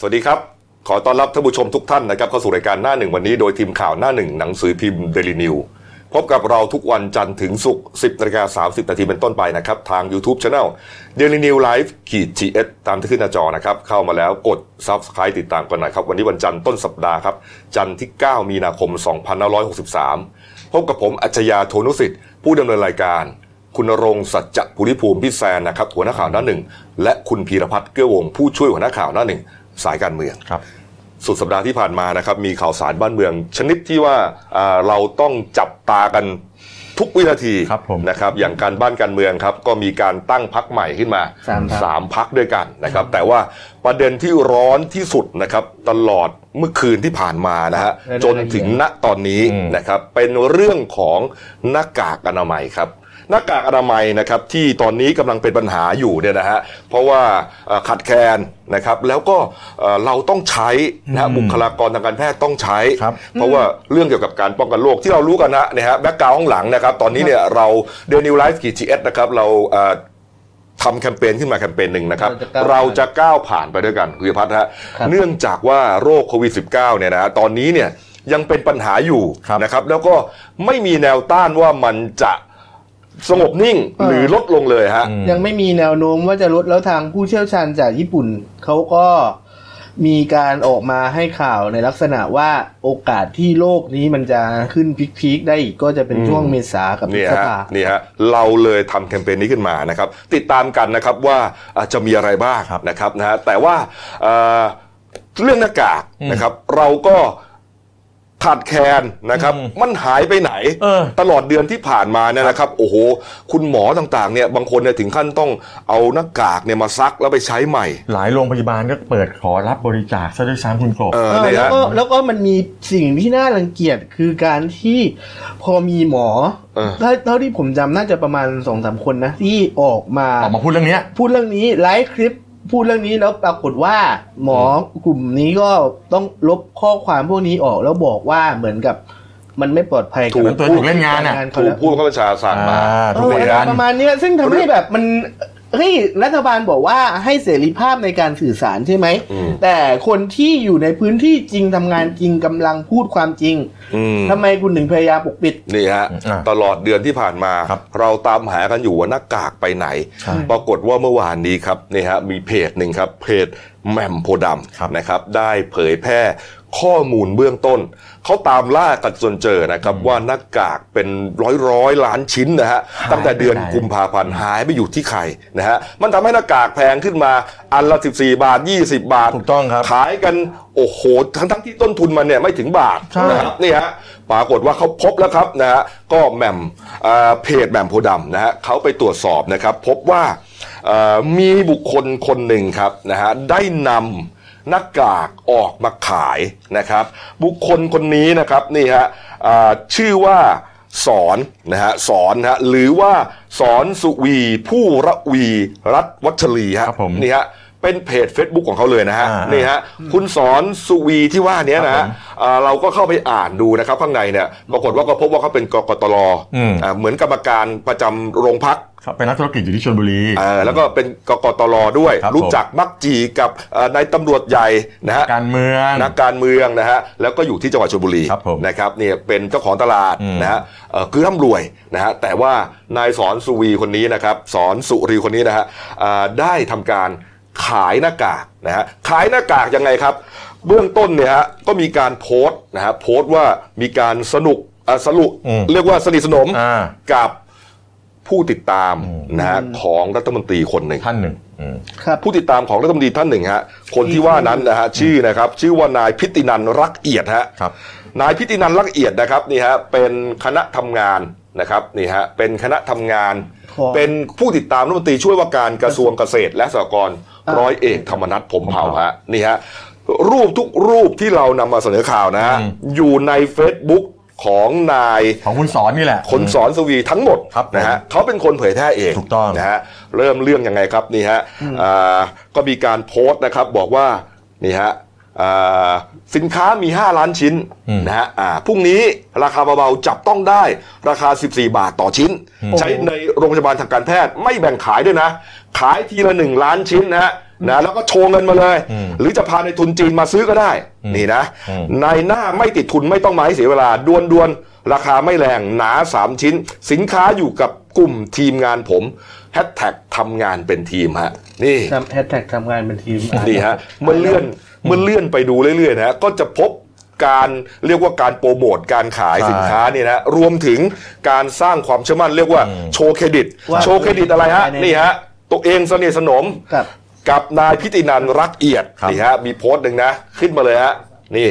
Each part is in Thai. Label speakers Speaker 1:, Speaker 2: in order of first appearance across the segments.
Speaker 1: สวัสดีครับ ขอต้อนรับท่านผู้ชมทุกท่านนะครับเข้าสู่รายการหน้าหนึ่งวันนี้โดยทีมข่าวหน้าหนึ่งหนังสือพิมพ์เดลินิวพบกับเราทุกวันจันทร์ถึงศุกร์10นาฬิกา30นาทีเป็นต้นไปนะครับ ทาง YouTube Channel d a i l y New Life ขีด GS ตามที่ขึ้นหน้าจอนะครับ เข้ามาแล้วกด Subscribe ติดตามกันหน่อยครับ วันนี้วันจันทร์ต้นสัปดาห์ครับ จันทร์ที่ 9 มีนาคม 2563 พบกับผมอัจฉริยะโทนุสิทธิ์ผู้ดำเนินรายการ คุณณรงค์สัจจภูริภูมิพี่แซนนะครับหัวหน้าข่าวหน้าหนึ่งและคุณพีรพัฒน์เกื้อวงศ์ผู้ช่วยหัวหน้าข่าวหน้าหนึ่งสายการเมือง
Speaker 2: ครับ
Speaker 1: สุดสัปดาห์ที่ผ่านมานะครับมีข่าวสารบ้านเมือง ชนิดที่ว่าอ่าเราต้องจับตากันทุกวินาที
Speaker 2: ครับผม
Speaker 1: นะครับอย่างการบ้านการเมืองครับก็มีการตั้งพักใหม่ขึ้นมา
Speaker 3: สามพรรค
Speaker 1: สามพักด้วยกันนะครับแต่ว่าประเด็นที่ร้อนที่สุดนะครับตลอดเมื่อคืนที่ผ่านมานะฮะ
Speaker 3: และ
Speaker 1: จ
Speaker 3: ราน ยละเอียด
Speaker 1: ถึงณตอนนี้
Speaker 2: อืม
Speaker 1: นะครับเป็นเรื่องของหน้ากากอนามัยครับหน้ากากอนามัยนะครับที่ตอนนี้กำลังเป็นปัญหาอยู่เนี่ยนะฮะเพราะว่าเอ่อขาดแคลนนะครับแล้วก็เอ่อเราต้องใช้นะฮะบุคลากรทางการแพทย์ต้องใช้
Speaker 2: ครับ
Speaker 1: เพราะว่าเรื่องเกี่ยวกับการป้องกันโรคที่เรารู้กันนะนะฮะแบ็กกราวข้างหลังนะครับตอนนี้เนี่ยเราเดนิวไลฟ์กีจีเอสนะครับเราเอ่อทำแคมเปญขึ้นมาแคมเปญหนึ่งนะครับ เรา
Speaker 3: เรา
Speaker 1: จะ
Speaker 3: จะ
Speaker 1: ก้าวผ่านไปด้วยกันคุณพัฒน์ฮะ
Speaker 3: ครับ
Speaker 1: เนื่องจากว่าโรคโควิด -19 เนี่ยนะฮะตอนนี้เนี่ยยังเป็นปัญหาอยู่
Speaker 2: ครับ
Speaker 1: นะครับ แล้วก็ไม่มีแนวต้านว่ามันจะสงบนิ่งหรือลดลงเลยฮะ
Speaker 3: ยังไม่มีแนวโน้มว่าจะลดแล้วทางผู้เชี่ยวชาญจากญี่ปุ่น เขาก็มีการออกมาให้ข่าวในลักษณะว่าโอกาสที่โลกนี้มันจะขึ้นพีคๆได้อีกก็จะเป็นช่วงเมษากับพฤ
Speaker 1: เนี่ย
Speaker 3: ษ
Speaker 1: ฮะ
Speaker 3: ภา
Speaker 1: นี่ฮะเราเลยทำแคมเปญนี้ขึ้นมานะครับ ติดตามกันนะครับว่าอ่ะจะมีอะไรบ้าง
Speaker 2: ครับ
Speaker 1: นะครับนะฮะแต่ว่าเอ่อเรื่องหน้ากากนะครับ เราก็ขาดแคลนนะครับ
Speaker 2: อืม
Speaker 1: มันหายไปไหน
Speaker 2: เออ
Speaker 1: ตลอดเดือนที่ผ่านมาเนี่ยนะครับ โอ้โห คุณหมอต่างๆ เนี่ยบางคนเนี่ยถึงขั้นต้องเอาหน้ากากเนี่ยมาซักแล้วไปใช้ใหม่
Speaker 2: หลายโรงพยาบาลก็เปิดขอรับบริจาคซะด้วยซ้ำคุณกบ
Speaker 1: เออ
Speaker 3: เออ
Speaker 1: เนี่ย
Speaker 3: แล้ว
Speaker 1: ฮะ
Speaker 3: ก็แล้วก็มันมีสิ่งที่น่ารังเกียจคือการที่พอมีหมอ
Speaker 1: เออ
Speaker 3: ถ้าเท่าที่ผมจำน่าจะประมาณสองสามคนนะ ที่ออกมา
Speaker 2: ออกมาพูดเรื่องเนี้ย
Speaker 3: พูดเรื่องนี้ไลฟ์คลิปพูดเรื่องนี้แล้วปรากฏว่า หมอกลุ่มนี้ก็ต้องลบข้อความพวกนี้ออกแล้วบอกว่าเหมือนกับมันไม่ปลอดภัย
Speaker 2: ถูกเตือนถูกเล่นงานน่ะ
Speaker 3: เขา
Speaker 1: ถูก
Speaker 3: แล้ว
Speaker 1: ผู้บังคับบัญชาสั่งมา
Speaker 2: อ่า
Speaker 3: เอ
Speaker 2: ถูก
Speaker 3: อ
Speaker 2: เตื
Speaker 3: อะไร
Speaker 2: อน
Speaker 3: ประมาณเนี้ยซึ่งทำให้แบบมันเฮ้ยรัฐบาลบอกว่าให้เสรีภาพในการสื่อสารใช่ไหม
Speaker 1: อืม
Speaker 3: แต่คนที่อยู่ในพื้นที่จริงทำงานจริงกำลังพูดความจริง
Speaker 1: อืม
Speaker 3: ทำไมคุณถึงพยายามปกปิด
Speaker 1: นี่ฮะ
Speaker 2: อ่า
Speaker 1: ตลอดเดือนที่ผ่านมา
Speaker 2: ครับ
Speaker 1: เราตามหากันอยู่ว่าหน้ากากไปไหน
Speaker 2: ใช่
Speaker 1: ปรากฏว่าเมื่อวานนี้ครับนี่ฮะมีเพจหนึ่งครับเพจแหม่มโพธิ์ด
Speaker 2: ครับ
Speaker 1: ำนะครับ ได้เผยแพร่ข้อมูลเบื้องต้น เขาตามล่ากันจนเจอนะครับ ว่าหน้ากากเป็นร้อยร้อยๆล้านชิ้นนะฮะตั้งแต่เดือนกุมภาพันธ์หายไปอยู่ที่ใครนะฮะมันทำให้หน้ากากแพงขึ้นมาอันละ 14 บาท 20 บาท
Speaker 2: ถูกต้องครับ
Speaker 1: ขายกันโอ้โหทั้งทั้งที่ต้นทุนมันเนี่ยไม่ถึงบาท
Speaker 2: ใช่
Speaker 1: นะครับนี่ฮะปรากฏว่าเขาพบแล้วครับนะฮะก็แหม่มเอ่อเพจแหม่มโพธิ์ดำนะฮะเขาไปตรวจสอบนะครับ พบว่าเอ่อมีบุคคลคนหนึ่งครับนะฮะได้นำหน้ากากออกมาขายนะครับ บุคคลคนนี้นะครับนี่ฮะอ่าชื่อว่าสอนนะฮะสอนนะฮะหรือว่าสอนสุวีผู้ระวีรัตน์วัชรีฮะ
Speaker 2: ครับผม
Speaker 1: นี่ฮะเป็นเพจ Facebook ของเขาเลยนะฮะ
Speaker 2: อ่า
Speaker 1: นี่ฮะคุณสอนสุวีที่ว่าเนี้ยนะฮะ
Speaker 2: ครับผม
Speaker 1: เอ่อเราก็เข้าไปอ่านดูนะครับ ข้างในเนี่ยปรากฏว่าก็พบว่าเขาเป็นกกตล
Speaker 2: อืม
Speaker 1: อ่าเหมือนกรรมการประจำโรงพัก
Speaker 2: ครับเป็นนักธุรกิจอยู่ที่ชลบุรี
Speaker 1: เอ่อแล้วก็เป็นกกตลด้วย
Speaker 2: ครับผม
Speaker 1: รู้จักมักจีกับเอ่อนายตำรวจใหญ่นะฮะ
Speaker 2: การเมือง
Speaker 1: นักการเมืองนะฮะแล้วก็อยู่ที่จังหวัดชลบุรี
Speaker 2: ครับผม
Speaker 1: นะครับเนี่ยเป็นเจ้าของตลาด
Speaker 2: อืม
Speaker 1: นะฮะเอ่อคือร่ำรวยนะฮะแต่ว่านายสอนสุวีคนนี้นะครับสอนสุรีคนนี้นะฮะอ่าได้ทำการขายหน้ากากนะฮะขายหน้ากากยังไงครับ เบื้องต้นเนี่ยฮะก็มีการโพสต์นะฮะโพสต์ว่ามีการสนุกเอ่อสรุป
Speaker 2: อืม
Speaker 1: เรียกว่าสนิทสนม
Speaker 2: อ่า
Speaker 1: กับผู้ติดตาม
Speaker 2: อืม
Speaker 1: นะฮะของรัฐมนตรีคนหนึ่ง
Speaker 2: ท่านหนึ่งอืม
Speaker 3: ครับ
Speaker 1: ผู้ติดตามของรัฐมนตรีท่านหนึ่งฮะคนที่ว่านั้นนะฮะชื่อนะครับชื่อว่านายพิตินันรักเอียดฮะ
Speaker 2: ครับ
Speaker 1: นายพิตินันรักเอียดนะครับนี่ฮะเป็นคณะทำงานนะครับนี่ฮะเป็นคณะทำงาน
Speaker 3: ของ
Speaker 1: เป็นผู้ติดตามรัฐมนตรีช่วยว่าการกระทรวงเกษตร และสหกรณ์
Speaker 3: อ่า
Speaker 1: ร้อยเอกธรรมนัฐผมเผ่าฮะนี่ฮะรูปทุกรูปที่เรานำมาเสนอข่าวนะฮะ
Speaker 2: อืม
Speaker 1: อยู่ใน Facebook ของนาย
Speaker 2: ของคุณสอนนี่แหละ
Speaker 1: คนสอนสวีทั้งหมด
Speaker 2: ครับผม
Speaker 1: นะฮะเขาเป็นคนเผยแพร่เอง
Speaker 2: ถูกต้อง
Speaker 1: นะฮะเริ่มเรื่องยังไงครับนี่ฮะอ่าก็มีการโพสต์นะครับบอกว่านี่ฮะอ่าสินค้ามี 5 ล้านชิ้น
Speaker 2: อืม
Speaker 1: นะฮะอ่าพรุ่งนี้ราคาเบาๆจับต้องได้ราคา 14 บาทต่อชิ้น
Speaker 2: อืม
Speaker 1: ใช้ในโรงพยาบาลทางการแพทย์ไม่แบ่งขายด้วยนะ ขายทีละ 1 ล้านชิ้นนะฮะ นะแล้วก็โชว์เงินมาเลย
Speaker 2: อืม
Speaker 1: หรือจะพาในทุนจีนมาซื้อก็ได้
Speaker 2: อืม
Speaker 1: นี่นะ
Speaker 2: อืม
Speaker 1: ในหน้าไม่ติดทุนไม่ต้องมาให้เสียเวลาดวนดวนๆราคาไม่แรงหนา 3 ชิ้น สินค้าอยู่กับกลุ่มทีมงานผมแฮชแท็กทำงานเป็นทีมฮะนี่
Speaker 3: ทำแฮชแท็กทำงานเป็นทีมอ่าน
Speaker 1: นี่ฮะเมื่อเลื่อนเมื่อเลื่อนไปดูเรื่อยๆนะฮะก็จะพบการเรียกว่าการโปรโมทการขาย
Speaker 2: ใช่
Speaker 1: สินค้าเนี่ยนะรวมถึงการสร้างความเชื่อมั่นเรียกว่า
Speaker 2: อืม
Speaker 1: โชว์เครดิต
Speaker 3: ว่า
Speaker 1: โชว์เครดิตอะไรฮะ
Speaker 3: ภายใน
Speaker 1: นี่ฮะตัวเองเสนิทสนม
Speaker 3: กับ
Speaker 1: กับนายพิตินันรักเอียด
Speaker 2: ครับ
Speaker 1: นี่ฮะมีโพสต์หนึ่งนะ ขึ้นมาเลยฮะนี่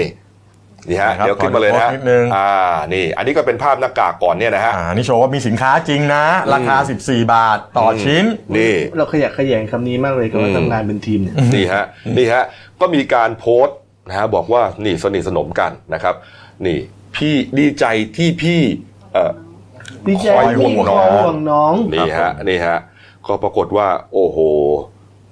Speaker 1: นี่ฮะ
Speaker 2: ครับ
Speaker 1: เดี๋ยวขึ้นมาเลยนะ
Speaker 2: ขอดู
Speaker 1: ฮะ
Speaker 2: โพสต์นิดนึง
Speaker 1: อ่านี่ อันนี้ก็เป็นภาพหน้ากากก่อนเนี่ยนะฮะ
Speaker 2: อ่านี่โชว์ว่ามีสินค้าจริงนะ ราคา 14 บาทต่อชิ้น
Speaker 1: นี่
Speaker 3: เราขยักขยงคำนี้มากเลยก็ว่าทำงานเป็นทีมเนี่ย
Speaker 1: นี่ฮะนี่ฮะก็มีการโพสต์นะฮะบอกว่านี่สนิทสนมกันนะครับ นี่พี่ดีใจที่พี่เอ่อ
Speaker 3: ดีใจ
Speaker 1: คอยห่
Speaker 3: ที่
Speaker 1: วง
Speaker 3: ค
Speaker 1: น้
Speaker 3: อ
Speaker 1: อง
Speaker 3: ยห่วงน้อง
Speaker 1: นี่ฮะนี่ฮะก็ปรากฏว่า โอ้โห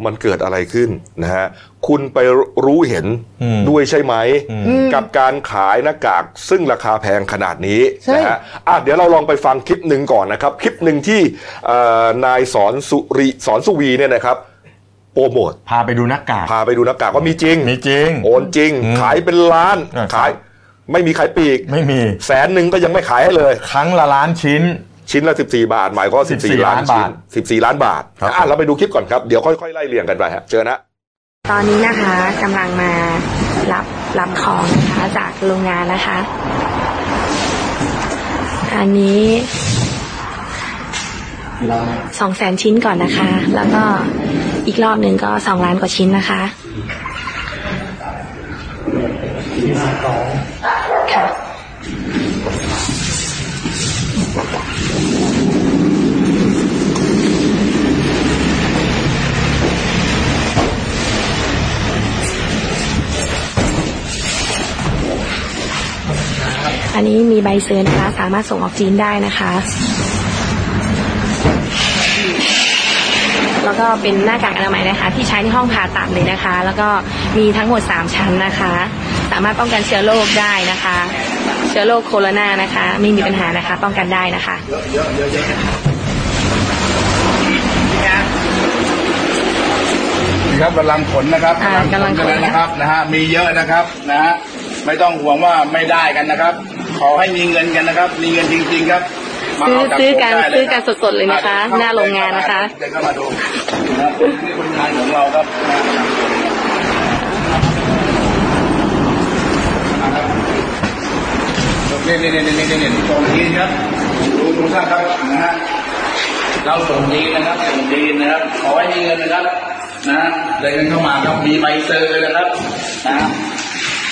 Speaker 1: มันเกิดอะไรขึ้นนะฮะคุณไปรู้เห็น
Speaker 2: อืม
Speaker 1: ด้วยใช่ไหม
Speaker 3: อืม
Speaker 1: กับการขายหน้ากากซึ่งราคาแพงขนาดนี้
Speaker 3: ใช่
Speaker 1: นะฮะอ่ะเดี๋ยวเราลองไปฟังคลิปหนึ่งก่อนนะครับ คลิปหนึ่งที่เอ่อนายสอนสุริสอนสุวีเนี่ยนะครับโปรโมท
Speaker 2: พาไปดูหน้ากาก
Speaker 1: พาไปดูหน้ากากว่ามีจริง
Speaker 2: มีจริง
Speaker 1: โอนจริง
Speaker 2: อืม
Speaker 1: ขายเป็นล้าน
Speaker 2: อ่า
Speaker 1: ขายไม่มีขายปลีก
Speaker 2: ไม่มี
Speaker 1: แสนหนึ่งก็ยังไม่ขายให้เลย
Speaker 2: ครั้งละล้านชิ้น
Speaker 1: ชิ้นละ 14 บาท หมายก็14
Speaker 2: 14
Speaker 1: ล้านชิ้
Speaker 2: ล้าน น
Speaker 1: 14 ล้านบาท
Speaker 2: ครับ
Speaker 1: อ่ะเราไปดูคลิปก่อนครับ เดี๋ยวค่อยๆ ไล่เรียงกันไปฮะเจอนะ
Speaker 4: ตอนนี้นะคะกำลังมารับรับของนะคะจากโรงงานนะคะ อันนี้สองแสนชิ้นก่อนนะคะ แล้วก็อีกรอบหนึ่งก็สองล้านกว่าชิ้นนะคะค่ะอันนี้มีใบซื้อนะคะ สามารถส่งออกจีนได้นะคะ แล้วก็เป็นหน้ากากอนามัยนะคะ ที่ใช้ในห้องผ่าตัดเลยนะคะ แล้วก็มีทั้งหมด 3 ชั้นนะคะ สามารถป้องกันเชื้อโรคได้นะคะ เชื้อโรคโคโรนานะคะ ไม่มีปัญหานะคะ ป้องกันได้นะคะ
Speaker 5: ครับกำลังผลนะครับ
Speaker 4: อ่ากำลังขนนะ
Speaker 5: นะ
Speaker 4: ค
Speaker 5: ค
Speaker 4: รั
Speaker 5: รับ บนะฮะมีเยอะนะครับนะฮะไม่ต้องห่วงว่าไม่ได้กันนะครับ ขอให้มีเงินกันนะครับ มีเงินจริง ๆ ครับมา
Speaker 4: ซื้อ
Speaker 5: เาลับ
Speaker 4: ซื้อกัน
Speaker 5: ผมได้เลย
Speaker 4: ซื้อกันสดๆเลยนะคะ
Speaker 5: รับ
Speaker 4: หน้าโรงงานนะคะ
Speaker 5: เดินเข้ามาดูนะครับนี่คนงานของเราครับนี่นี่นี่นี่นี่นี่ตรงนี้ครับดูดูท่านครับนะฮะ เราส่งดีนะครับส่งดีนะครับ ขอให้มีเงินนะครับ นะเดินกันเข้ามาครับมีใบเซอร์นะครับ นะ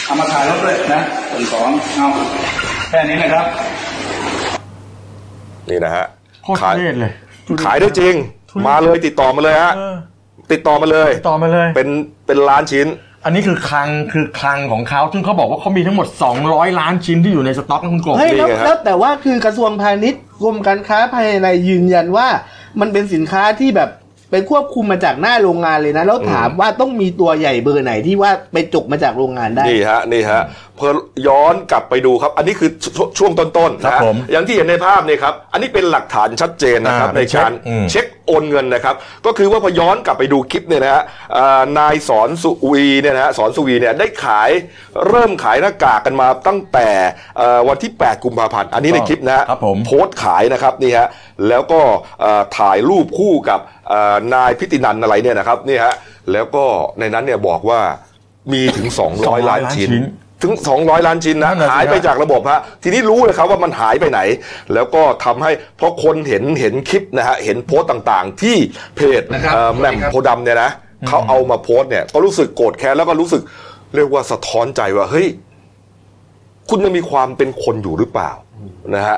Speaker 5: เอามาขายรถด้วยนะส่วนของเอาแค่นี้นะครับ
Speaker 1: นี่นะฮะ
Speaker 2: โคตร
Speaker 1: ขาย
Speaker 2: เท่เลย
Speaker 1: ขายได้จริง
Speaker 2: ทุเรศ
Speaker 1: มาเลยติดต่อมาเลยฮะ
Speaker 2: เออ
Speaker 1: ติดต่อมาเลย
Speaker 2: ต่อมาเลย
Speaker 1: เป็นเป็นล้านชิ้น
Speaker 2: อันนี้คือคลังคือคลังของเขาซึ่งเขาบอกว่าเขามีทั้งหมด 200 ล้านชิ้นที่อยู่ในสต็อกนะคุณกบ
Speaker 3: เฮ้ยแล้ว
Speaker 1: นี่ไงฮะ
Speaker 3: แล้วแต่ว่าคือกระทรวงพาณิชย์กรมการค้าภายในยืนยันว่า มันเป็นสินค้าที่แบบไปควบคุมมาจากหน้าโรงงานเลยนะแล้วถามว่าต้องมีตัวใหญ่เบอร์ไหนที่ว่าไปจกมาจากโรงงานได้
Speaker 1: นี่ฮะนี่ฮะเพอย้อนกลับไปดูครับ อันนี้คือชช่วงต้นๆนะ
Speaker 2: ครั
Speaker 1: ฮะ
Speaker 2: บผม
Speaker 1: อย่างที่เห็นในภาพเนี่ยครับอันนี้เป็นหลักฐานชัดเจนนะครับ
Speaker 2: อ่า
Speaker 1: ในการ
Speaker 2: เป็นเช็คอืม
Speaker 1: เช็คโอนเงินนะครับ ก็คือว่าพอย้อนกลับไปดูคลิปเนี่ยนะฮะเอ่อนายสอนสุวีเนี่ยนะฮะสอนสุวีเนี่ยได้ขายเริ่มขายหน้ากากกันมาตั้งแต่เอ่อวันที่ 8 กุมภาพันธ์อันนี้ในคลิปนะฮะ
Speaker 2: ครับผม
Speaker 1: โพสต์ขายนะครับนี่ฮะแล้วก็เอ่อถ่ายรูปคู่กับเอ่อนายพิตินันอะไรเนี่ยนะครับนี่ฮะแล้วก็ในนั้นเนี่ยบอกว่ามีถึง 200
Speaker 2: 200
Speaker 1: ล้าน
Speaker 2: ล้านชิ้
Speaker 1: ชิ้น
Speaker 2: น
Speaker 1: ถึง 200 ล้านชิ้นนะ
Speaker 2: นั่นน่ะสิ
Speaker 1: หายไป
Speaker 2: ฮะ
Speaker 1: จากระบบฮะ ทีนี้รู้เลยครับว่ามันหายไปไหน แล้วก็ทำให้เพราะคนเห็นเห็นคลิปนะฮะ เห็นโพสต์ต่างๆ ที่เพจ
Speaker 5: นะครับ
Speaker 1: เอ่อ
Speaker 5: สวัสดีครับ
Speaker 1: แหม่มโพธิ์ดำเนี่ยนะเขาเอามาโพสต์เนี่ย ก็รู้สึกโกรธแค้นแล้วก็รู้สึกเรียกว่าสะท้อนใจว่า เฮ้ย คุณยังมีความเป็นคนอยู่หรือเปล่านะฮะ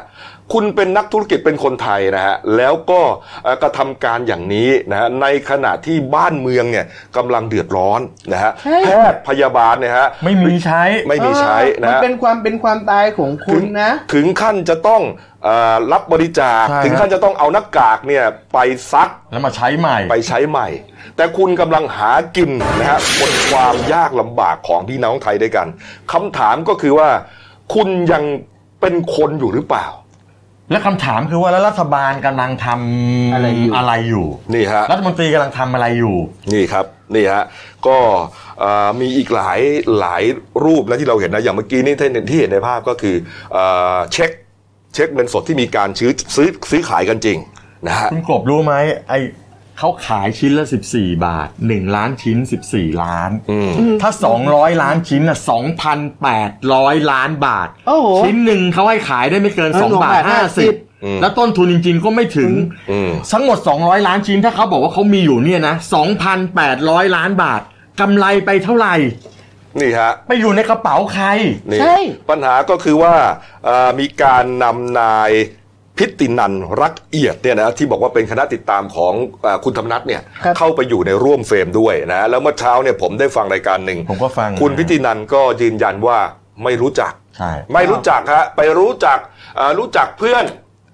Speaker 1: คุณเป็นนักธุรกิจเป็นคนไทยนะฮะแล้วก็เอ่อกระทำการอย่างนี้นะฮะในขณะที่บ้านเมืองเนี่ยกำลังเดือดร้อนนะฮะ
Speaker 3: ใช่
Speaker 1: แพทย์พยาบาลเนี่ยฮะ
Speaker 2: ไม่มีใช้
Speaker 1: ไม่มีใช้นะ
Speaker 3: มัน
Speaker 1: ฮะ
Speaker 3: เป็นความเป็นความตายของคุณนะ
Speaker 1: ถึงขั้นจะต้องเอ่อรับบริจาค
Speaker 2: ใช่ฮะ
Speaker 1: ถึงขั้นจะต้องเอาหน้ากากเนี่ยไปซัก
Speaker 2: แล้วมาใช้ใหม่
Speaker 1: ไปใช้ใหม่ แต่คุณกำลังหากินนะฮะบนความยากลำบากของพี่น้องไทยด้วยกันคำถามก็คือว่า คุณยังเป็นคนอยู่หรือเปล่า
Speaker 2: และคำถามคือว่าแล้วรัฐบาลกำลังทำ
Speaker 3: อะไรอยู่
Speaker 2: อะไรอยู่
Speaker 1: นี่ฮะ
Speaker 2: รัฐมนตรีกำลังทำอะไรอยู่
Speaker 1: นี่ครับ นี่ฮะก็เอ่อมีอีกหลายหลายรูปนะที่เราเห็นนะ อย่างเมื่อกี้นี่ที่ที่เห็นในภาพก็คือเอ่อเช็คเช็คเงินสดที่มีการซื้อซื้อซื้อขายกันจริงนะฮะ
Speaker 2: คุณกบรู้ไหมไอเขาขายชิ้นละ 14 บาท 1 ล้านชิ้น 14 ล้าน
Speaker 1: อืม
Speaker 2: ถ้า 200 ล้านชิ้นน่ะ2,800 ล้านบาท
Speaker 3: โอ้โห
Speaker 2: ชิ้นหนึ่งเขาให้ขายได้ไม่เกิน
Speaker 3: เออ
Speaker 2: 2 บาท
Speaker 3: 2.50
Speaker 2: 50 แล้วต้นทุนจริงๆก็ไม่ถึง
Speaker 1: อืม
Speaker 2: ทั้งหมด 200 ล้านชิ้นถ้าเขาบอกว่าเขามีอยู่เนี่ยนะ2,800 ล้านบาทกำไรไปเท่าไหร่
Speaker 1: นี่ฮะ
Speaker 2: ไปอยู่ในกระเป๋าใคร
Speaker 1: นี่
Speaker 3: ใช่
Speaker 1: ปัญหาก็คือว่าเอ่อมีการนำนายพิตินันรักเอียดเนี่ยนะที่บอกว่าเป็นคณะติดตามของเออคุณธรรมนัทเนี่ย
Speaker 3: ครับ
Speaker 1: เข้าไปอยู่ในร่วมเฟรมด้วยนะแล้วเมื่อเช้าเนี่ยผมได้ฟังรายการหนึ่ง
Speaker 2: ผมก็ฟัง
Speaker 1: คุณพิตินันก็ยืนยันว่าไม่รู้จัก
Speaker 2: ใช่
Speaker 1: ไม่รู้จักฮะไปรู้จักเอ่อรู้จักเพื่อน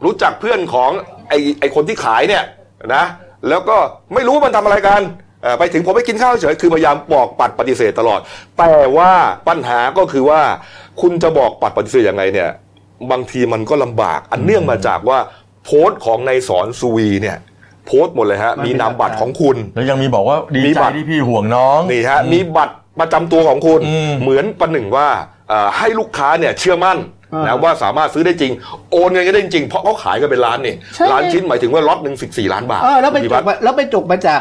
Speaker 1: รู้จักเพื่อนของไอไอคนที่ขายเนี่ยนะแล้วก็ไม่รู้มันทำอะไรกันเอ่อไปถึงผมไปกินข้าวเฉยคือพยายามบอกปัดปฏิเสธตลอด แต่ว่าปัญหาก็คือว่าคุณจะบอกปัดปฏิเสธยังไงเนี่ยบางทีมันก็ลำบาก อันเนื่องมาจากว่าโพสต์ของนายสอนสุวีเนี่ยโพสต์หมดเลยฮะมีนามบัตรของคุณ
Speaker 2: แล้วยังมีบอกว่าดี
Speaker 1: มี
Speaker 2: ใจ
Speaker 1: บัตร
Speaker 2: ที่พี่ห่วงน้อง
Speaker 1: นี่ฮะมีบัตรประจำตัวของคุณ
Speaker 2: อืม
Speaker 1: เหมือนประหนึ่งว่าเอ่อให้ลูกค้าเนี่ยเชื่อมั่น
Speaker 3: อ่าน
Speaker 1: นะว่าสามารถซื้อได้จริง โอนเงินก็ได้จริงเพราะเขาขายกันเป็นล้านนี่
Speaker 3: ใช่
Speaker 1: ล้านชิ้นหมายถึงว่าล็อตหนึ่งสิบสี่ล้านบาท
Speaker 3: เออแล้วไป
Speaker 1: คุณ
Speaker 3: จ
Speaker 1: ธีวั
Speaker 3: ก
Speaker 1: ฒน์
Speaker 3: มาแล้วไปจกมาจาก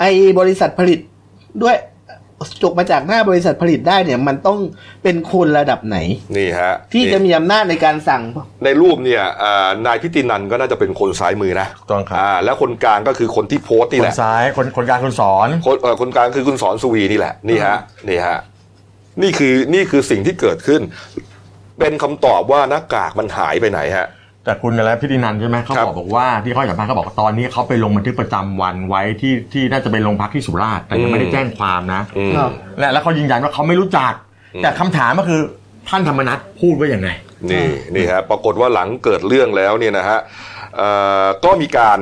Speaker 3: ไอ้บริษัทผลิตด้วยจกมาจากหน้าบริษัทผลิตได้เนี่ย มันต้องเป็นคนระดับไหน
Speaker 1: นี่ฮะ
Speaker 3: ที่จะมีอำนาจในการสั่ง
Speaker 1: ในรูปเนี่ยเอ่อนายพิตินันก็น่าจะเป็นคนซ้ายมือนะ
Speaker 2: ถูกต้องครับ
Speaker 1: าแล้วคนกลางก็คือคนที่โพสต์นี่
Speaker 2: ค
Speaker 1: แห
Speaker 2: น
Speaker 1: ละ
Speaker 2: ซ้ายคนคนกลางคนสอน
Speaker 1: คนเอ่อคนกลางคือคุณสอนสุวีนี่แหละนี่ฮะนี่ฮะนี่คือนี่คือสิ่งที่เกิดขึ้น เป็นคำตอบว่าหน้ากากมันหายไปไหนฮะ
Speaker 2: แต่คุณอะไรพิธีนันใช่ไหมเขา
Speaker 1: ครับ
Speaker 2: บอกบอกว่าที่เขาอยากมาเขาบอกว่าตอนนี้เขาไปลงบันทึกประจำวันไว้ที่ที่น่าจะเป็นโรงพักที่สุราษฎร์แต่
Speaker 1: อื
Speaker 2: ยัง
Speaker 1: ม
Speaker 2: ไม่ได้แจ้งความนะ
Speaker 1: อืม
Speaker 3: ครับ
Speaker 2: และแล้วเขายืนยันว่าเขาไม่รู้จัก แต่คำถามก็คือท่านธรรมนัฐพูดว่าอย่างไง
Speaker 1: นี่นี่ฮะปรากฏว่าหลังเกิดเรื่องแล้วเนี่ยนะฮะเอ่อก็มีการ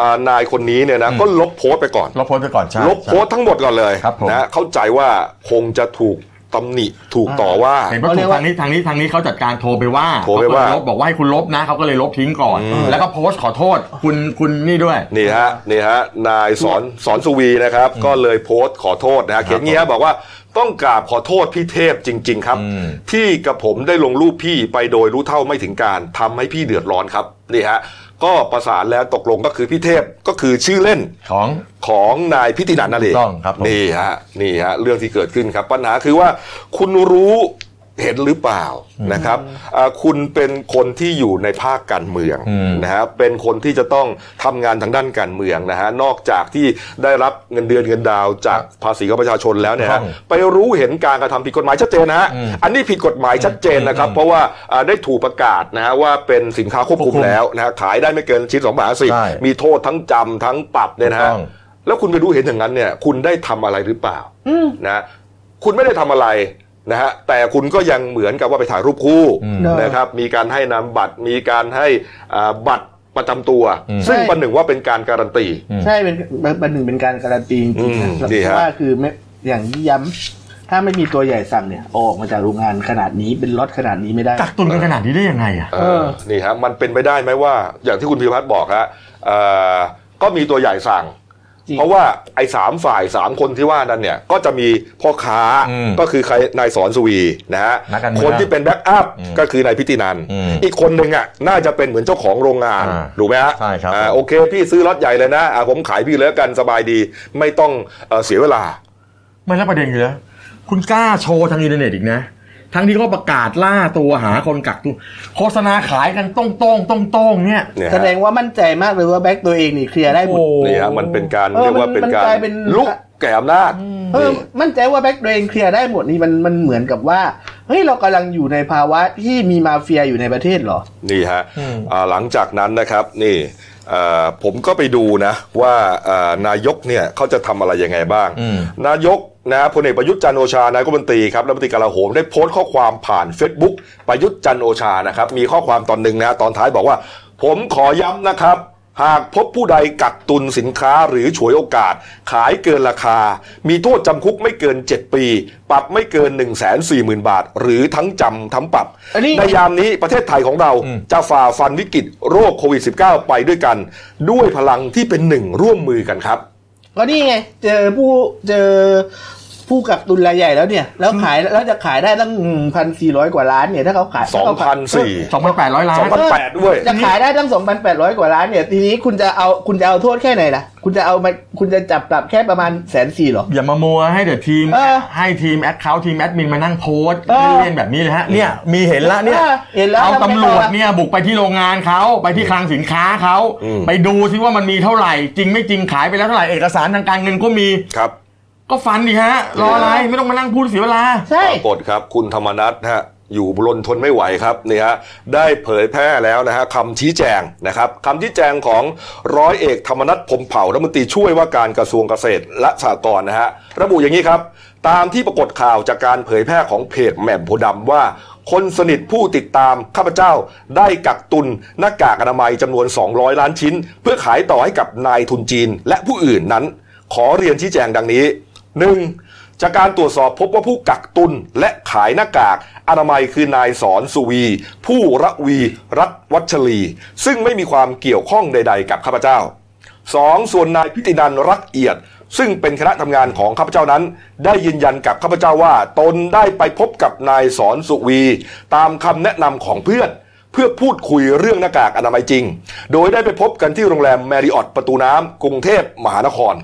Speaker 1: อ่านายคนนี้เนี่ยนะก็ลบโพสต์ไปก่อน
Speaker 2: เราโพสต์ไปก่อนใช่
Speaker 1: ลบโพสต์ทั้งหมดก่อนเลย
Speaker 2: ครับผม
Speaker 1: นะฮะเข้าใจว่าคงจะถูกตำหนิถูกต่อว่า
Speaker 2: เห็นว่า
Speaker 3: เขาเรี
Speaker 2: ถู
Speaker 3: ย
Speaker 2: ก
Speaker 3: กว่า
Speaker 2: ทางนี้ทางนี้ทางนี้เขาจัดการโทรไปว่า
Speaker 1: โทรไปว่า
Speaker 2: เขก็เลยลบบอกว่าให้คุณลบนะเขาก็เลยลบทิ้งก่อน แล้วก็โพสต์ขอโทษคุณคุณนี่ด้วย
Speaker 1: นี่ฮะนี่ฮะนายสอนสอนสุวีนะครับ ก็เลยโพสต์ขอโทษนะฮะเขียนเงี้ยบอกว่าต้องกราบขอโทษพี่เทพจริง ๆ ครับ
Speaker 2: อืม
Speaker 1: ที่กับผมได้ลงรูปพี่ไปโดยรู้เท่าไม่ถึงการทำให้พี่เดือดร้อนครับนี่ฮะก็ประสานแล้วตกลงก็คือพี่เทพก็คือชื่อเล่น
Speaker 2: ของ
Speaker 1: ของนายพิธินันนั่นเอง
Speaker 2: ถูกต้องครับผม
Speaker 1: นี่ฮะนี่ฮะเรื่องที่เกิดขึ้นครับ ปัญหาคือว่าคุณรู้เห็นหรือเปล่านะครับอ่าคุณเป็นคนที่อยู่ในภาคการเมืองนะฮะเป็นคนที่จะต้องทำงานทางด้านการเมืองนะฮะนอกจากที่ได้รับเงินเดือนเงินดาวจากภาษีของประชาชนแล้วเนี่ยฮะไปรู้เห็นการกระทำผิดกฎหมายชัดเจนนะฮะอันนี้ผิดกฎหมายชัดเจนนะครับ เพราะว่าอ่าได้ถูกประกาศนะฮะว่าเป็นสินค้าควบคุมแล้วนะฮะขายได้ไม่เกินชิ้นสองบาทสิ
Speaker 2: ใช่
Speaker 1: มีโทษทั้งจำทั้งปรับเนี่ยนะ
Speaker 2: ถู
Speaker 1: ฮะ
Speaker 2: กต้อง
Speaker 1: แล้วคุณไปรู้เห็นอย่างนั้นเนี่ย คุณได้ทำอะไรหรือเปล่านะคุณไม่ได้ทำอะไรนะฮะแต่คุณก็ยังเหมือนกับว่าไปถ่ายรูปคู่
Speaker 2: อืม
Speaker 1: นะครับ มีการให้นามบัตร มีการให้อ่าบัตรประจำตัว
Speaker 2: อืม
Speaker 1: ซึ่งประหนึ่งว่าเป็นการการันตี
Speaker 2: อืม
Speaker 3: ใช่เป็นบันหนึ่งเป็นการการันตีจริงๆนะ
Speaker 1: อืม
Speaker 3: แล้ว
Speaker 1: ดีฮะ
Speaker 3: ว่าคือไม่อย่างที่ย้ำถ้าไม่มีตัวใหญ่สั่งเนี่ยเอาออกมาจากโรงงานขนาดนี้เป็นล็อตขนาดนี้ไม่ได้
Speaker 2: กักตุนกันขนาดนี้ได้ยังไงอ่ะ
Speaker 1: เออนี่ฮะมันเป็นไปได้ไหมว่า อย่างที่คุณพิพัฒน์บอกฮะเอ่อก็มีตัวใหญ่สั่ง
Speaker 3: จริง
Speaker 1: เพราะว่าไอ้สามฝ่ายสามคนที่ว่านั้นเนี่ย ก็จะมีพ่อค้า
Speaker 2: อืม
Speaker 1: ก็คือใครนายสอนสุวีนะฮะ
Speaker 2: นักการเมือง
Speaker 1: คนที่เป็นแบ็กอัพ
Speaker 2: อืม
Speaker 1: ก็คือนายพิตินัน
Speaker 2: อืม
Speaker 1: อีกคนหนึ่งอ่ะน่าจะเป็นเหมือนเจ้าของโรงงาน
Speaker 2: อ่า
Speaker 1: ถูกไหมฮะ
Speaker 2: ใช่ครับ
Speaker 1: อ่าโอเค พี่ซื้อล็อตใหญ่เลยนะอ่าผมขายพี่เลยละกันสบายดี ไม่ต้องเอ่อเสียเวลา
Speaker 2: ไม่แล้วประเด็นคือแล้วคุณกล้าโชว์ทางอินเทอร์เน็ตอีกนะ ทั้งที่เขาประกาศล่าตัวหาคนกักตัวโฆษณาขายกันต้องต้งต้องต้งๆเนี่ย
Speaker 1: เนี่ย
Speaker 3: แส
Speaker 1: ฮะ
Speaker 3: ดงว่ามั่นใจมากเลยว่าแบ็กตัวเองนี่เคลียร์ได้หมด
Speaker 1: นี่ฮะมันเป็นการ
Speaker 3: เออ
Speaker 1: เรียกว่า
Speaker 3: มัน
Speaker 1: เป็นกา
Speaker 3: มันก
Speaker 1: ร
Speaker 3: ลายเป็น
Speaker 1: ลุกแก่อำนาจ
Speaker 3: เออ
Speaker 1: นี่
Speaker 3: มั่นใจว่าแบ็กตัวเองเคลียร์ได้หมดนี่มันมันเหมือนกับว่าเฮ้ยเรากำลังอยู่ในภาวะที่มีมาเฟียอยู่ในประเทศเหรอ
Speaker 1: นี่ฮะอ่าหลังจากนั้นนะครับนี่เอ่อผมก็ไปดูนะว่าเอ่อนายกเนี่ยเขาจะทำอะไรยังไงบ้าง
Speaker 2: อืม
Speaker 1: นายกนะพลเอกประยุทธ์จันทร์โอชานายกรัฐมนตรีครับรัฐมนตรีกลาโหมได้โพสต์ข้อความผ่าน Facebook ประยุทธ์จันทร์โอชานะครับมีข้อความตอนหนึ่งนะตอนท้ายบอกว่า ผมขอย้ำนะครับ หากพบผู้ใดกักตุนสินค้าหรือฉวยโอกาส ขายเกินราคา มีโทษจำคุกไม่เกิน 7 ปี ปรับไม่เกิน 1 4 0 0 0 0 บาท หรือทั้งจำทั้งปรับ
Speaker 3: อันนี้
Speaker 1: ในยามนี้ประเทศไทยของเราจะฝ่าฟันวิกฤตโรคโควิด -19 ไปด้วยกัน ด้วยพลังที่เป็นหนึ่งร่วมมือกันครับ
Speaker 3: ก็นี่ไง เจอผู้เจอผู้กักตุนรายใหญ่แล้วเนี่ย แล้วขายแล้วจะขายได้ตั้งพันสี่ร้อยกว่าล้านเนี่ยถ้าเขาขาย
Speaker 1: สอง
Speaker 3: ถ้าเขา
Speaker 1: พั
Speaker 3: ขาย
Speaker 1: นสี่
Speaker 2: สองพันแปดร้อยล้า
Speaker 1: สอง
Speaker 2: น
Speaker 1: พันแปดด้วย
Speaker 3: จะขายได้ตั้งสองพันแปดร้อยกว่าล้านเนี่ยทีนี้คุณจะเอาคุณจะเอาโทษแค่ไหนล่ะ คุณจะเอามาคุณจะจับปรับแค่ประมาณแสนสี่หรอ
Speaker 2: อย่ามามัวให้เดี๋ยวทีม
Speaker 3: เออ
Speaker 2: ให้ทีมแอดเคาทีมแอดมินมานั่งโพสต์
Speaker 3: เออ
Speaker 2: เล่นๆแบบนี้นะฮะเนี่ยมีเห็นละเนี่ย
Speaker 3: เออเห็นแล้ว
Speaker 2: เอาตำรวจ
Speaker 3: แล้วไงต่อ
Speaker 2: เนี่ยบุกไปที่โรงงานเขาไปที่คลังสินค้าเขา
Speaker 1: อืม
Speaker 2: ไปดูซิว่ามันมีเท่าไหร่ จริงไม่จริงขายไปแล้วเท่าไหร่เอกสารทางการเงินก็มี
Speaker 1: ครับ
Speaker 2: ก็ฟันดิฮะ รออะไรไม่ต้องมานั่งพูดเสียเวลา
Speaker 3: ใช่
Speaker 1: ปรากฏครับ คุณธรรมนัทฮะอยู่บนทนไม่ไหวครับนี่ฮะได้เผยแพร่แล้วนะฮะคำชี้แจงนะครับคำชี้แจงของร้อยเอกธรรมนัทพรหมเผ่ารัฐมนตรีช่วยว่าการกระทรวงเกษตรและสหกรณ์นะฮะระบุอย่างนี้ครับ ตามที่ปรากฏข่าวจากการเผยแพร่ของเพจแหม่มโพธิ์ดำว่า คนสนิทผู้ติดตามข้าพเจ้าได้กักตุนหน้ากากอนามัยจำนวน 200 ล้านชิ้น เพื่อขายต่อให้กับนายทุนจีน และผู้อื่นนั้น ขอเรียนชี้แจงดังนี้ 1. จากการตรวจสอบพบว่าผู้กักตุนและขายหน้ากากอนามัยคือนายสอนสุวี ผู้ระวีรัตน์วัชรี ซึ่งไม่มีความเกี่ยวข้องใด ๆ กับข้าพเจ้า 2. ส่วนนายพิตินันรักเอียด ซึ่งเป็นคณะทำงานของข้าพเจ้านั้น ได้ยืนยันกับข้าพเจ้าว่า ตนได้ไปพบกับนายสอนสุวี ตามคำแนะนำของเพื่อน เพื่อพูดคุยเรื่องหน้ากากอนามัยจริง โดยได้ไปพบกันที่โรงแรมแมริออตประตูน้ำกรุงเทพมหานคร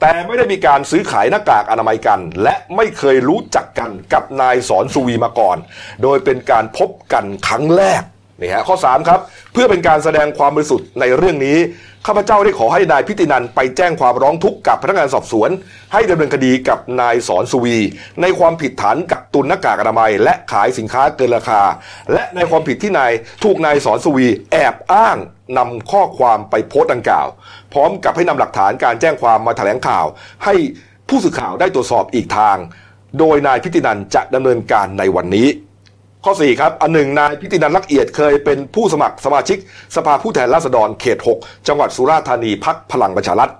Speaker 1: แต่ไม่ได้มีการซื้อขายหน้ากากอนามัยกัน และไม่เคยรู้จักกันกับนายสอนสุวีมาก่อน โดยเป็นการพบกันครั้งแรกนี่ฮะข้อ 3 ครับ เพื่อเป็นการแสดงความบริสุทธิ์ในเรื่องนี้ ข้าพเจ้าได้ขอให้นายพิตินันไปแจ้งความร้องทุกข์กับพนักงานสอบสวน ให้ดำเนินคดีกับนายสอนสุวี ในความผิดฐานกักตุนหน้ากากอนามัย และขายสินค้าเกินราคา และในความผิดที่นายถูกนายสอนสุวี แอบอ้างนำข้อความไปโพสต์ดังกล่าว พร้อมกับให้นำหลักฐานการแจ้งความมาแถลงข่าว ให้ผู้สื่อข่าวได้ตรวจสอบอีกทาง โดยนายพิตินันจะดำเนินการในวันนี้ ข้อ 4 ครับ อันหนึ่งนายพิตินันลักเอียดเคยเป็นผู้สมัครสมาชิก สภาผู้แทนราษฎรเขต 6 จังหวัดสุราษฎร์ธานีพักพลังประชารัฐ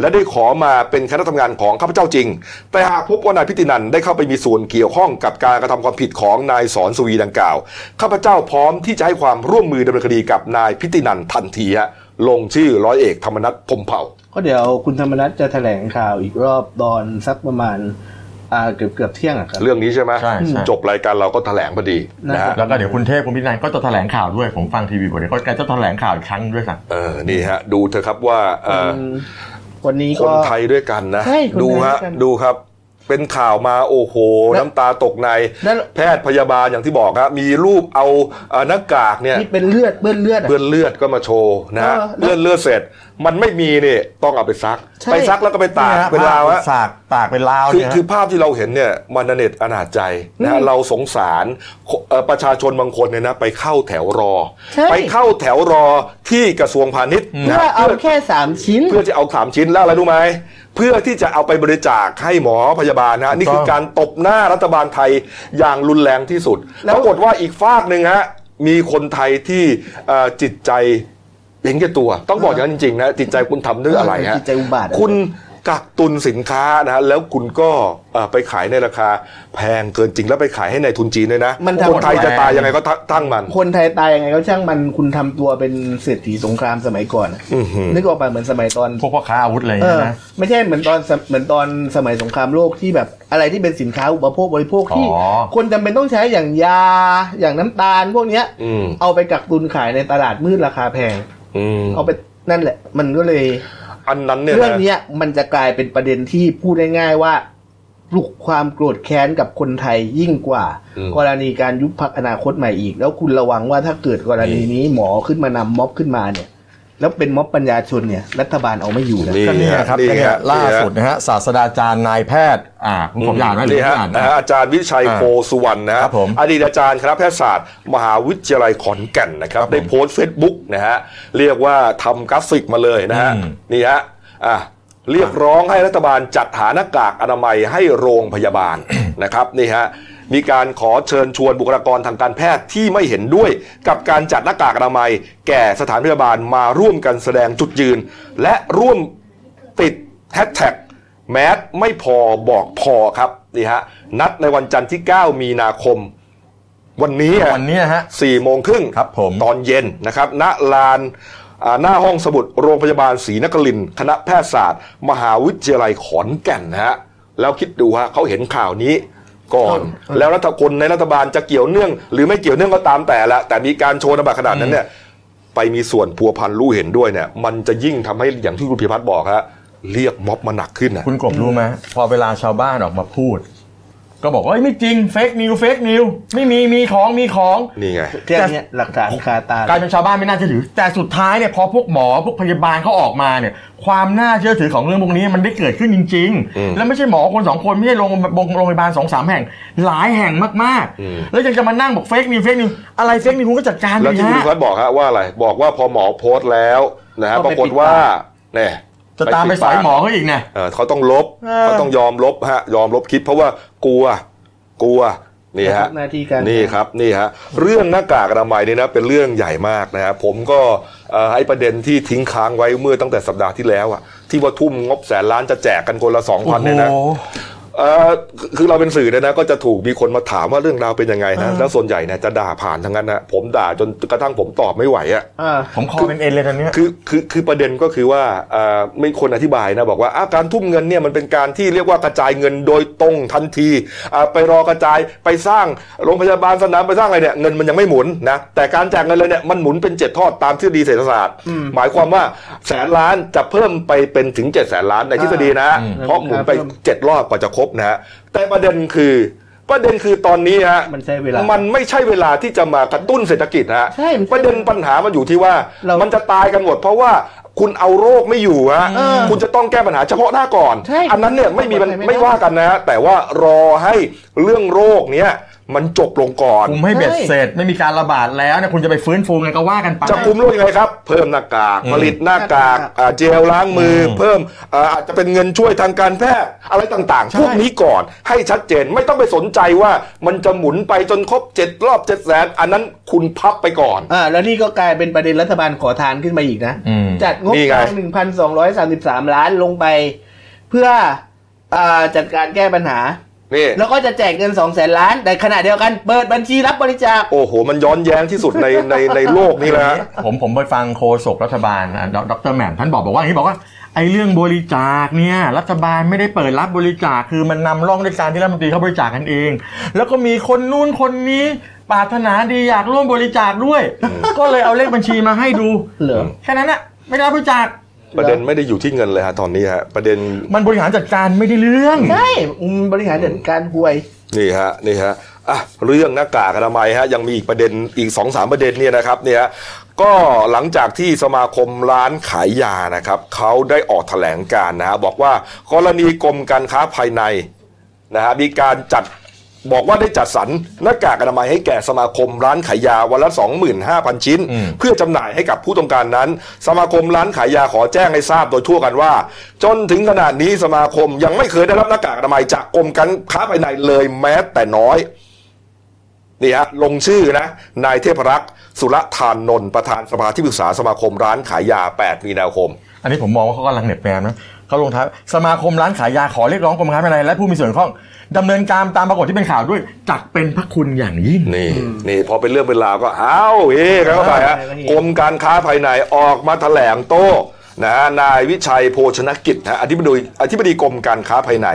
Speaker 1: และได้ขอมาเป็นคณะทำงานของข้าพเจ้าจริง แต่หากพบว่านายพิตินันได้เข้าไปมีส่วนเกี่ยวข้องกับการกระทำความผิดของนายสอนสุวีดังกล่าว ข้าพเจ้าพร้อมที่จะให้ความร่วมมือดำเนินคดีกับนายพิตินันทันทีฮะลงชื่อร้อยเอกธรรมนัฐพรหมเผ่า
Speaker 3: ก็เดี๋ยวคุณธรรมนัฐจะแถลงข่าวอีกรอบตอนสักประมาณอ่าเกือบเกือบเที่ยงอะครับ
Speaker 1: เรื่องนี้ใช่ไหม
Speaker 2: ใช่ใช่
Speaker 1: จบรายการเราก็แถลงพอดีนะฮะ
Speaker 2: แล้วก็เดี๋ยวคุณเทพคุณพินันก็จะแถลงข่าวด้วยผมฟังทีวีบ่อยเดี๋ยวก็แกจะแถลงข่าวอีกครั้งด้วยนะ
Speaker 1: เออ นี่ฮะ ดูเถอะครับว่าเอ่ออ
Speaker 3: วันนี้
Speaker 1: ค
Speaker 3: ก็
Speaker 1: นไทยด้วยกันนะ
Speaker 3: ใช่คนไทย
Speaker 1: ดูฮะ
Speaker 3: ด้วยกัน
Speaker 1: ดูครับ เป็นข่าวมาโอ้โห
Speaker 3: แล้ว
Speaker 1: น้ำตาตกใน
Speaker 3: แล้ว
Speaker 1: แพทย์พยาบาลอย่างที่บอกครับมีรูปเอาเอ่อหน้ากากเนี่ย
Speaker 3: นี่เป็นเลือดเปื้อนเลือดอะ
Speaker 1: เปื้อนเลือดก็มาโชว์นะฮะ
Speaker 3: เออแล้ว
Speaker 1: เปื้อนเลือดเสร็จ มันไม่มีนี่ต้องเอาไปซัก
Speaker 3: ใช่
Speaker 1: ไปซักแล้วก็ไปตากเป็นราวฮะ
Speaker 2: สากตากเป็นลาว
Speaker 1: คือ
Speaker 2: เนี่ย
Speaker 1: คือภาพที่เราเห็นเนี่ยมันเน็ตอนาจใจนะฮะ
Speaker 3: อืม
Speaker 1: เราสงสารเอ่อประชาชนบางคนเนี่ยนะไปเข้าแถวรอ
Speaker 3: ใช่
Speaker 1: ไปเข้าแถวรอที่กระทรวงพาณิชย์นะ
Speaker 3: เพื่อ
Speaker 1: ฮะ
Speaker 3: เอาแค่สามชิ้น
Speaker 1: เพื่อจะเอาสามชิ้นแล้วอะไรรู้ไหมเพื่อที่จะเอาไปบริจาคให้หมอพยาบาลนะฮะนี่คือการตบหน้ารัฐบาลไทยอย่างรุนแรงที่สุด
Speaker 3: แล้
Speaker 1: ป
Speaker 3: ว
Speaker 1: รากฏว่าอีกฝากหนึ่งฮะมีคนไทยที่เอ่อจิตใจเห็นแก่ตัว ต้องบอกอย่างนั้นจริงๆนะจิตใจคุณทำด้วยอะไรฮะ
Speaker 3: จิตใจอุบาทอะ
Speaker 1: คุณกักตุนสินค้านะฮะแล้วคุณก็เอ่อไปขายในราคาแพงเกินจริงแล้วไปขายให้ในายทุนจีนด้วยนะ
Speaker 3: มันทำ
Speaker 1: คนไทยจะตายยังไงก็ตั้งมัน
Speaker 3: คนไทยตายยังไงก็ช่างมันคุณทำตัวเป็นเศรษฐีสงครามสมัยก่อนอะ
Speaker 1: อื้อหือ
Speaker 3: นึกออกไปะเหมือนสมัยตอน
Speaker 2: พวกพ่อค้าอาวุธอะไรอย่าง
Speaker 3: เอ
Speaker 2: เงี้
Speaker 3: อย
Speaker 2: นะ
Speaker 3: ไม่ใช่เหมือนตอนสมเหมือนตอนสมัยสงครามโลกที่แบบอะไรที่เป็นสินค้าอุปโภคบริโภคที่
Speaker 2: อ๋อ
Speaker 3: คนจำเป็นต้องใช้อย่างยาอย่างน้ำตาลพวกเนี้ย
Speaker 1: อืม
Speaker 3: เอาไปกักตุนขายในตลาดมืดราคาแพง
Speaker 1: อืม
Speaker 3: เอาไปนั่นแหละ มันก็เลย
Speaker 1: อันนั้นเนี่ย
Speaker 3: เรื่อง
Speaker 1: นะ
Speaker 3: เนี้ยมันจะกลายเป็นประเด็นที่พูดง่ายๆว่าปลุกความโกรธแค้นกับคนไทยยิ่งกว่า
Speaker 1: อืม
Speaker 3: กรณีการยุบพักอนาคตใหม่อีก แล้วคุณระวังว่าถ้าเกิดกรณีนี้หมอขึ้นมานำม็อบขึ้นมาเนี่ย แล้วเป็นม็อบปัญญาชนเนี่ย รัฐบาลเอาไม่อยู่นะ
Speaker 1: นี่
Speaker 2: ก็เนี่ย
Speaker 1: ฮะ
Speaker 2: ครับ
Speaker 1: นี่
Speaker 2: ก็เนี่ย
Speaker 1: ฮะ
Speaker 2: ล่า
Speaker 1: นี่ฮะ
Speaker 2: สุดนะฮะศาสตราจารย์นายแพทย์ อ่าผมผมอยากนะหรือ
Speaker 1: นี่
Speaker 2: ไม่
Speaker 1: ฮะ
Speaker 2: อ่าน
Speaker 1: นะ
Speaker 2: นะ
Speaker 1: ฮะอาจารย์วิชัย
Speaker 2: อ่า
Speaker 1: โพสุวรรณนะฮะ
Speaker 2: ครับผม
Speaker 1: อดีตอาจารย์คณะแพทยศาสตร์ มหาวิทยาลัยขอนแก่นนะครับ
Speaker 2: ครับผม
Speaker 1: ได้โพสต์เฟซบุ๊กนะฮะเรียกว่าทำกราฟิกมาเลยนะฮะ
Speaker 2: อืม
Speaker 1: นี่ฮะอ่ะเรียกร้องให้รัฐบาลจัดหาหน้ากากอนามัยให้โรงพยาบาล นะครับนี่ฮะมีการขอเชิญชวนบุคลากรทางการแพทย์ที่ไม่เห็นด้วย กับการจัดหน้ากากอนามัย แก่สถานพยาบาลมาร่วมกันแสดงจุดยืน และร่วม ติดแฮชแท็กแมสไม่พอบอกพอครับนี่ฮะนัดในวันจันทร์ที่ 9 มีนาคม วันนี้
Speaker 2: วันเนี้ยฮะ
Speaker 1: สี่โมงครึ่ง
Speaker 2: ครับผม
Speaker 1: ตอนเย็นนะครับณลาน อ่าหน้าห้องสมุดโรงพยาบาลศรีนครินทร์คณะแพทยศาสตร์ มหาวิทยาลัยขอนแก่นนะฮะแล้วคิดดูฮะเขาเห็นข่าวนี้ก่อน แล้วรัฐคนในรัฐบาลจะเกี่ยวเนื่อง หรือไม่เกี่ยวเนื่องก็ตามแต่ละ แต่มีการโชว์นามบัตรขนาดนั้นเนี่ย ไปมีส่วนพัวพันรู้เห็นด้วยเนี่ย มันจะยิ่งทำให้อย่างที่คุณพิพัฒน์บอกฮะเรียกม็อบมาหนักขึ้นนะ
Speaker 2: คุณกบรู้ไหมพอเวลาชาวบ้านออกมาพูด ก็บอกว่าเอ้ยไม่จริงเฟกนิวเฟกนิวไม่มีมีของมีของ
Speaker 1: นี่ไง
Speaker 3: เรื่องเนี้ยหลักฐานคาตา
Speaker 2: กลายเป็นชาวบ้านไม่น่าเชื่อถือ แต่สุดท้ายเนี่ยพอพวกหมอพวกพยาบาลเขาออกมาเนี่ย ความน่าเชื่อถือของเรื่องพวกนี้มันได้เกิดขึ้นจริง
Speaker 1: อืม
Speaker 2: ๆ แล้วไม่ใช่หมอคนสองคนไม่ใช่โรงโรงพยาบาลสองสามแห่ง หลายแห่งมาก
Speaker 1: อืม
Speaker 2: ๆ แล้วยังจะมานั่งบอกเฟกนิวเฟกนิวอะไรเฟกนิวคุณก็จัดการ
Speaker 1: แล้ว
Speaker 2: ดิ
Speaker 1: ที่คุณพิ
Speaker 2: ฮะ
Speaker 1: พัฒน์บอกฮะว่าอะไร บอกว่าพอหมอโพสต์แล้วนะฮะป
Speaker 3: ก็ไป
Speaker 1: รากฏ
Speaker 3: ปิด
Speaker 1: ว่า
Speaker 3: ปาก
Speaker 1: เนี่ย
Speaker 2: จะตามไป
Speaker 1: ปิด
Speaker 2: สาย
Speaker 1: ปก
Speaker 2: หมอเขาอีกนะ
Speaker 1: เออเขาต้องลบ
Speaker 2: เออ
Speaker 1: เขาต้องยอมลบฮะยอมลบคลิปเพราะว่ากลัวกลัวนี่ฮะ
Speaker 3: หน้าที่การ
Speaker 1: นี่ครับนี่ฮะเรื่องหน้ากากอนามัยนี่นะเป็นเรื่องใหญ่มากนะครับผมก็เอ่อให้ประเด็นที่ทิ้งค้างไว้เมื่อตั้งแต่สัปดาห์ที่แล้วอะที่ว่าทุ่มงบแสนล้านจะแจกกันคนละสองพันเนี่ยนะ
Speaker 2: โอ้โห
Speaker 1: เอ่อคือคือเราเป็นสื่อเนี่ยนะก็จะถูกมีคนมาถามว่าเรื่องราวเป็นยังไงนะแล้วส่วนใหญ่เนี่ยจะด่าผ่านทั้งนั้นนะผมด่าจนกระทั่งผมตอบไม่ไหวอะ่ะ
Speaker 3: อ่า
Speaker 2: ผมคอเป็นเอ็นเลยตอนเนี้ย
Speaker 1: คือคือคือประเด็นก็คือว่าเอ่อไม่คนอธิบายนะบอกว่าอ่ะการทุ่มเงินเนี่ยมันเป็นการที่เรียกว่ากระจายเงินโดยตรงทันทีอ่ะไปรอกระจายไปสร้างโรงพยาบาลสนามไปสร้างอะไรเนี่ยเงินมันยังไม่หมุนนะแต่การแจกเงินเลยเนี่ยมันหมุนเป็นเจ็ดทอดตามทฤษฎีเศรษฐศาสตร์ หมายความว่าแสนล้านจะเพิ่มไปเป็นถึงเจ็ดแสนล้านในทฤษฎีนะ
Speaker 2: อืม
Speaker 1: เพราะหมุนไป เจ็ดรอบกว่าจะครบนะฮะแต่ประเด็นคือประเด็นคือตอนนี้ฮะ
Speaker 3: มันใช้เวลามั
Speaker 1: มันไม่ใช่เวลาที่จะมากระตุ้นเศรษฐกิจฮะ
Speaker 3: ใช่มันใช่
Speaker 1: ประเด็นปัญหามันอยู่ที่ว่า
Speaker 3: เรามั
Speaker 1: มันจะตายกันหมดเพราะว่าคุณเอาโรคไม่อยู่ฮะ
Speaker 3: เออ
Speaker 1: คุณจะต้องแก้ปัญหาเฉพาะหน้าก่อน
Speaker 3: ใช่
Speaker 1: อันนั้นเนี่ยไม่มีมัน
Speaker 3: ไม่ได้
Speaker 1: ไม่ว่ากันนะฮะแต่ว่ารอให้เรื่องโรคเนี้ยมันจบลงก่อน
Speaker 2: คุมให้เบ็ดเสร็จไม่มีการระบาดแล้วเนี่ยคุณจะไปฟื้นฟูไงก็ว่ากันไป
Speaker 1: จะคุมโรคยังไงครับ เพิ่มหน้ากาก ผลิตหน้ากากอ่าเจลล้างมืออเพิ่มอ่าอาจจะเป็นเงินช่วยทางการแพทย์อะไรต่างๆ พวกนี้ก่อนให้ชัดเจนไม่ต้องไปสนใจว่ามันจะหมุนไปจนครบเจ็ดรอบเจ็ดแสนอันนั้นคุณพับไปก่อน
Speaker 3: อ่า แล้วนี่ก็กลายเป็นประเด็นรัฐบาลขอทานขึ้นมาอีกนะ
Speaker 2: อืม
Speaker 3: จัดงบ
Speaker 1: นี่
Speaker 3: ก
Speaker 1: ไง
Speaker 3: ลางหนึ่งพันสองร้อยสามสิบสามล้านลงไป เพื่ออ่าจัดการแก้ปัญหา
Speaker 1: นี่
Speaker 3: แล้วก็จะแจกเงินสองแสนล้าน แต่ขณะเดียวกันเปิดบัญชีรับบริจาค
Speaker 1: โอ้โห มันย้อนแย้งที่สุดในในในโลกนี้แล้วฮะ
Speaker 2: ผมผมไปฟังโฆษกรัฐบาลอ่ะดดรแหม่มท่านบอกบอกว่าอย่างนี้บอกว่าไอ้เรื่องบริจาคเนี่ยรัฐบาลไม่ได้เปิดรับบริจาคคือมันนำร่องด้วยการที่รัฐมนตรีเขาบริจาคกันเอง แล้วก็มีคนนู่นคนนี้ปรารถนาดีอยากร่วมบริจาคด้วย ก็เลยเอาเลขบัญชีมาให้ดู
Speaker 3: เหรอ
Speaker 2: แค่นั้นอะไม่ได้รับบริจาค
Speaker 1: ประเด็นไม่ได้อยู่ที่เงินเลยฮะตอนนี้ฮะประเด็น
Speaker 2: มันบริหารจัดการไม่ได้เรื่อง
Speaker 3: ใช่อืมบริหารจัดการห่วย
Speaker 1: นี่ฮะนี่ฮะอ่ะเรื่องหน้ากากอนามัยฮะยังมีอีกประเด็นอีก2อสาประเด็นเนี่ยนะครับเนี่ยฮะก็หลังจากที่สมาคมร้านขายยานะครับเขาได้ออกแถลงการณ์นะฮะบอกว่ากรณีกรมการค้าภายในนะฮะมีการจัดบอกว่าได้จัดสรรหน้ากากอนามัยให้แก่สมาคมร้านขายยาวันละ 25,000 ชิ้น
Speaker 2: อืม
Speaker 1: เพื่อจำหน่ายให้กับผู้ต้องการนั้น สมาคมร้านขายยาขอแจ้งให้ทราบโดยทั่วกันว่า จนถึงขนาดนี้สมาคมยังไม่เคยได้รับหน้ากากอนามัยจากกรมการค้าภายในเลยแม้แต่น้อย นี่ฮะลงชื่อนะ นายเทพรักษ์สุรธานนนท์ประธานสภาที่ปรึกษาสมาคมร้านขายยา 8 มีนาคม
Speaker 2: อันนี้ผมมองว่าเขากำลังเหน็บแนมนะเขาลงท้ายสมาคมร้านขายยาขอเรียกร้องกรมการภายในและผู้มีส่วนเกี่ยวข้องดำเนินการตามปรากฏที่เป็นข่าวด้วยจักเป็นพระคุณอย่างยิ่ง
Speaker 1: นี่นี่พอเป็นเรื่องเป็นราวก็อ้าวเอ๊ะเข้าไปฮะ
Speaker 3: เออเออ
Speaker 1: กรมการค้าภายในออกมาแถลงโต้นะฮะนายวิชัยโภชนกิจนะอธิบดีอธิบดีกรมการค้าภายใน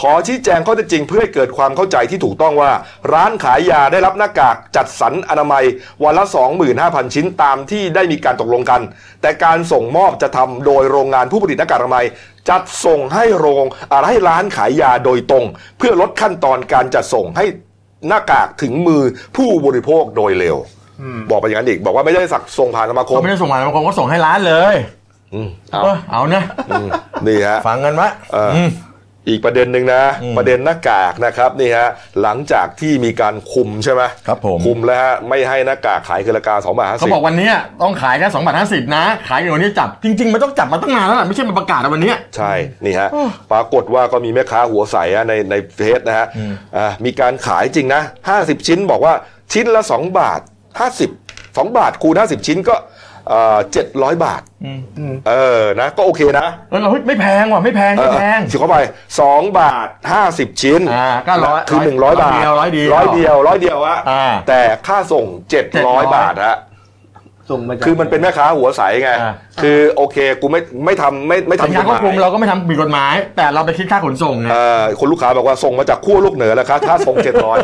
Speaker 1: ขอชี้แจงข้อเท็จจริงเพื่อให้เกิดความเข้าใจที่ถูกต้องว่า ร้านขายยาได้รับหน้ากากจัดสรรอนามัย วันละ 25,000 ชิ้นตามที่ได้มีการตกลงกัน แต่การส่งมอบจะทำโดยโรงงานผู้ผลิตหน้ากากอนามัย จัดส่งให้โรงอะไรให้ร้านขายยาโดยตรง เพื่อลดขั้นตอนการจัดส่งให้ หน้ากากถึงมือผู้บริโภคโดยเร็ว บอกไปอย่างนั้นอีก บอกว่าไม่ได้สักส่งผ่านสมาคม
Speaker 2: เขาไม่ได้ส่งมาแล้วบางคนก็ส่งให้ร้านเลย
Speaker 1: อืมเอา
Speaker 2: เออเอานะ
Speaker 1: มนี่ฮะ
Speaker 2: ฟังกันวะ
Speaker 1: เอออื
Speaker 2: ม
Speaker 1: อีกประเด็นหนึ่งนะ
Speaker 2: อืม
Speaker 1: ประเด็นหน้ากากนะครับนี่ฮะหลังจากที่มีการคุมใช่ไหม
Speaker 2: ครับผม
Speaker 1: คุมแล้วฮะไม่ให้หน้ากากขายเกินราคาสองบาทห้า
Speaker 2: เขา
Speaker 1: สิบ
Speaker 2: บอกวันเนี้ยต้องขายแค่สองบาทห้าสิบนะ ขายอยู่วันนี้จับ จริง ๆ มันต้องจับมาตั้งนานแล้วล่ะไม่ใช่มาประกาศเอาวันเนี้ย
Speaker 1: ใช่ นี่ฮะ
Speaker 2: โอ้
Speaker 1: ปรากฏว่าก็มีแม่ค้าหัวใสอะในในเฟซนะฮะ
Speaker 2: อืม
Speaker 1: อ่ามีการขายจริงนะ 50 ชิ้นบอกว่าชิ้นละ 2 บาท 50 2 บาทคูณ50 ชิ้นก็เอ่อ700 บาท เออ นะ ก็โอเคนะ
Speaker 2: เออเราเฮ้ยไม่แพงว่ะไม่แพง
Speaker 1: เอ
Speaker 2: ไม่
Speaker 1: อ
Speaker 2: แพง
Speaker 1: สิเข้าไปสองบาทห้าสิบชิ้น
Speaker 2: อ่าก็ร้อย
Speaker 1: คือหนึ่งร้อยบาท
Speaker 2: ร้อยเดียว
Speaker 1: ร้
Speaker 2: ร้
Speaker 1: อ
Speaker 2: อย ยเดี
Speaker 1: เดีย
Speaker 2: ยว
Speaker 1: วร้อยเดียวฮะ
Speaker 2: อ่า
Speaker 1: แต่ค่าส่งเจ็ดร้อย
Speaker 2: 700
Speaker 1: บาทฮะ
Speaker 3: ส่งมาจาก
Speaker 1: คือมันเป็นแม่ค้าหัวใสไง
Speaker 2: อ่า
Speaker 1: คือโอเคกูไม่ไม่ทำไม่ไม่
Speaker 2: สัญ
Speaker 1: ทำ
Speaker 2: ญาควบคุม
Speaker 1: กฎหย
Speaker 2: เราก็ไม่ทำผิดกฎหมาย แต่เราไปคิดค่าขนส่งไง
Speaker 1: เอ่อคนลูกค้าบอกว่าส่งมาจากขั้วโลูกเหนือแล้วครับค่าส่งเจ็ดร้อย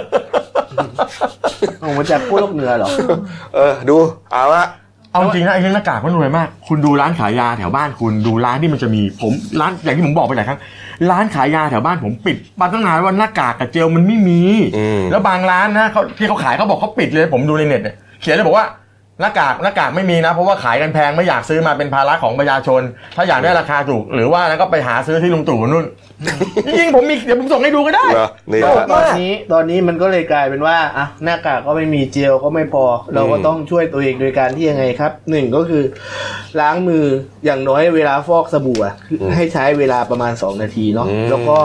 Speaker 3: ส่งมาจากพวกโลกเหนือเหรอ
Speaker 1: เออดูเอาละ
Speaker 2: เอาจริงนะไอ้เรื่องหน้ากากมันรวยมาก คุณดูร้านขายยาแถวบ้านคุณดูร้านที่มันจะมีผมร้านอย่างที่ผมบอกไปหลายครั้งร้านขายยาแถวบ้านผมปิดมาตั้งนานว่าหน้ากากกับเจลมันไม่มี
Speaker 1: อืม
Speaker 2: แล้วบางร้านนะเขาที่เขาขายเขาบอกเขาปิดเลยผมดูในเน็ตเนี่ยเขียนเลยบอกว่าหน้ากากหน้ากากไม่มีนะ เพราะว่าขายกันแพงไม่อยากซื้อมาเป็นภาระของประชาชน ถ้าอยากได้ราคาถูก หรือว่าแล้วก็ไปหาซื้อที่ลุงตู่ นู่นยิ่งผมมีเดี๋ยวผมส่งให้ดูก็ได้
Speaker 1: เหรอนี่
Speaker 2: โอ้
Speaker 1: ฮะ
Speaker 3: ตอนนี้ตอนนี้มันก็เลยกลายเป็นว่าอ่ะหน้ากากก็ไม่มีเจลก็ไม่พอ เราก็
Speaker 1: อืม
Speaker 3: ต้องช่วยตัวเองโดยการที่ยังไงครับหนึ่งก็คือ ล้างมืออย่างน้อยเวลาฟอกสบู่อะให้ใช้เวลาประมาณ 2 นาทีเนาะแล้วก็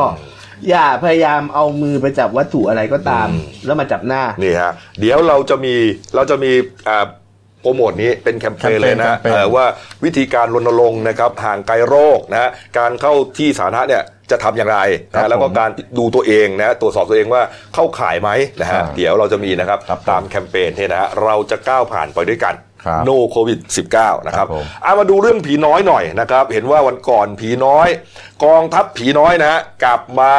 Speaker 3: อย่าพยายามเอามือไปจับวัตถุอะไรก็ตาม แล้วมาจับหน้า
Speaker 1: นี่ฮะเดี๋ยวเราจะมีเราจะมีอ่าโปรโมทนี้เป็นแคมเปญเลยนะ
Speaker 2: แคมเปญ
Speaker 1: เอ่อว่าวิธีการรณรงค์นะครับห่างไกลโรคนะฮะการเข้าที่สาธารณะเนี่ยจะทำอย่างไรนะฮะแล้วก็การดูตัวเองนะตรวจสอบตัวเองว่าเข้าข่ายไหมนะฮะเดี๋ยวเราจะมีนะครับตามแคมเปญเนี่ยนะฮะเราจะก้าวผ่านไปด้วยกัน
Speaker 2: ครับ
Speaker 1: โนโควิด -19 นะครับ
Speaker 2: ครับผม
Speaker 1: เอามาดูเรื่องผีน้อยหน่อยนะครับ เห็นว่าวันก่อนผีน้อย กองทัพผีน้อยนะฮะกลับมา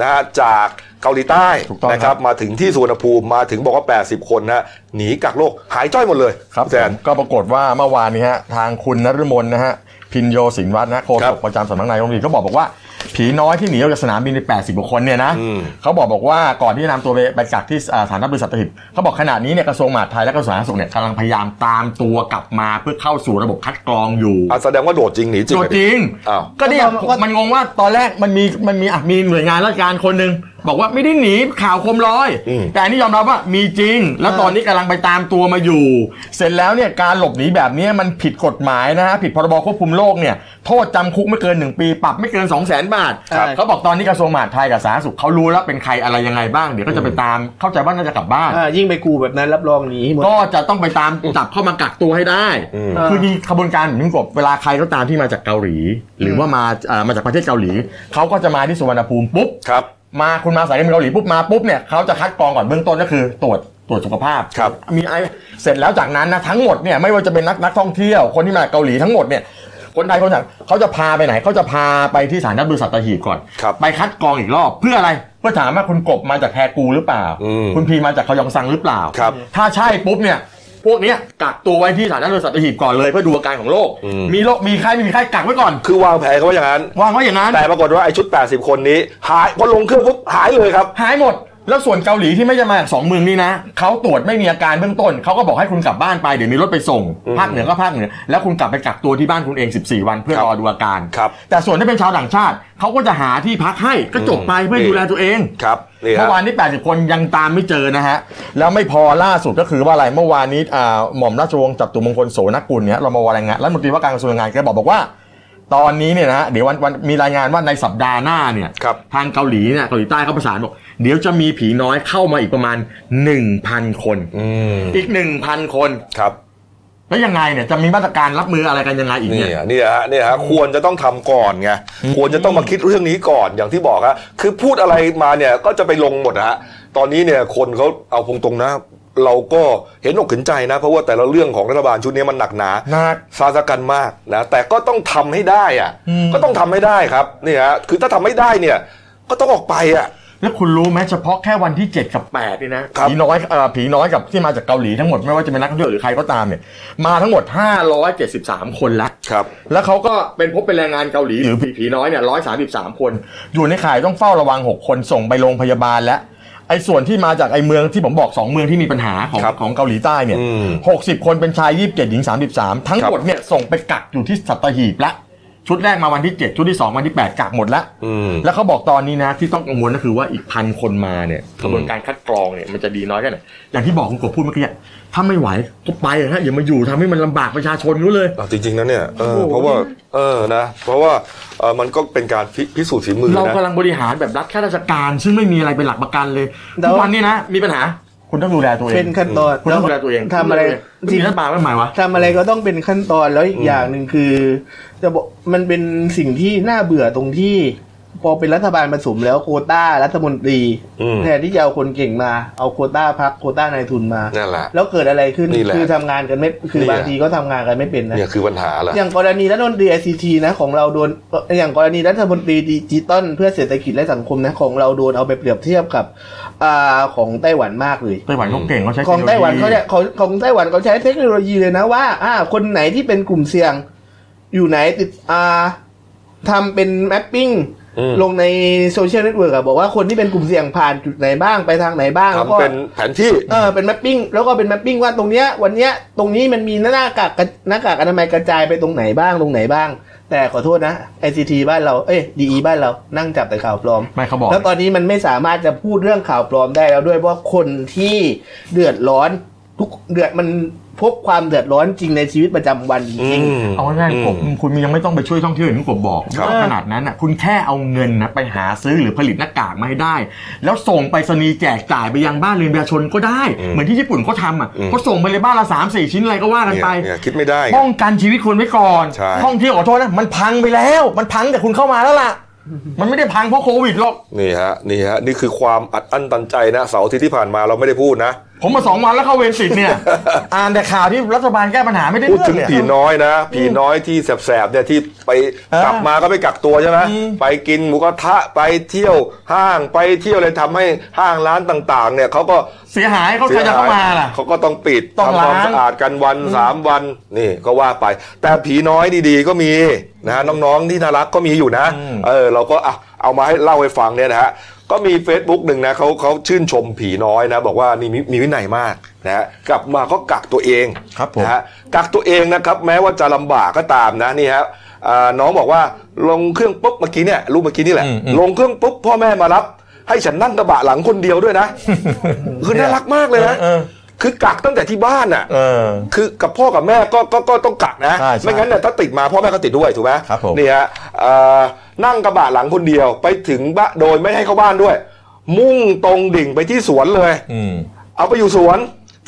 Speaker 1: นะฮะจากเกาหลีใต้
Speaker 2: ถูกต้องครับ
Speaker 1: นะครับ มาถึงที่สุวรรณภูมิมาถึงบอกว่า 80 คนนะหนีกักโรคหายจ้อยหมดเลย
Speaker 2: ครับ
Speaker 1: แซน
Speaker 2: ผมก็ปรากฏว่าเมื่อวานนี้ฮะทางคุณนฤมลนะฮะพินโยสินวัฒน์นะโฆ
Speaker 1: ครั
Speaker 2: ษ
Speaker 1: บ
Speaker 2: กประจำสำนักนายกรัฐมนตรีก็บอกบอกว่า ผีน้อยที่หนีออกจากสนามบินใน 80กว่าคนเนี่ยนะ
Speaker 1: อืม
Speaker 2: เขาบอกบอกว่าก่อนที่จะนำตัวไปไปกักที่อ่าสถานทัพเรือสัตหีบเขาบอกขณะนี้เนี่ยกระทรวงมหาดไทยและกระทรวงสาธารณสุขเนี่ยกำลังพยายามตามตัวกลับมาเพื่อเข้าสู่ระบบคัดกรองอยู่
Speaker 1: อ่ะแสดงว่าโดดจริงหนีจริง
Speaker 2: โดยจริง
Speaker 1: อ้าว
Speaker 2: ก็เนี่ยผมมันงงว่าตอนแรกมันมีมันมีอ่ะมีหน่วยงานราชการคนหนึ่งบอกว่าไม่ได้หนีข่าวโคมลอย แต่อันนี้ยอมรับว่ามีจริง แล้วตอนนี้กำลังไปตามตัวมาอยู่ เสร็จแล้วเนี่ยการหลบหนีแบบเนี้ยมันผิดกฎหมายนะฮะผิดพรบควบคุมโรคเนี่ยโทษจำคุกไม่เกิน 1 ปี ปรับไม่เกิน 2 0 0แสนบาท
Speaker 3: ครับ
Speaker 2: เขาบอกตอนนี้กระทรวงมหาดไทยกับสาธารณสุขเขารู้แล้วเป็นใครอะไรยังไงบ้างเดี๋ยวก็จะไปตามเข้าใจว่าน่าจะกลับบ้าน
Speaker 3: อ่ายิ่งไปกูแบบนั้นรับรองหนีหมด
Speaker 2: ก็จะต้องไปตามจับเข้ามากักตัวให้ได้ คือจริงขบวนการผมกบเวลาใครก็ตามที่มาจากเกาหลี หรือว่ามาเอ่อมาจากประเทศเกาหลี เขาก็จะมาที่สุวรรณภูมิปุ๊บ
Speaker 1: ครับ
Speaker 2: มาคุณมาสายการบินเกาหลีปุ๊บมาปุ๊บเนี่ยเขาจะคัดกรองก่อนเบื้องต้นก็คือตรวจตรวจสุขภาพ
Speaker 1: ครับ
Speaker 2: มีไอเสร็จแล้วจากนั้นนะทั้งหมดเนี่ยไม่ว่าจะเป็นนักนักท่องเที่ยวคนที่มาจากเกาหลีทั้งหมดเนี่ยคนไทยคนต่างเขาจะพาไปไหนเขาจะพาไปที่สถานทัพเรือสัตหีบก่อน
Speaker 1: ครับ
Speaker 2: ไปคัดกรองอีกรอบเพื่ออะไรเพื่อถามว่าคุณกบมาจากแพกูหรือเปล่า
Speaker 1: อืม
Speaker 2: คุณพีมาจากเขายองซังหรือเปล่า
Speaker 1: ครับ
Speaker 2: ถ้าใช่ปุ๊บเนี่ย พวกเนี้ยกักตัวไว้ที่สถานทัพเรือสัตหีบก่อนเลยเพื่อดูอาการของโรค
Speaker 1: อืม
Speaker 2: มีโรคมีไข้ไม่มีไข้กักไว้ก่อน
Speaker 1: คือวางแผนเขาไว้อย่างนั้น
Speaker 2: วางไว้อย่างนั้น
Speaker 1: แต่ปรากฏว่าไอ้ชุด 80 คนนี้ หายพอลงเครื่องปุ๊บหายเลยครับ
Speaker 2: หายหมด แล้วส่วนเกาหลีที่ไม่จะมาจากสองเมืองนี้นะเขาตรวจไม่มีอาการเบื้องต้น เขาก็บอกให้คุณกลับบ้านไปเดี๋ยวมีรถไปส่ง ภาคเหนือก็ภาคเหนือ แล้วคุณกลับไปกักตัวที่บ้านคุณเอง 14 วันเพื่อ
Speaker 1: ครับ
Speaker 2: รอดูอาการ
Speaker 1: ครับ
Speaker 2: แต่ส่วนที่เป็นชาวต่างชาติ เขาก็จะหาที่พักให้ก็จบไปเพื่อดูแลตัวเอง
Speaker 1: ครับนี่ฮะ
Speaker 2: เมื่อวานนี้ 80 คนยังตามไม่เจอนะฮะ แล้วไม่พอล่าสุดก็คือว่าอะไร เมื่อวานนี้อ่าหม่อมราชวงศ์จัตุมงคลโสนกุลเนี่ยเรามาวารายงานรัฐมนตรีว่าการกระทรวงแรงงานแกบอกบอกว่า ตอนนี้เนี่ยนะฮะเดี๋ยววันวันมีรายงานว่าในสัปดาห์หน้าเนี่ย
Speaker 1: ครับ
Speaker 2: ทางเกาหลีเนี่ยเกาหลีใต้เขาประสานบอกเดี๋ยวจะมีผีน้อยเข้ามาอีกประมาณ 1,000 คน
Speaker 1: อืม
Speaker 2: อีก 1,000 คน
Speaker 1: ครับ
Speaker 2: แล้วยังไงเนี่ยจะมีมาตรการรับมืออะไรกันยังไงอีก
Speaker 1: นี่
Speaker 2: เนี่ย
Speaker 1: ฮะนี่ฮะนี่ฮะควรจะต้องทำก่อนไงควรจะต้องมาคิดเรื่องนี้ก่อนอย่างที่บอกฮะคือพูดอะไรมาเนี่ยก็จะไปลงหมดฮะตอนนี้เนี่ยคนเขาเอาตรงๆนะ เราก็เห็นอกเห็นใจนะ เพราะว่าแต่ละเรื่องของรัฐบาลชุดนี้มันหนักหนา
Speaker 2: หนัก
Speaker 1: ซาสกันมากนะแต่ก็ต้องทำให้ได้อะก็ต้องทำให้ได้ครับนี่ฮะคือถ้าทำไม่ได้เนี่ย ก็ต้องออกไปอ่ะ
Speaker 2: แล้วคุณรู้ไหมเฉพาะแค่วันที่ 7 กับ8เนี่ยนะครับ ผีน้อยเอ่อผีน้อยกับที่มาจากเกาหลีทั้งหมดไม่ว่าจะเป็นนักท่องเที่ยวหรือใครก็ตามเนี่ยมาทั้งหมด 573 คนละ
Speaker 1: ครับ
Speaker 2: แล้วเขาก็เป็นพบเป็นแรงงานเกาหลีหรือผีผีน้อยเนี่ย133 คน อยู่ในข่ายต้องเฝ้าระวัง 6 คนส่งไปโรงพยาบาลและไอ้ส่วนที่มาจากไอ้เมืองที่ผมบอก 2 เมืองที่มีปัญหาของ
Speaker 1: ครับ
Speaker 2: ของเกาหลีใต้เนี่ย
Speaker 1: อืม
Speaker 2: 60 คนเป็นชาย 27 หญิง 33 ทั้ง
Speaker 1: ครับ
Speaker 2: หมดเนี่ยส่งไปกักอยู่ที่สัตหีบละชุดแรกมาวันที่ 7 ชุดที่สองวันที่ 8กักหมดละ
Speaker 1: อืม
Speaker 2: แล้วเขาบอกตอนนี้นะที่ต้องกังวลก็คือว่าอีกพันคนมาเนี่ยกระบวนการคัดกรองเนี่ยมันจะดีน้อยแค่ไหนอย่างที่บอกคุณกบพูดเมื่อกี้อะถ้าไม่ไหวก็ไปเถอะฮะอย่ามาอยู่ทำให้มันลำบากประชาชนรู้เลย
Speaker 1: เอาจริงๆนะเนี่ยเออเพราะว่าเออนะเพราะว่าเออมันก็เป็นการพิพิสูจน์ฝีมือ
Speaker 2: เรา
Speaker 1: นะ
Speaker 2: กำลังบริหารแบบรัฐข้าราชการ ซึ่งไม่มีอะไรเป็นหลักประกันเลย
Speaker 3: แล้ว
Speaker 2: ทุกวันนี้นะ มีปัญหา คุณต้องดูแลตัวเอ
Speaker 3: เป็
Speaker 2: ง
Speaker 3: นขั้นตอน
Speaker 2: คุณต้องดูแลตัวเอง
Speaker 3: ทำอะไรจ
Speaker 2: จริ
Speaker 3: ริ
Speaker 2: ง
Speaker 3: ง
Speaker 2: รัฐบาลไม่หมายวะ
Speaker 3: ทำอะไรก็ต้องเป็นขั้นตอนแล้วอีกอย่างหนึ่งคือ จะบอกมันเป็นสิ่งที่น่าเบื่อตรงที่ พอเป็นรัฐบาลผสมแล้วโควต้ารัฐมนตรี
Speaker 1: อืม
Speaker 3: แทนที่จะเอาคนเก่งมา เอาโควต้าพักโควต้านายทุนมา
Speaker 1: นั่นแหละ
Speaker 3: แล้วเกิดอะไรขึ้น
Speaker 1: นี่แหละ
Speaker 3: คือทำงานกันไม่คื
Speaker 1: นี่
Speaker 3: อ
Speaker 1: แหละ
Speaker 3: บางทีก็ทำงานกันไม่เป็นนะ
Speaker 1: เนี่ยคือปัญหาแหละ
Speaker 3: อย่างกรณีรัฐมนตรีไอซีทีนะของเราโดนอย่างกรณีรัฐมนตรีดิจิตอลเพื่อเศรษฐกิจและสังคมนะของเราโดนเอาไปเปรียบเทียบกับอ่าของไต้หวันมากเลย
Speaker 2: ไต้หวันเขาเก่งเขาใช้
Speaker 3: ของ
Speaker 2: ทคโโลยี
Speaker 3: ไต้หวันเขาเนี่ยของของไต้หวันเขาใช้เทคโนโลยีเลยนะว่าอ่าคนไหนที่เป็นกลุ่มเสี่ยง อยู่ไหนติดอ่าทำเป็นแมปปิ้ง
Speaker 1: อืม
Speaker 3: ลงในโซเชียลเน็ตเวิร์กอะบอกว่าคนที่เป็นกลุ่มเสี่ยงผ่านจุดไหนบ้างไปทางไหนบ้างแล้วก็
Speaker 1: ทำเป็นแผนที่
Speaker 3: เออเป็นแมปปิ้งแล้วก็เป็นแมปปิ้งว่าตรงเนี้ยวันเนี้ยตรงนี้มันมีหน้ากากกระหน้ากากอนามัยกระจายไปตรงไหนบ้างตรงไหนบ้าง แต่ขอโทษนะไอซีทีบ้านเราเอ้ยดีบ้านเรานั่งจับแต่ข่าวปลอม
Speaker 2: ไม่เขาบอก
Speaker 3: แล้วตอนนี้มันไม่สามารถจะพูดเรื่องข่าวปลอมได้แล้วด้วยเพราะคนที่เดือดร้อนทุกเดือดมันพบความเดือดร้อนจริงในชีวิตประจำวันจริง
Speaker 2: เอาง่ายๆกบคุณยังไม่ต้องไปช่วยท่องเที่ยวอย่างที่กบบอก
Speaker 1: ครับ
Speaker 2: ไม่ต้องขนาดนั้นน่ะคุณแค่เอาเงินนะไปหาซื้อหรือผลิตหน้ากากมาให้ได้ แล้วส่งไปสนีย์แจกจ่ายไปยังบ้านเรือนประชาชนก็ได้ เหมือนที่ญี่ปุ่นเขาทำอ่ะเขาส่งไปเลยบ้านละสามสี่ชิ้นอะไรก็ว่ากัน
Speaker 1: เนี่ย
Speaker 2: ไป
Speaker 1: เนี่ยคิดไม่ได้ไง
Speaker 2: ป้องกันชีวิตคนไว้ก่อน
Speaker 1: ใช่
Speaker 2: ท่องเที่ยวขอโทษนะมันพังไปแล้ว มันพังแต่คุณเข้ามาแล้วล่ะ มันไม่ได้พังเพราะโควิดหรอก
Speaker 1: นี่ฮะนี่ฮะนี่คือความอัดอั้นตันใจนะเสาร์อาทิตย์ที่ผ่านมาเราไม่ได้พูดนะ
Speaker 2: ผมมาสองวันแล้วเข้าเวรสิท ธิ์เนี่ย อ่านแต่ข่าวที่รัฐบาลแก้ปัญหาไม่ได้
Speaker 1: พูด
Speaker 2: เรื่อ
Speaker 1: ถึ
Speaker 2: ง
Speaker 1: ง
Speaker 2: เนี่ย
Speaker 1: ผีน้อยนะ ผีน้อยที่แสบๆเนี่ยที่ไป
Speaker 2: เออก
Speaker 1: ลับมาก็ไปกักตัวใช่ไหม
Speaker 2: อืม
Speaker 1: ไปกินหมูกระทะไปเที่ยวห้างไปเที่ยวอะไรทำให้ห้างร้านต่าง ๆ เนี่ยเขาก็
Speaker 2: เสียหายเขาใครจะเข้ามาล่ะ
Speaker 1: เขาก็ต้องปิด
Speaker 2: ต้อง
Speaker 1: ทำความ
Speaker 2: ล้าง
Speaker 1: สะอาดกันวันสามวันนี่ก็ว่าไป แต่ผีน้อยดีๆ ก็มีนะฮะน้องๆที่น่ารักก็มีอยู่นะ เออเราก็อ่ะเอามาให้เล่าให้ฟังเนี่ยนะฮะก็มี Facebook หนึ่งนะเขาเขาชื่นชมผีน้อยนะ บอกว่านี่มีมีวินัยมากนะฮะกลับมาก็กักตัวเอง
Speaker 2: ครับผม
Speaker 1: นะฮะกักตัวเองนะครับแม้ว่าจะลำบากก็ตามนะนี่ครับอ่าน้องบอกว่าลงเครื่องปุ๊บเมื่อกี้เนี่ยรูปเมื่อกี้นี่แหละ
Speaker 2: อืมอืม
Speaker 1: ลงเครื่องปุ๊บพ่อแม่มารับ ให้ฉันนั่งกระบะหลังคนเดียวด้วย นะ คือน่ารักมากเลยนะ
Speaker 2: เออ
Speaker 1: คือกักตั้งแต่ที่บ้านอ่ะ
Speaker 2: เออ
Speaker 1: คือกับพ่อกับแม่ก็ก็ก็ต้องกักนะ
Speaker 2: ใช่ใช่
Speaker 1: ไม่งั้นเนี่ยถ้าติดมาพ่อแม่ก็ติดด้วยถูกไหม
Speaker 2: ครับผม
Speaker 1: นี่ฮะเอ่อนั่งกระบะหลังคนเดียวไปถึงบ้านโดยไม่ให้เข้าบ้านด้วย มุ่งตรงดิ่งไปที่สวนเลย
Speaker 2: อืม
Speaker 1: เอาไปอยู่สวน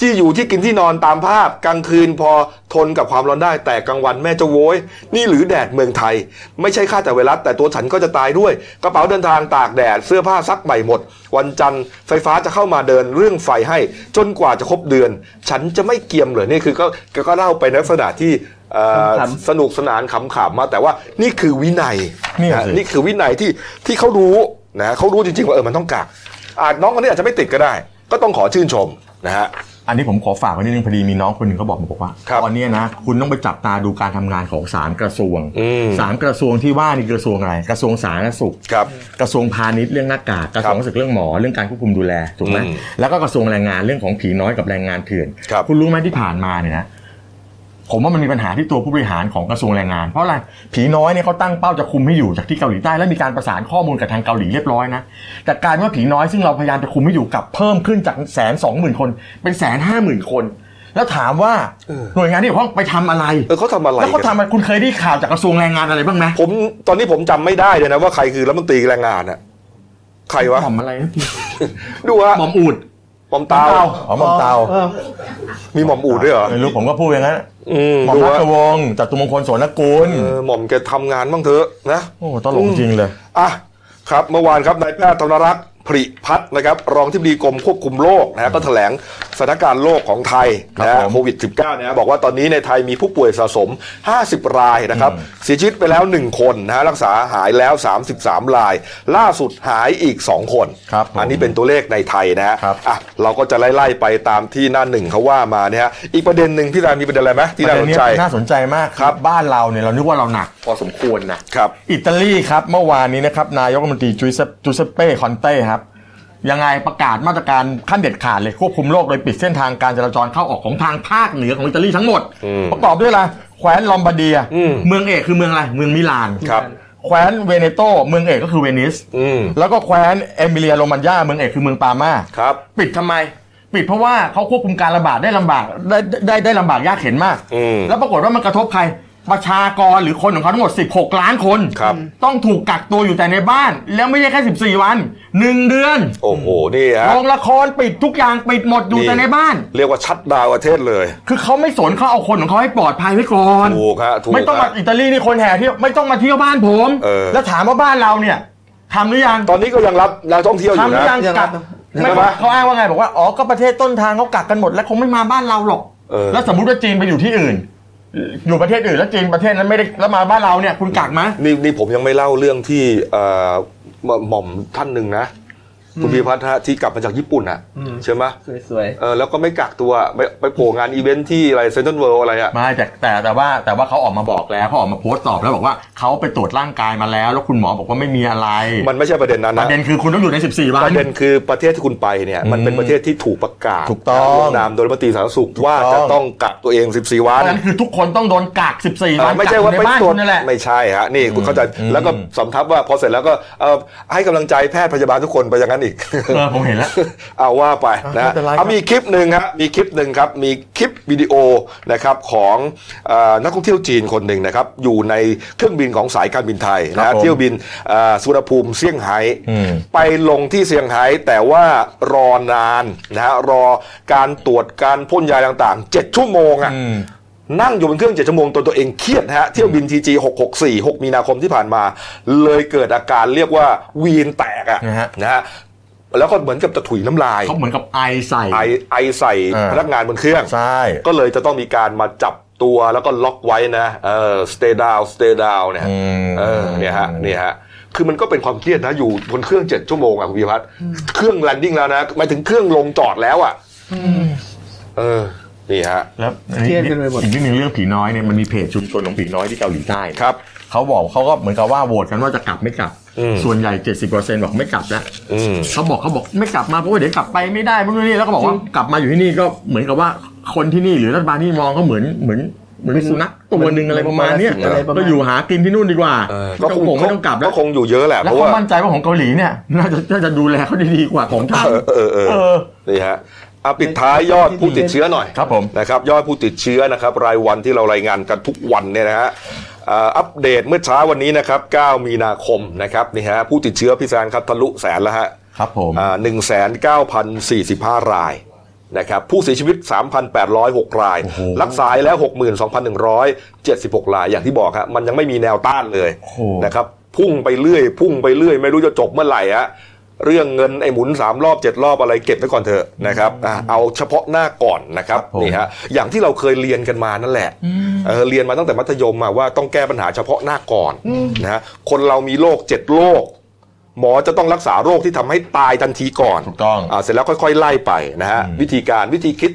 Speaker 1: ที่อยู่ที่กินที่นอนตามภาพกลางคืนพอทนกับความร้อนได้แต่กลางวันแม่จะโวยนี่หรือแดดเมืองไทย ไม่ใช่ค่าแต่ไวรัสแต่ตัวฉันก็จะตายด้วย กระเป๋าเดินทางตากแดด เสื้อผ้าซักใหม่หมด วันจันทร์ไฟฟ้าจะเข้ามาเดินเรื่องไฟให้ จนกว่าจะครบเดือน ฉันจะไม่เกียมเลยนี่คือก็ก็ก็เล่าไปในลักษณะที่เอ่อ
Speaker 3: ขำ
Speaker 1: สนุกสนานขำๆมาแต่ว่านี่คือวินัย
Speaker 2: นี่
Speaker 1: นะ
Speaker 2: สิ
Speaker 1: นี่คือวินัยที่ที่เขารู้นะเขารู้จริงๆว่าเออมันต้องกักอาจน้องคนนี้อาจจะไม่ติดก็ได้ ก็ต้องขอชื่นชมนะฮะ
Speaker 2: อันนี้ผมขอฝากไว้นิดนึงพอดีมีน้องคนหนึ่งเขาบอกมาบอกว่า
Speaker 1: ครับ
Speaker 2: ตอนเนี้ยนะคุณต้องไปจับตาดูการทำงานของสามกระทรวง
Speaker 1: อืม
Speaker 2: สามกระทรวงที่ว่านี่กระทรวงอะไรกระทรวงสาธารณสุข
Speaker 1: ครับ
Speaker 2: กระทรวงพาณิชย์เรื่องหน้ากากกระทรวง
Speaker 1: ครับ
Speaker 2: รู้สึกเรื่องหมอเรื่องการควบคุมดูแลถูกไหม
Speaker 1: อืม
Speaker 2: แล้วก็กระทรวงแรงงานเรื่องของผีน้อยกับแรงงานเถื่อน
Speaker 1: ครับ
Speaker 2: ณรู้ไหมที่ผ่านมาเนี่ยนะผมว่ามันมีปัญหาที่ตัวผู้บริหารของกระทรวงแรงงาน เพราะอะไรผีน้อยเนี่ยเขาตั้งเป้าจะคุมให้อยู่จากที่เกาหลีใต้และมีการประสานข้อมูลกับทางเกาหลีเรียบร้อยนะแต่กลารว่าผีน้อยซึ่งเราพยายามจะคุมให้อยู่กลับเพิ่มขึ้นจากแสนสองหมื่นคน เป็นแสนห้าหมื่นคน แล้วถามว่าหน่วยงานที่เกี่ยวข้องไปทำอะไร
Speaker 1: เออเขาทำอะไร
Speaker 2: แล้วเขา
Speaker 1: กัน
Speaker 2: ทำอะไรคุณเคยได้ข่าวจากกระทรวงแรงงานอะไรบ้างไหม
Speaker 1: ผมตอนนี้ผมจำไม่ได้เลยนะว่าใครคือรัฐมนตรีแรงงานอะใครวะ
Speaker 2: หม่อมอะไรนะพี่
Speaker 1: ดูฮะ
Speaker 2: หม่อมอูด
Speaker 1: หม่อมเตา
Speaker 2: อ๋อหม่อมเตา
Speaker 3: เออ
Speaker 1: มีหม่อมอูดด้วยเหรอ
Speaker 2: ไม่รู้ผมก็พูดอย่างนั้น
Speaker 1: อืม
Speaker 2: หม่อม
Speaker 1: ดู
Speaker 2: รา
Speaker 1: ฮะ
Speaker 2: ชวงศ์จตุมงคลโสนกุล
Speaker 1: เออหม่อมแกทำงานบ้างเถอะนะ
Speaker 2: โอ้ตลกจริงเลย
Speaker 1: อ่ะครับเมื่อวานครับนายแพทย์ธนรักษ์ผริพัฒน์นะครับ รองที่ดีกรมควบคุมโรคนะฮะก็แถลงสถานการณ์โรคของไทยนะ
Speaker 2: ครั
Speaker 1: ฮะ
Speaker 2: บผม
Speaker 1: โควิด -19 นะฮะบอกว่าตอนนี้ในไทยมีผู้ป่วยสะสม 50 รายนะครับ เสียชีวิตไปแล้ว 1 คนนะฮะรักษาหายแล้ว 33 ราย ล่าสุดหายอีก 2 คน
Speaker 2: ครับผม
Speaker 1: อันนี้เป็นตัวเลขในไทยนะฮะ
Speaker 2: ครับ
Speaker 1: อ่ะเราก็จะไล่ ๆ ไปตามที่หน้าหนึ่งเขาว่ามาเนี่ยฮะอีกประเด็นหนึ่งพี่รายมีประเด็นอะไรไหมที่น่าสนใจ
Speaker 2: ประเด็เยน่าสนใจมาก
Speaker 1: ครับ
Speaker 2: บ้านเราเนี่ยเรานึกว่าเราหนัก พอสมควรนะ
Speaker 1: ครับ
Speaker 2: อิตาลีครับเมื่อวานนี้นะครับนายกรัฐมนตรีจูเซปจูเซปเป้คอนเต้ครับยังไงประกาศมาตรการขั้นเด็ดขาดเลยควบคุมโรคโดยปิดเส้นทางการจราจรเข้าออกของทางภาคเหนือของอิตาลีทั้งหมด
Speaker 1: อืม
Speaker 2: ประกอบด้วยอะไรแคว้นลอมบาร์เดีย
Speaker 1: อืม
Speaker 2: เมืองเอกคือเมืองอะไรเมืองมิลาน
Speaker 1: ครับ
Speaker 2: แคว้นเวเนโตเมืองเอกก็คือเวนิส
Speaker 1: อืม
Speaker 2: แล้วก็แคว้นเอมิเลียโรมันญาเมืองเอกคือเมืองปามา
Speaker 1: ครับ
Speaker 2: ปิดทำไม ปิดเพราะว่าเขาควบคุมการระบาดได้ลำบากได้ได้ได้ลำบากยากเข็นมาก
Speaker 1: อืม
Speaker 2: แล้วปรากฏว่ามันกระทบใครประชากรหรือคนของเขาทั้งหมด 16 ล้านคน
Speaker 1: ครับ
Speaker 2: ต้องถูกกักตัวอยู่แต่ในบ้าน แล้วไม่ใช่แค่ 14 วัน 1 เดือน
Speaker 1: โอ้โหนี่ฮะ
Speaker 2: โรงละครปิดทุกอย่างปิดหมดอยู่แต่ในบ้าน
Speaker 1: เรียกว่าชัดดาวน์ประเทศเลย
Speaker 2: คือเขาไม่สนเขาเอาคนของเขาให้ปลอดภัยไว้ก่อน
Speaker 1: ถูกฮะถูก
Speaker 2: ไม่ต้องมา
Speaker 1: ฮะ
Speaker 2: อิตาลีนี่คนแห่เที่ยวไม่ต้องมาเที่ยวบ้านผม
Speaker 1: เออ
Speaker 2: แล้วถามว่าบ้านเราเนี่ย ทำหรือยัง
Speaker 1: ตอนนี้ก็ยังรับนักท่องเที่ยวอยู่
Speaker 2: ทำหรื
Speaker 1: นะ
Speaker 2: อยัง
Speaker 3: ยัง
Speaker 2: กัก
Speaker 3: ครับ
Speaker 2: ไม่
Speaker 1: ยังครับ
Speaker 2: เขาอ้างว่าไงบอกว่าอ๋อก็ประเทศต้นทางเขากักกันหมดแล้วคงไม่มาบ้านเราหรอก
Speaker 1: เออ
Speaker 2: แล้วสมมติว่าจีนไปอยู่ที่อื่น อยู่ประเทศอื่นแล้วจีนประเทศนั้นไม่ได้แล้วมาบ้านเราเนี่ยคุณกักไหม
Speaker 1: นี่นี่ผมยังไม่เล่าเรื่องที่เอ่อหม่อมหม่อมท่านหนึ่งนะคุณพีรพัฒน์ฮะที่กลับมาจากญี่ปุ่นอ่ะ
Speaker 3: อืม
Speaker 1: ใช่ไหม
Speaker 3: สวย
Speaker 1: เออแล้วก็ไม่กักตัวไปไปโผล่งานอีเวนท์ที่อะไรเซนทรัลเวิลด์อะไรอ่ะ
Speaker 2: ไม่แต่แต่แต่ว่าแต่ว่าเขาออกมาบอกแล้วเขาออกมาโพสต์ตอบแล้วบอกว่าเขาไปตรวจร่างกายมาแล้ว แล้วคุณหมอบอกว่าไม่มีอะไร
Speaker 1: มันไม่ใช่ประเด็นนั้น
Speaker 2: ป
Speaker 1: นะ
Speaker 2: ระเด็นคือคุณต้องอยู่ใน 14 วั
Speaker 1: ป
Speaker 2: น
Speaker 1: ระเด็นคือประเทศที่คุณไปเนี่ยมันเป็นประเทศที่ถูกประกาศ
Speaker 2: ถูกต้อง
Speaker 1: ลนามโดยรัฐมนตรีสาธารณสุขว่า
Speaker 2: ถูกต้
Speaker 1: จะ
Speaker 2: อง
Speaker 1: ต้องกักตัวเอง 14 วั
Speaker 2: เพ
Speaker 1: น
Speaker 2: ราะฉะนั้นคือทุกคนต้องโดนกัก 14 วัน
Speaker 1: ไม่ใช่ว่าไป
Speaker 2: กักอยู่ในบ้าน
Speaker 1: ตรวจ
Speaker 2: คุณนั่นแหละ
Speaker 1: ไม่ใช่ฮะนี่คุณเข้าใจ
Speaker 2: อืม
Speaker 1: แล้วก็สำทับว่าพอเสร็จแล้วก็เอ่อให้กำลังใจแพทย์พยาบาลทุกคนไปอย่างนั้นอีก
Speaker 2: เออผมเห็นแล้ว
Speaker 1: เอาว่าไปนะ
Speaker 2: ไม่เป็นไรครับ
Speaker 1: เอามีคลิปหนึ่งฮะมีคลิปหนึ่งครับมีคลิปวิดีโอนะครับของเออนักท่องเที่ยวจีนคนหนึ่งนะครับอยู่ในเครื่องบินของสายการบินไทยนะฮะเที่ยวบินเอ่อสุวรรณภูมิเซี่ยงไฮ้ไปลงที่เซี่ยงไฮ้แต่ว่ารอนานนะฮะรอการตรวจการพ่นยาต่างๆเจ็ดชั่วโมงอะ นั่งอยู่บนเครื่องเจ็ดชั่วโมงตัวตัวเองเครียดนะฮะเที่ยวบินทีจีหกหกสี่หกมีนาคมที่ผ่านมา เลยเกิดอาการเรียกว่าวีนแตกอะ
Speaker 2: นะฮะ
Speaker 1: นะฮะแล้วก็เหมือนกับจะถุยน้ำลาย
Speaker 2: เขาเหมือนกับไอใส่
Speaker 1: ไอไอใส่
Speaker 2: อ่า
Speaker 1: พนักงานบนเครื่อง
Speaker 2: ใช่
Speaker 1: ก็เลยจะต้องมีการมาจับตัวแล้วก็ล็อกไว้นะเออ stay down stay down เนี่ย
Speaker 2: อืม
Speaker 1: เออเนี่ยฮะเนี่ยฮะคือมันก็เป็นความเครียดนะอยู่บนเครื่องเจ็ดชั่วโมงอะคุณพิพัฒน์เครื่องแลนดิ้งแล้วนะหมายถึงเครื่องลงจอดแล้วอะเออนี่ฮะ
Speaker 2: แล้ว
Speaker 3: เครียดกันไปหมด
Speaker 2: อีกนิดนึงเรื่องผีน้อยเนี่ยมันมีเพจชุมชนของผีน้อยที่เกาหลีใต้
Speaker 1: ครับ
Speaker 2: เขาบอกเขาก็เหมือนกับว่าโหวตกันว่าจะกลับไม่กลับ
Speaker 1: อืม
Speaker 2: ส่วนใหญ่ 70%บอกไม่กลับแล้ว
Speaker 1: อืม
Speaker 2: เขาบอกเขาบอกไม่กลับมาเพราะว่าเดี๋ยวกลับไปไม่ได้พวกนนนี่แล้วก็บอกว่ากลับมาอยู่ที่นี่ก็เหมือนกับว่าคนที่นี่หรือรัฐบาลที่มองก็เหมือนเหมือนเหมือน
Speaker 3: เป็น
Speaker 2: สุนัขตัวหนึ่งอะไรประมาณเนี้ย
Speaker 3: เป็นอะไรประมาณ
Speaker 2: ก็อยู่หากินที่นู่นดีกว่า
Speaker 1: เออ
Speaker 2: ก็คงไม่ต้องกลับแล้
Speaker 1: ก็
Speaker 2: ว
Speaker 1: คงอยู่เยอะแหละ
Speaker 2: แล้
Speaker 1: เพ
Speaker 2: ว
Speaker 1: ราะ
Speaker 2: เขา
Speaker 1: ว่า
Speaker 2: มั่นใจว่าของเกาหลีเนี่ยน่าจะน่าจะดูแลเขาดีๆกว่าของไทย
Speaker 1: เออเออเออ
Speaker 2: เออ
Speaker 1: นี่ฮะเอาปิดท้ายยอดผู้ติดเชื้อหน่อย
Speaker 2: ครับผม
Speaker 1: นะครับยอดผู้ติดเชื้อนะครับรายวันที่เรารายงานกันทุกวันเนี่ยนะฮะเอ่ออัปเดตเมื่อเช้าวันนี้นะครับ 9 มีนาคมนะครับนี่ฮะผู้ติดเชื้อพี่แซนครับทะลุแสนแล้วฮะ
Speaker 2: ครับผม
Speaker 1: หนึ่งแสนเก้าพันสี่สิบห้ารายนะครับผู้เสียชีวิต 3,806 ราย
Speaker 2: โอ้โห
Speaker 1: รักษาแล้ว 62,176 รายอย่างที่บอกฮะมันยังไม่มีแนวต้านเลย
Speaker 2: โอ้โห
Speaker 1: นะครับพุ่งไปเรื่อย พุ่งไปเรื่อย ไม่รู้จะจบเมื่อไหร่ฮะเรื่องเงินไอ้หมุนสามรอบเจ็ดรอบอะไรเก็บไว้ก่อนเถอะนะครับอ่ะเอาเฉพาะหน้าก่อนนะครับ
Speaker 2: ครับผม
Speaker 1: นี่ฮะอย่างที่เราเคยเรียนกันมานั่นแหละเออเรียนมาตั้งแต่มัธยมอะว่าต้องแก้ปัญหาเฉพาะหน้าก่อนนะฮะคนเรามีโรคเจ็ดโรคหมอจะต้องรักษาโรคที่ทำให้ตายทันทีก่อน
Speaker 2: ถูกต้อง
Speaker 1: อ่าเสร็จแล้วค่อยๆ ไล่ไปนะฮะวิธีการวิธีคิด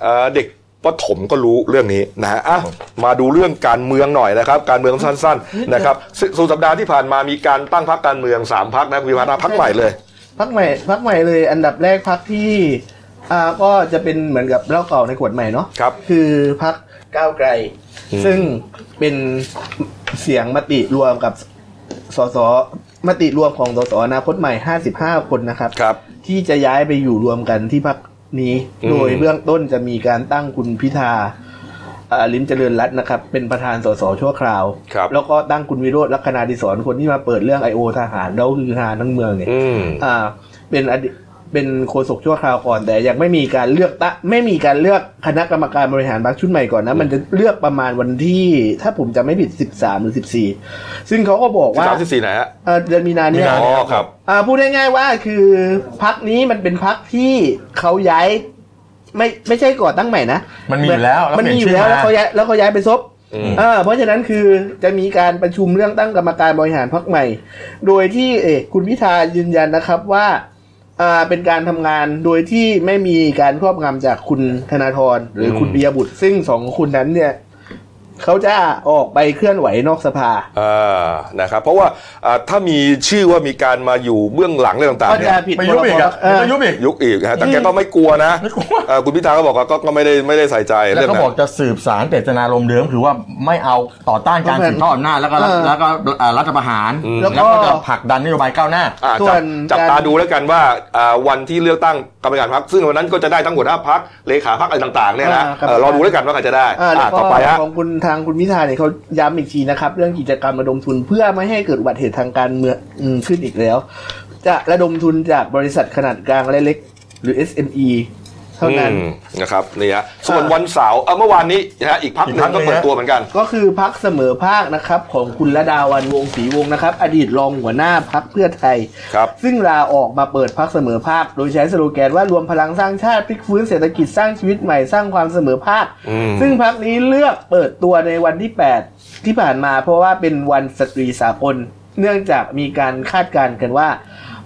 Speaker 1: เอ่อเด็กปฐมก็รู้เรื่องนี้นะฮะอ่ะมาดูเรื่องการเมืองหน่อยนะครับ การเมืองสั้นๆนะครับสสุดสัปดาห์ที่ผ่านมามีการตั้งพักการเมืองสามพักนะคุณวิพัฒน์นะพักใหม่เลย
Speaker 3: พักใหม่พักใหม่เลยอันดับแรกพักที่อ่าก็จะเป็นเหมือนกับเหล้าเก่าในขวดใหม่เนาะ
Speaker 1: ครับ
Speaker 3: คือพักก้าวไกล
Speaker 1: อืม
Speaker 3: ซึ่งเป็นเสียงมติรวมกับสสมติรวมของสสอนาคตใหม่ 55 คนนะครับ
Speaker 1: ครับ
Speaker 3: ที่จะย้ายไปอยู่รวมกันที่พักนี้
Speaker 1: อืม
Speaker 3: โดยเบื้องต้นจะมีการตั้งคุณพิธาเอ่อลิ้มเจริญรัตน์นะครับ เป็นประธานสสชั่วคราว
Speaker 1: ครับ
Speaker 3: แล้วก็ตั้งคุณวิโรธลักษณาดิศรคนที่มาเปิดเรื่องไอโอทหารแล้วคือฮาทั้งเมืองเนี่ย
Speaker 1: อืม
Speaker 3: อ่าเป็นอดีตเป็นโฆษกชั่วคราวก่อนแต่ยังไม่มีการเลือกตะไม่มีการเลือกคณะกรรมการบริหารพรรคชุดใหม่ก่อนนะ มันจะเลือกประมาณวันที่ ถ้าผมจำไม่ผิด 13 หรือ 14 ซึ่งเขาก็บอกว่า
Speaker 1: สามสิบสี่นะฮะ
Speaker 3: เอ่อเดือนมีนาเนี่ย
Speaker 1: อ๋อครับ
Speaker 3: อ่าพูดง่ายๆว่าคือพักนี้มันเป็นพักที่เขาย้ายไม่ไม่ใช่ก่อตั้งใหม่นะ
Speaker 2: มันมีอยู่แล้วแล้ว
Speaker 3: มันมีอยู่แล้ว
Speaker 2: เปลี่ยนชื่อมา
Speaker 3: แล้วเขาย้ายแล้วเขาย้ายไปซบ
Speaker 1: อืม
Speaker 3: อ่าเพราะฉะนั้นคือจะมีการประชุมเรื่องตั้งกรรมการบริหารพรรคใหม่ โดยที่เอกคุณพิธายืนยันนะครับว่าอ่าเป็นการทำงานโดยที่ไม่มีการครอบงำจากคุณธนาธรหรืออ
Speaker 1: ม
Speaker 3: คุณปิยบุตร ซึ่งสองคนนั้นเนี่ยเขาจะออกไปเคลื่อนไหวนอกสภา
Speaker 1: อ่านะครับเพราะว่าอ่าถ้ามีชื่อว่ามีการมาอยู่เบื้องหลังอะไรต่าง
Speaker 3: ก็
Speaker 1: ๆเนี่
Speaker 3: จะ
Speaker 1: ย
Speaker 3: ผิด
Speaker 2: ไปยุบอีกอะ
Speaker 3: เออ
Speaker 2: ไปยุบอีก
Speaker 1: ยุคอีกฮะแต่แกก็ไม่กลัวนะ
Speaker 2: ไม่กลัว
Speaker 1: เอ่อคุณพิธาก็บอกว่าก็ก็ไม่ได้ไม่ได้ใส่ใจ
Speaker 2: แล้ว
Speaker 1: เรื่อง
Speaker 2: ก็
Speaker 1: นั้น
Speaker 2: บอกจะสืบสารเจตนารมณ์เดิมคือว่าไม่เอาต่อต้านการสืบทอดอำนาจแล้วก็รัฐ
Speaker 3: เออ
Speaker 2: แล้วก็เอ่อรัฐประหาร
Speaker 1: อืม
Speaker 2: แล้วก็จะผลักดันนโยบายก้าวหน้า
Speaker 1: อ่า
Speaker 3: ส่
Speaker 1: จั
Speaker 3: ว
Speaker 1: บ
Speaker 3: น
Speaker 1: จับตา
Speaker 3: การ
Speaker 1: ดูแล้วกันว่าอ่าวันที่เลือกตั้งกรรมการพักซึ่งวันนั้นก็จะได้ทั้งหัวหน้าพักเลขาพักอะไรต่างๆเนี่ยนะ
Speaker 3: อ่าครับ
Speaker 1: เอ่อรอดูแล้วกันว่าใครจะได้
Speaker 3: อ่า
Speaker 1: อ่า
Speaker 3: แล้วก็
Speaker 1: ต่อไปฮะ
Speaker 3: ของคุณทางคุณพิธาเนี่ยเขาย้ำอีกทีนะครับ เรื่องกิจกรรมระดมทุนเพื่อไม่ให้เกิดอุบัติเหตุทางการเมืองอืมขึ้นอีกแล้ว จะระดมทุนจากบริษัทขนาดกลางและเล็ก หรือ SME เท่านั้น
Speaker 1: อืมนะครับนี่ฮะส่วนวันเสาร์เอ่อเมื่อวานนี้นะฮะอีกพักหนั้นก็เปิดตัวเหมือนกัน
Speaker 3: ก็คือพักเสมอภาคนะครับของคุณระดาวันวงศรีวงศ์นะครับ อดีตรองหัวหน้าพักเพื่อไทย
Speaker 1: ครับ
Speaker 3: ซึ่งลาออกมาเปิดพักเสมอภาค โดยใช้สโลแกนว่ารวมพลังสร้างชาติพลิกฟื้นเศรษฐกิจสร้างชีวิตใหม่สร้างความเสมอภาค
Speaker 1: อืม
Speaker 3: ซึ่งพักนี้เลือกเปิดตัวในวันที่ 8 ที่ผ่านมาเพราะว่าเป็นวันสตรีสากล เนื่องจากมีการคาดการณ์กันว่า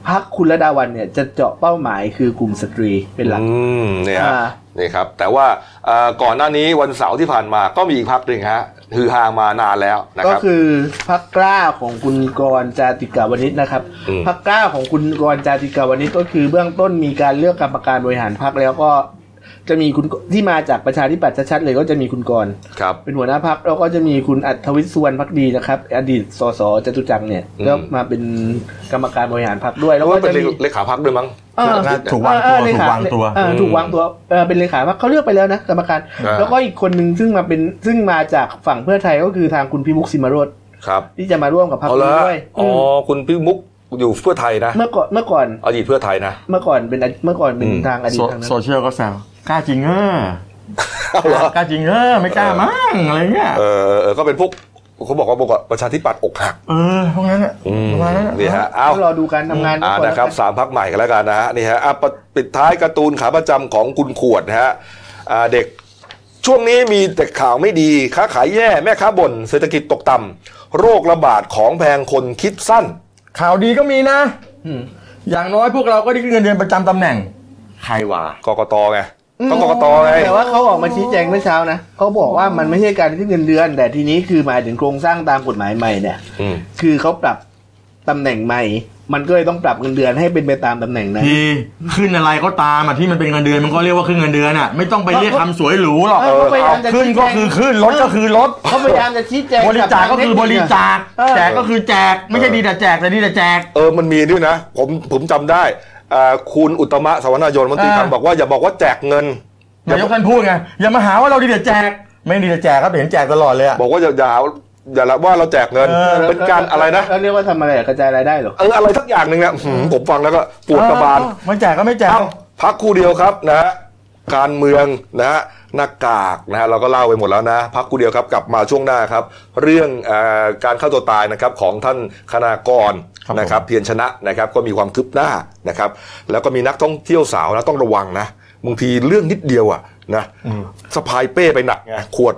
Speaker 3: พักคุณระดาวันเนี่ยจะเจาะเป้าหมายคือกลุ่มสตรีเป็นหลัก
Speaker 1: อืมเนี่ยฮะ
Speaker 3: อ่า
Speaker 1: นี่ครับ แต่ว่าเอ่อก่อนหน้านี้วันเสาร์ที่ผ่านมาก็มีอีกพักหนึ่งฮะฮือฮามานานแล้วนะ
Speaker 3: ก็
Speaker 1: ครับ
Speaker 3: คือพักกล้าของคุณกรณ์จาติกาวนิชนะครับ
Speaker 1: อืม
Speaker 3: พักกล้าของคุณกรณ์จาติกาวนิชก็คือเบื้องต้นมีการเลือกกรรมการบริหารพักแล้วก็จะมีคุณที่มาจากประชาธิปัตย์ชัดๆเลยก็จะมีคุณกรณ์
Speaker 1: ครับ
Speaker 3: เป็นหัวหน้าพักแล้วก็จะมีคุณอัธวิทย์สุวรรณพักดีนะครับ อดีตสสจตุจักรเนี่ย
Speaker 1: อืม
Speaker 3: แล้วมาเป็นกรรมการบริหารพักด้วย
Speaker 1: แล้
Speaker 3: แล้ว ว
Speaker 1: ก็
Speaker 3: ก็
Speaker 1: เป็น
Speaker 3: จะมี
Speaker 1: เลขาพักด้วยมั้ง
Speaker 3: เออ
Speaker 2: น่าถูกวางตัว
Speaker 3: เออเล
Speaker 2: ถู
Speaker 3: ข
Speaker 2: กวางตัว
Speaker 3: เออถูกวางตัวเออเป็นเลขาพักเขาเลือกไปแล้วนะกรรมการ
Speaker 1: อ่า
Speaker 3: แล้วก็อีกคนนึงซึ่งมาเป็นซึ่งมาจากฝั่งเพื่อไทยก็คือทางคุณพิมุกสิมารส
Speaker 1: ครับ
Speaker 3: ที่จะมาร่วมกับพรรค
Speaker 1: เอาละ
Speaker 3: นี้ด้วย
Speaker 1: อ๋อ
Speaker 3: ม
Speaker 1: คุณพี่มุกอยู่เพื่อไทยนะ
Speaker 3: เมื่อก่อนเมื่อก่อน
Speaker 1: อดีตเพื่อไทยนะ
Speaker 3: เมื่อก่อนเป็นเมื่อก่อนเป็น
Speaker 1: อืม
Speaker 3: ทางอดีต
Speaker 2: โซ
Speaker 3: ทางนั้น
Speaker 2: โซเชียลก็แซวกล้าจริงเออ
Speaker 1: เอาเหรอก
Speaker 2: ล้าจริงเออไม่กล้ามั้งอะไรเงี้ย
Speaker 1: เออเออก็เป็นพวกเขาบอกว่าบอกว่าประชาธิปัตย์อกหัก
Speaker 2: เออพวกนั้นอ่ะ
Speaker 1: อืม
Speaker 2: ประมาณนั้นอะ
Speaker 1: นี่ฮะเอา
Speaker 3: ก็รอดูการทำงาน
Speaker 1: อ่า
Speaker 3: ก่อ
Speaker 1: นะครับ
Speaker 3: แล้วกั
Speaker 1: สามพักใหม่กันแล้วกันนะฮะนี่ฮะอ่ะปะปิดท้ายการ์ตูนขาประจำของคุณขวดนะฮะอ่าเด็กช่วงนี้มีแต่ข่าวไม่ดีค้าขายแย่แม่ค้าบ่นเศรษฐกิจตกต่ำโรคระบาดของแพงคนคิดสั้น
Speaker 2: ข่าวดีก็มีนะ
Speaker 3: อืม
Speaker 2: อย่างน้อยพวกเราก็ได้เงินเดือนประจำตำแหน่ง ใครวะ
Speaker 1: กกตไงต้องกกตไง
Speaker 3: แต่ว่าเขาออกมาชี้แจงเมื่อเช้านะเขาบอกว่ามันไม่ใช่การขึ้นเงินเดือน แต่ทีนี้คือหมายถึงโครงสร้างตามกฎหมายใหม่เนี่ย
Speaker 1: อืม
Speaker 3: คือเขาปรับตำแหน่งใหม่ มันก็เลยต้องปรับเงินเดือนให้เป็นไปตามตำแหน่งนั้น
Speaker 2: ทีขึ้นอะไรก็ตามอ่ะที่มันเป็นเงินเดือนมันก็เรียกว่าขึ้นเงินเดือนอ่ะไม่ต้องไปเรียกคำสวยหรูหรอก
Speaker 3: เออเขาพยายามจะ
Speaker 2: ขึ้นก็คือขึ้นลดก็คือลด
Speaker 3: เขาพยายามจะชี้แจง
Speaker 2: บริจาคก็คือบริจาค
Speaker 3: เออ
Speaker 2: แจกก็คือแจก ไม่ใช่ดีแต่แจกแต่ดีแต่แจก
Speaker 1: เออ มันมีด้วยนะ ผมผมจำได้อ่าคุณอุตตมะสวนายนมนตรีคลัง
Speaker 2: อ่า
Speaker 1: บอกว่าอย่าบอกว่าแจกเงิน อน
Speaker 2: ายกท่านพูดไงอย่ามาหาว่าเราดีแต่แจก ไม่ดีแต่แจกครับเห็นแจกตลอดเลยอ่ะ
Speaker 1: บอกว่าอย่าอย่าอย่าละว่าเราแจกเงิน
Speaker 2: เออ
Speaker 1: เป็นการอะไรนะ
Speaker 3: เขาเรียกว่าทำอะไรกระจายรายได้เหรอ
Speaker 1: เออ อะไรทักอย่างหนึ่งเนี่ยหืมผมฟังแล้วก็ปวดกระบาล
Speaker 2: เออไม่แจกก็ไม่แจก
Speaker 1: เอ้าพักครู่เดียวครับนะฮะการเมืองนะฮะหน้ากากนะฮะเราก็เล่าไปหมดแล้วนะ พักครู่เดียวครับกลับมาช่วงหน้าครับ เรื่องเออการเข้าตัวตายนะครับของท่านคณากร
Speaker 2: ครับ
Speaker 1: นะครับ เพียรชนะนะครับก็มีความคืบหน้านะครับ แล้วก็มีนักท่องเที่ยวสาวนะต้องระวังนะบางทีเรื่องนิดเดียวอ่ะนะ
Speaker 2: อืม
Speaker 1: สะพายเป้ไปหนักไงขวด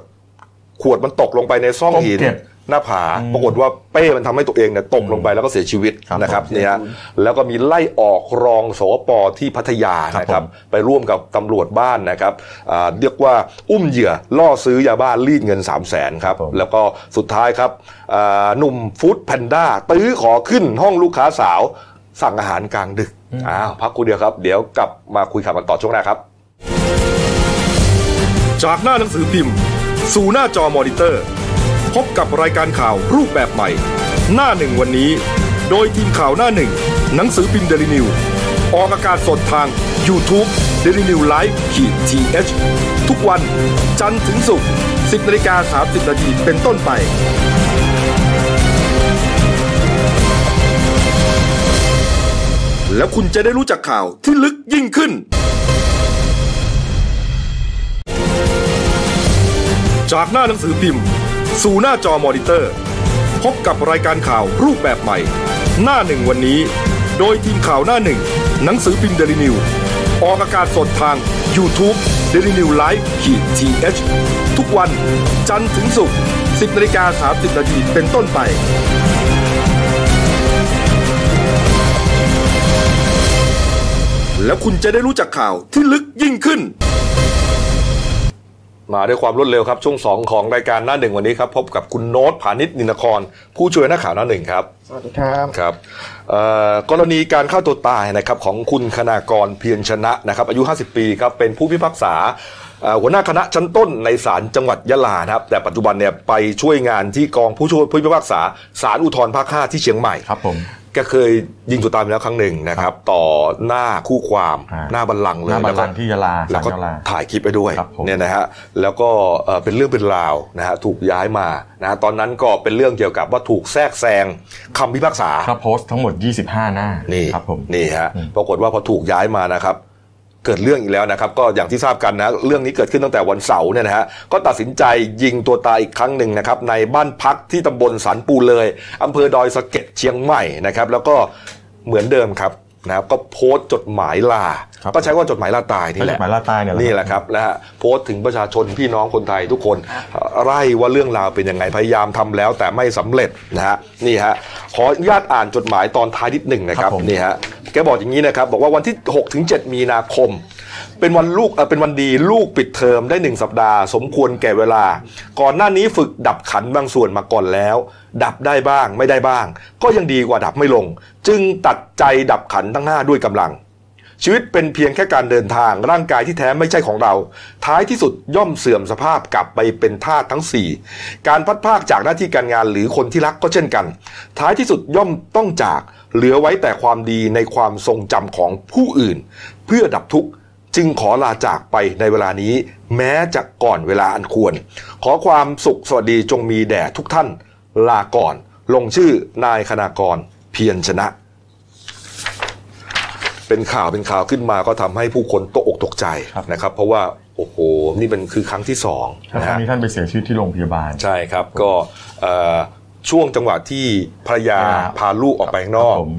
Speaker 1: ขวดมันตกลงไปในซ่อง
Speaker 2: ก้ม
Speaker 1: หิน
Speaker 2: เก็บ
Speaker 1: หน้าผา
Speaker 2: อืม
Speaker 1: ปรากฏว่าเป้มันทำให้ตัวเองเนี่ยตกลงไปแล้วก็เสียชีวิต
Speaker 2: ครับ
Speaker 1: นะครับ
Speaker 2: ผม
Speaker 1: เนี่ยฮะแล้วก็มีไล่ออกรองสวปที่พัทยา
Speaker 2: ครับ
Speaker 1: นะครับ
Speaker 2: ผม
Speaker 1: ไปร่วมกับตำรวจบ้านนะครับอ่าเรียกว่าอุ้มเหยื่อล่อซื้อยาบ้ารีดเงิน 3 0 0แสนครับ แล้วก็สุดท้ายครับอ่าหนุ่มฟู้ดแพนด้าตื้อขอขึ้นห้องลูกค้าสาว สั่งอาหารกลางดึกอ้าวพักครู่เดียวครับ เดี๋ยวกลับมาคุยข่าวกันต่อช่วงหน้าครับ จากหน้าหนังสือพิมพ์ สู่หน้าจอมอนิเตอร์ พบกับรายการข่าวรูปแบบใหม่ หน้าหนึ่งวันนี้ โดยทีมข่าวหน้าหนึ่ง หนังสือพิมพ์เดลิวิวออกอากาศสดทาง y o u t u เดลิวิวไลฟ์ขีดทีเทุกวันจันทร์ถึงศุกร์10นาฬิกา30นาทีเป็นต้นไป แล้วคุณจะได้รู้จักข่าวที่ลึกยิ่งขึ้น จากหน้าหนังสือพิมพ์ สู่หน้าจอมอนิเตอร์ พบกับรายการข่าวรูปแบบใหม่ หน้าหนึ่งวันนี้ โดยทีมข่าวหน้าหนึ่ง หนังสือพิมพ์เดลิวิวออกอากาศสดทาง y o u t u เดลิวิวไลฟ์ขีดทีเทุกวันจันทร์ถึงศุกร์10นาฬิกา30นาทีเป็นต้นไป แล้วคุณจะได้รู้จักข่าวที่ลึกยิ่งขึ้น มาด้วยความรวดเร็วครับ ช่วง 2 ของรายการหน้าหนึ่งวันนี้ครับ พบกับคุณโน้ตผานิชนินคร ผู้ช่วยนักข่าวหน้าหนึ่งครับ
Speaker 3: สวัสดีครับ
Speaker 1: ครับเอ่อกรณีการฆ่าตัวตายนะครับของคุณคณากรเพียรชนะนะครับอายุ 50 ปีครับเป็นผู้พิพากษาเอ่อหัวหน้าคณะชั้นต้นในศาลจังหวัดยะลานะครับแต่ปัจจุบันเนี่ยไปช่วยงานที่กองผู้ช่วยผู้พิพากษาศาลอุทธรภาค 5 ที่เชียงใหม่
Speaker 2: ครับผม
Speaker 1: ก็เคยยิงตัวตายไปแล้วครั้งหนึ่งนะครับ ต่อหน้าคู่ความ
Speaker 2: อ่า
Speaker 1: หน้าบัลลังก์เลย
Speaker 2: หน้าบัลลัง
Speaker 1: แว
Speaker 2: ก์
Speaker 1: ก็
Speaker 2: ที่ยะลา
Speaker 1: แล้วก็
Speaker 2: ศาลยะลา
Speaker 1: ถ่ายคลิปไปด้วย
Speaker 2: ครับผม
Speaker 1: เนี่ยนะฮะแล้วก็เอ่อเป็นเรื่องเป็นราวนะฮะถูกย้ายมานะฮะตอนนั้นก็เป็นเรื่องเกี่ยวกับว่าถูกแทรกแซงคำพิพากษา
Speaker 2: ครับโพสต์ทั้งหมด 25 หน้า
Speaker 1: นี่
Speaker 2: ครับผม
Speaker 1: นี่ฮะ
Speaker 2: อืม
Speaker 1: ปรากฏว่าพอถูกย้ายมานะครับ
Speaker 6: เกิดเรื่องอีกแล้วนะครับ ก็อย่างที่ทราบกันนะ เรื่องนี้เกิดขึ้นตั้งแต่วันเสาร์เนี่ยนะฮะก็ตัดสินใจยิงตัวตายอีกครั้งหนึ่งนะครับ ในบ้านพักที่ตำบลสันปูเลยอำเภอดอยสะเก็ดเชียงใหม่นะครับ แล้วก็เหมือนเดิมครับนะครับก็โพสต์จดหมายลา
Speaker 2: ครับ
Speaker 6: ก็ใช้ว่าจดหมายลาตายนี่แหละ
Speaker 2: หมายล่าตายเนี่ยเหรอ
Speaker 6: นี่แหละครับนะฮะโพสต์ถึงประชาชนพี่น้องคนไทยทุกคนไล่ว่าเรื่องราวเป็นยังไงพยายามทำแล้วแต่ไม่สำเร็จนะฮะนี่ฮะขออนุญาตอ่านจดหมายตอนท้ายนิดหนึ่งนะครับ
Speaker 2: ครับผม
Speaker 6: นี่ฮะแกบอกอย่างนี้นะครับ บอกว่าวันที่6ถึง7มีนาคม เป็นวันลูกเอ่อเป็นวันดีลูกปิดเทอมได้หนึ่งสัปดาห์ สมควรแก่เวลา ก่อนหน้านี้ฝึกดับขันบางส่วนมาก่อนแล้ว ดับได้บ้างไม่ได้บ้าง ก็ยังดีกว่าดับไม่ลง จึงตัดใจดับขันทั้งห้าด้วยกำลัง ชีวิตเป็นเพียงแค่การเดินทางร่างกายที่แท้ไม่ใช่ของเรา ท้ายที่สุดย่อมเสื่อมสภาพกลับไปเป็นทาสทั้ง 4 การพัดพรากจากหน้าที่การงานหรือคนที่รักก็เช่นกัน ท้ายที่สุดย่อมต้องจากเหลือไว้แต่ความดีในความทรงจำของผู้อื่น เพื่อดับทุกข์ จึงขอลาจากไปในเวลานี้ แม้จะก่อนเวลาอันควร ขอความสุขสวัสดีจงมีแด่ทุกท่าน ลาก่อน ลงชื่อนายคณากรเพียรชนะ เป็นข่าวเป็นข่าวขึ้นมาก็ทำให้ผู้คนตกอกตกใจ
Speaker 2: ครับ
Speaker 6: นะครับ เพราะว่าโอ้โหนี่เป็นคือครั้งที่สอง
Speaker 2: แล้ว
Speaker 6: นะ
Speaker 2: ครั้ง
Speaker 6: ฮะ
Speaker 2: นี้ท่านไปเสียชีวิตที่โรงพยาบาล
Speaker 6: ใช่ครับก็เอ่อช่วงจังหวะที่ภรรยา
Speaker 2: ครับ
Speaker 6: พาลูกออกไปข้างนอ
Speaker 2: ค
Speaker 6: ก
Speaker 2: รับผม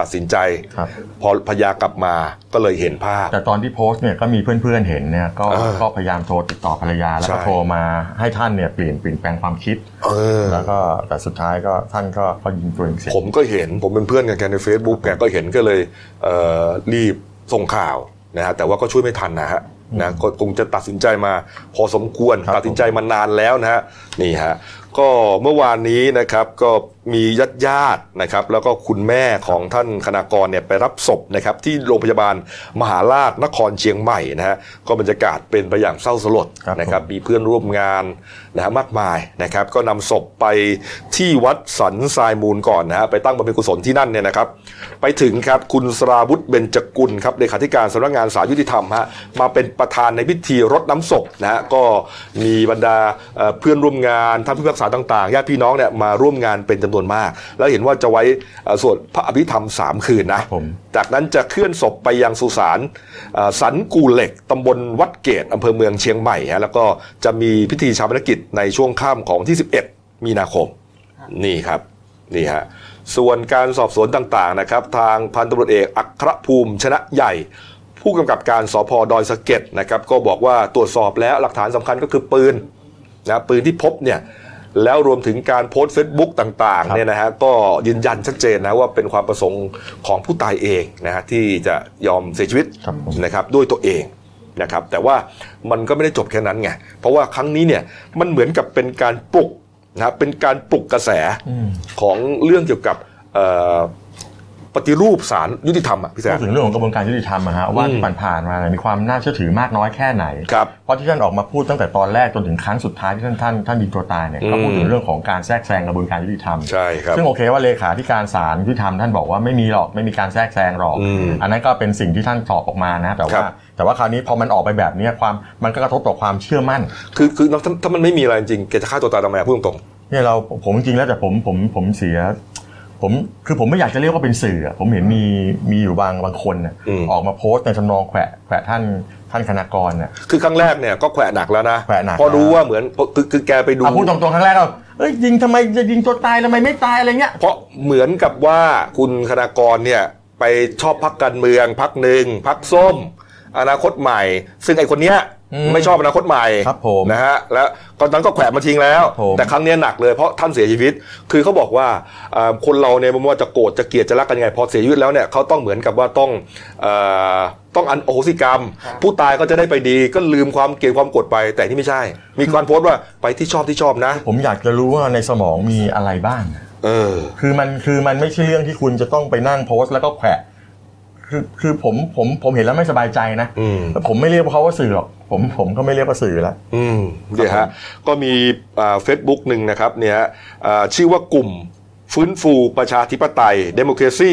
Speaker 6: ตัดสินใจ
Speaker 2: ครับ
Speaker 6: พอภรรยากลับมาก็เลยเห็นภาพ
Speaker 2: แต่ตอนที่โพสต์เนี่ยก็มีเพื่อนๆเห็นเนี่ยก็
Speaker 6: เออ
Speaker 2: ก็พยายามโทรติดต่อภรรยา แล้วก็
Speaker 6: ใช่
Speaker 2: โทรมาให้ท่านเนี่ยเปลี่ยนเปลี่ยนแปลงความคิด
Speaker 6: เออ
Speaker 2: แล้วก็แต่สุดท้ายก็ท่านก็ก็ยิงตัวเองเสีย
Speaker 6: ผมก็เห็นผมเป็นเพื่อนกันแกใน Facebook แกก็เห็นก็เลยเอ่อรีบส่งข่าวนะฮะแต่ว่าก็ช่วยไม่ทันนะฮะนะก็คงจะตัดสินใจมาพอสมควร
Speaker 2: ครับ
Speaker 6: ตัดสินใจมานานแล้วนะฮะนี่ฮะก็เมื่อวานนี้นะครับก็มีญาติญาติๆนะครับแล้วก็คุณแม่ของท่านคณากรเนี่ยไปรับศพนะครับที่โรงพยาบาลมหาราชนครเชียงใหม่นะฮะก็บรรยากาศเป็นไปอย่างเศร้าสลด
Speaker 2: ครับ
Speaker 6: นะครับ
Speaker 2: ผม
Speaker 6: มีเพื่อนร่วมงานนะฮะมากมายนะครับ ก็นำศพไปที่วัดสันทรายมูลก่อนนะฮะ ไปตั้งบำเพ็ญกุศลที่นั่นเนี่ยนะครับ ไปถึงครับคุณสราวุธเบญจกุลครับเลขาธิการสำนักงานสาลยุติธรรมฮะ มาเป็นประธานในพิธีรดน้ำศพนะฮะ ก็มีบรรดาเอ่อเพื่อนร่วมงานท่านผู้พิพากษาต่างๆญาติพี่น้องเนี่ยมาร่วมงานเป็นจำนวนมาก แล้วเห็นว่าจะไว้เอ่อสวดพระอภิธรรมสามคืน
Speaker 2: ค
Speaker 6: นะ
Speaker 2: รับผม
Speaker 6: จากนั้นจะเคลื่อนศพไปยังสุสานเอ่อสันกูเหล็กตำบลวัดเกตอำเภอเมืองเชียงใหม่ฮะแล้วก็จะมีพิธีชาปนกิจในช่วงค่ำของวันที่ 11 มีนาคม นี่ครับนี่ฮะส่วนการสอบสวนต่างๆนะครับ ทางพันตำรวจเอกอัครภูมิชนะใหญ่ ผู้กำกับการสพดอยสะเก็ดนะครับก็บอกว่าตรวจสอบแล้วหลักฐานสำคัญก็คือปืน นะปืนที่พบเนี่ยแล้วรวมถึงการโพสต์เฟซบุ๊กต่าง
Speaker 2: ครั
Speaker 6: ๆ
Speaker 2: บ
Speaker 6: เนี่ยนะฮะก็ยืนยันชัดเจนนะว่าเป็นความประสงค์ของผู้ตายเองนะฮะที่จะยอมเสียชีวิต
Speaker 2: ครับผม
Speaker 6: นะครับด้วยตัวเองนะครับแต่ว่ามันก็ไม่ได้จบแค่นั้นไงเพราะว่าครั้งนี้เนี่ยมันเหมือนกับเป็นการปลุกนะฮะเป็นการปลุกกระแส
Speaker 2: อืม
Speaker 6: ของเรื่องเกี่ยวกับเอ่อปฏิรูปศาลยุติธรรมอ่ะพี่แซ
Speaker 2: พู
Speaker 6: ม
Speaker 2: ดถึงเรื่องของกระบวนการยุติธรรมอะฮะว่าที่ผ่านๆมาเนี่ยมีความน่าเชื่อถือมากน้อยแค่ไหน
Speaker 6: ครับ
Speaker 2: เพราะที่ท่านออกมาพูดตั้งแต่ตอนแรกจนถึงครั้งสุดท้ายที่ท่านท่านท่านยิงตัวตายเนี่ยก็พูดถึงเรื่องของการแทรกแซงกระบวนการยุติธรรม
Speaker 6: ใช่ครับ
Speaker 2: ซึ่งโอเคว่าเลขาธิการศาลยุติธรรมท่านบอกว่าไม่มีหรอกไม่มีการแทรกแซงหรอก
Speaker 6: อืม
Speaker 2: นนั้นก็เป็นสิ่งที่ท่านตอบออกมานะแต่
Speaker 6: ครั
Speaker 2: ว่า
Speaker 6: บ
Speaker 2: แต่ว่าคราวนี้พอมันออกไปแบบนี้ความมันก็กระทบต่อความเชื่อมั่น
Speaker 6: คือคือถ้าถ้ามันไม่มีอะไรจริงแกจะฆ่าตัวตายทำไมอะพูดตรง
Speaker 2: เนี่ยเราผมจริงแล้วแต่ผมผมผมเสีย ผมคือผมไม่อยากจะเรียกว่าเป็นสื่ออะผมเห็นมีมีอยู่บางบางคนน่ะ
Speaker 6: อืม
Speaker 2: ออกมาโพสต์ในทำนองแขวะแขวะท่านท่านคณากรน่ะ
Speaker 6: ๆคือครั้งแรกเนี่ยก็แขวะหนักแล้วนะ
Speaker 2: แขวะหนัก
Speaker 6: พอรู้ว่าเหมือนคือคือแกไปดู
Speaker 2: เอาพูดตรงๆครั้งแรกเราเอ้ยยิงทำไมจะยิงตัวตายทำไมไม่ตายอะไรเงี้ย
Speaker 6: เพราะเหมือนกับว่าคุณคณากรเนี่ยไปชอบพักการเมืองพักหนึ่งพักส้ม อนาคตใหม่ ซึ่งไอคนเนี้ย
Speaker 2: อืม
Speaker 6: ไม่ชอบอนาคตใหม่
Speaker 2: ครับผม
Speaker 6: นะฮะแล้วตอนนั้นก็แขวะมาทิ้งแล้ว
Speaker 2: ครับผม
Speaker 6: แต่ครั้งเนี้ยหนักเลยเพราะท่านเสียชีวิต คือเขาบอกว่าเอ่อคนเราเนี่ยไม่ว่าจะโกรธจะเกลียดจะรักกันยังไง พอเสียชีวิตแล้วเนี่ยเขาต้องเหมือนกับว่าต้องเอ่อต้องอันโอโหสิกรรม ผู้ตายก็จะได้ไปดีก็ลืมความเกลียดความโกรธไป แต่นี่ไม่ใช่ มีการโพสต์ว่าไปที่ชอบที่ชอบนะ
Speaker 2: ผมอยากจะรู้ว่าในสมองมีอะไรบ้าง
Speaker 6: เออ
Speaker 2: คือมันคือมันไม่ใช่เรื่องที่คุณจะต้องไปนั่งโพสต์แล้วก็แขวะคือคือผมผมผมเห็นแล้วไม่สบายใจนะ
Speaker 6: อืม
Speaker 2: แล้วผมไม่เรียกว่าเขาว่าสื่อหรอกผมผมก็ไม่เรียกว่าสื่อแล้ว
Speaker 6: อืมเดี๋ยวฮะ ก็มีเฟซบุ๊กหนึ่งนะครับเนี่ยฮะอ่าชื่อว่ากลุ่มฟื้นฟูประชาธิปไตย Democracy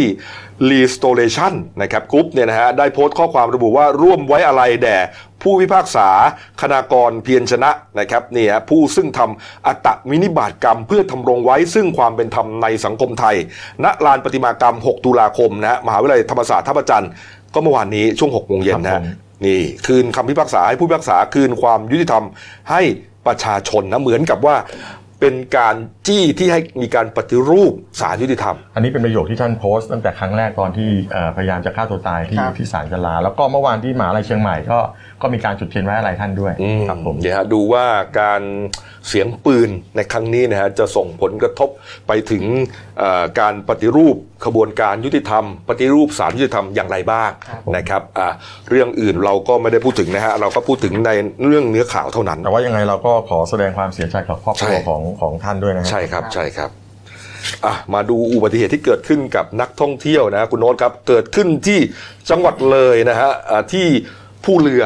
Speaker 6: Restoration นะครับกรุ๊ปเนี่ยนะฮะได้โพสต์ข้อความระบุว่าร่วมไว้อะไรแด่ ผู้พิพากษาคณากรเพียรชนะนะครับเนี่ยฮะผู้ซึ่งทำอัตมินิบาตกรรม เพื่อทำรงไว้ซึ่งความเป็นธรรมในสังคมไทย ณลานประติมากรรม 6 ตุลาคมนะฮะมหาวิทยาลัยธรรมศาสตร์ท่าประจันทร์ก็เมื่อวานนี้ช่วง6โมงเย็นนะ
Speaker 2: ครั
Speaker 6: ฮะ
Speaker 2: บผม
Speaker 1: นี่คืนคำพิพากษาให้ผู้พิพากษาคืนความยุติธรรมให้ประชาชนนะเหมือนกับว่า เป็นการจี้ที่ให้มีการปฏิรูปศาลยุติธรรม
Speaker 2: อันนี้เป็นประโยคที่ท่านโพสต์ตั้งแต่ครั้งแรกตอนที่เอ่อพยายามจะฆ่าตัวตายที่
Speaker 3: ครับ
Speaker 2: ที่ศาลกลา แล้วก็เมื่อวานที่มหาลัยเชียงใหม่ก็ก็มีการจุดเทียนไว้อะไรท่านด้วย
Speaker 1: อืม
Speaker 2: ครับผม
Speaker 1: เนี่ยฮะดูว่าการเสียงปืนในครั้งนี้นะฮะจะส่งผลกระทบไปถึงเอ่อการปฏิรูปขบวนการยุติธรรม ปฏิรูปศาลยุติธรรมอย่างไรบ้าง
Speaker 3: ครับ
Speaker 1: นะครับอ่ะเรื่องอื่นเราก็ไม่ได้พูดถึงนะฮะเราก็พูดถึงในเรื่องเนื้อข่าวเท่านั้น
Speaker 2: แต่ว่ายังไงเราก็ขอแสดงความเสียใจกับครอบครัว
Speaker 1: ใช่
Speaker 2: ของของท่านด้วยนะฮะ
Speaker 1: ใช่ครับใช่ครับอ่ะมาดูอุบัติเหตุที่เกิดขึ้นกับนักท่องเที่ยวนะคุณโน้ตครับเกิดขึ้นที่จังหวัดเลยนะฮะอ่าที่ผู้เรือ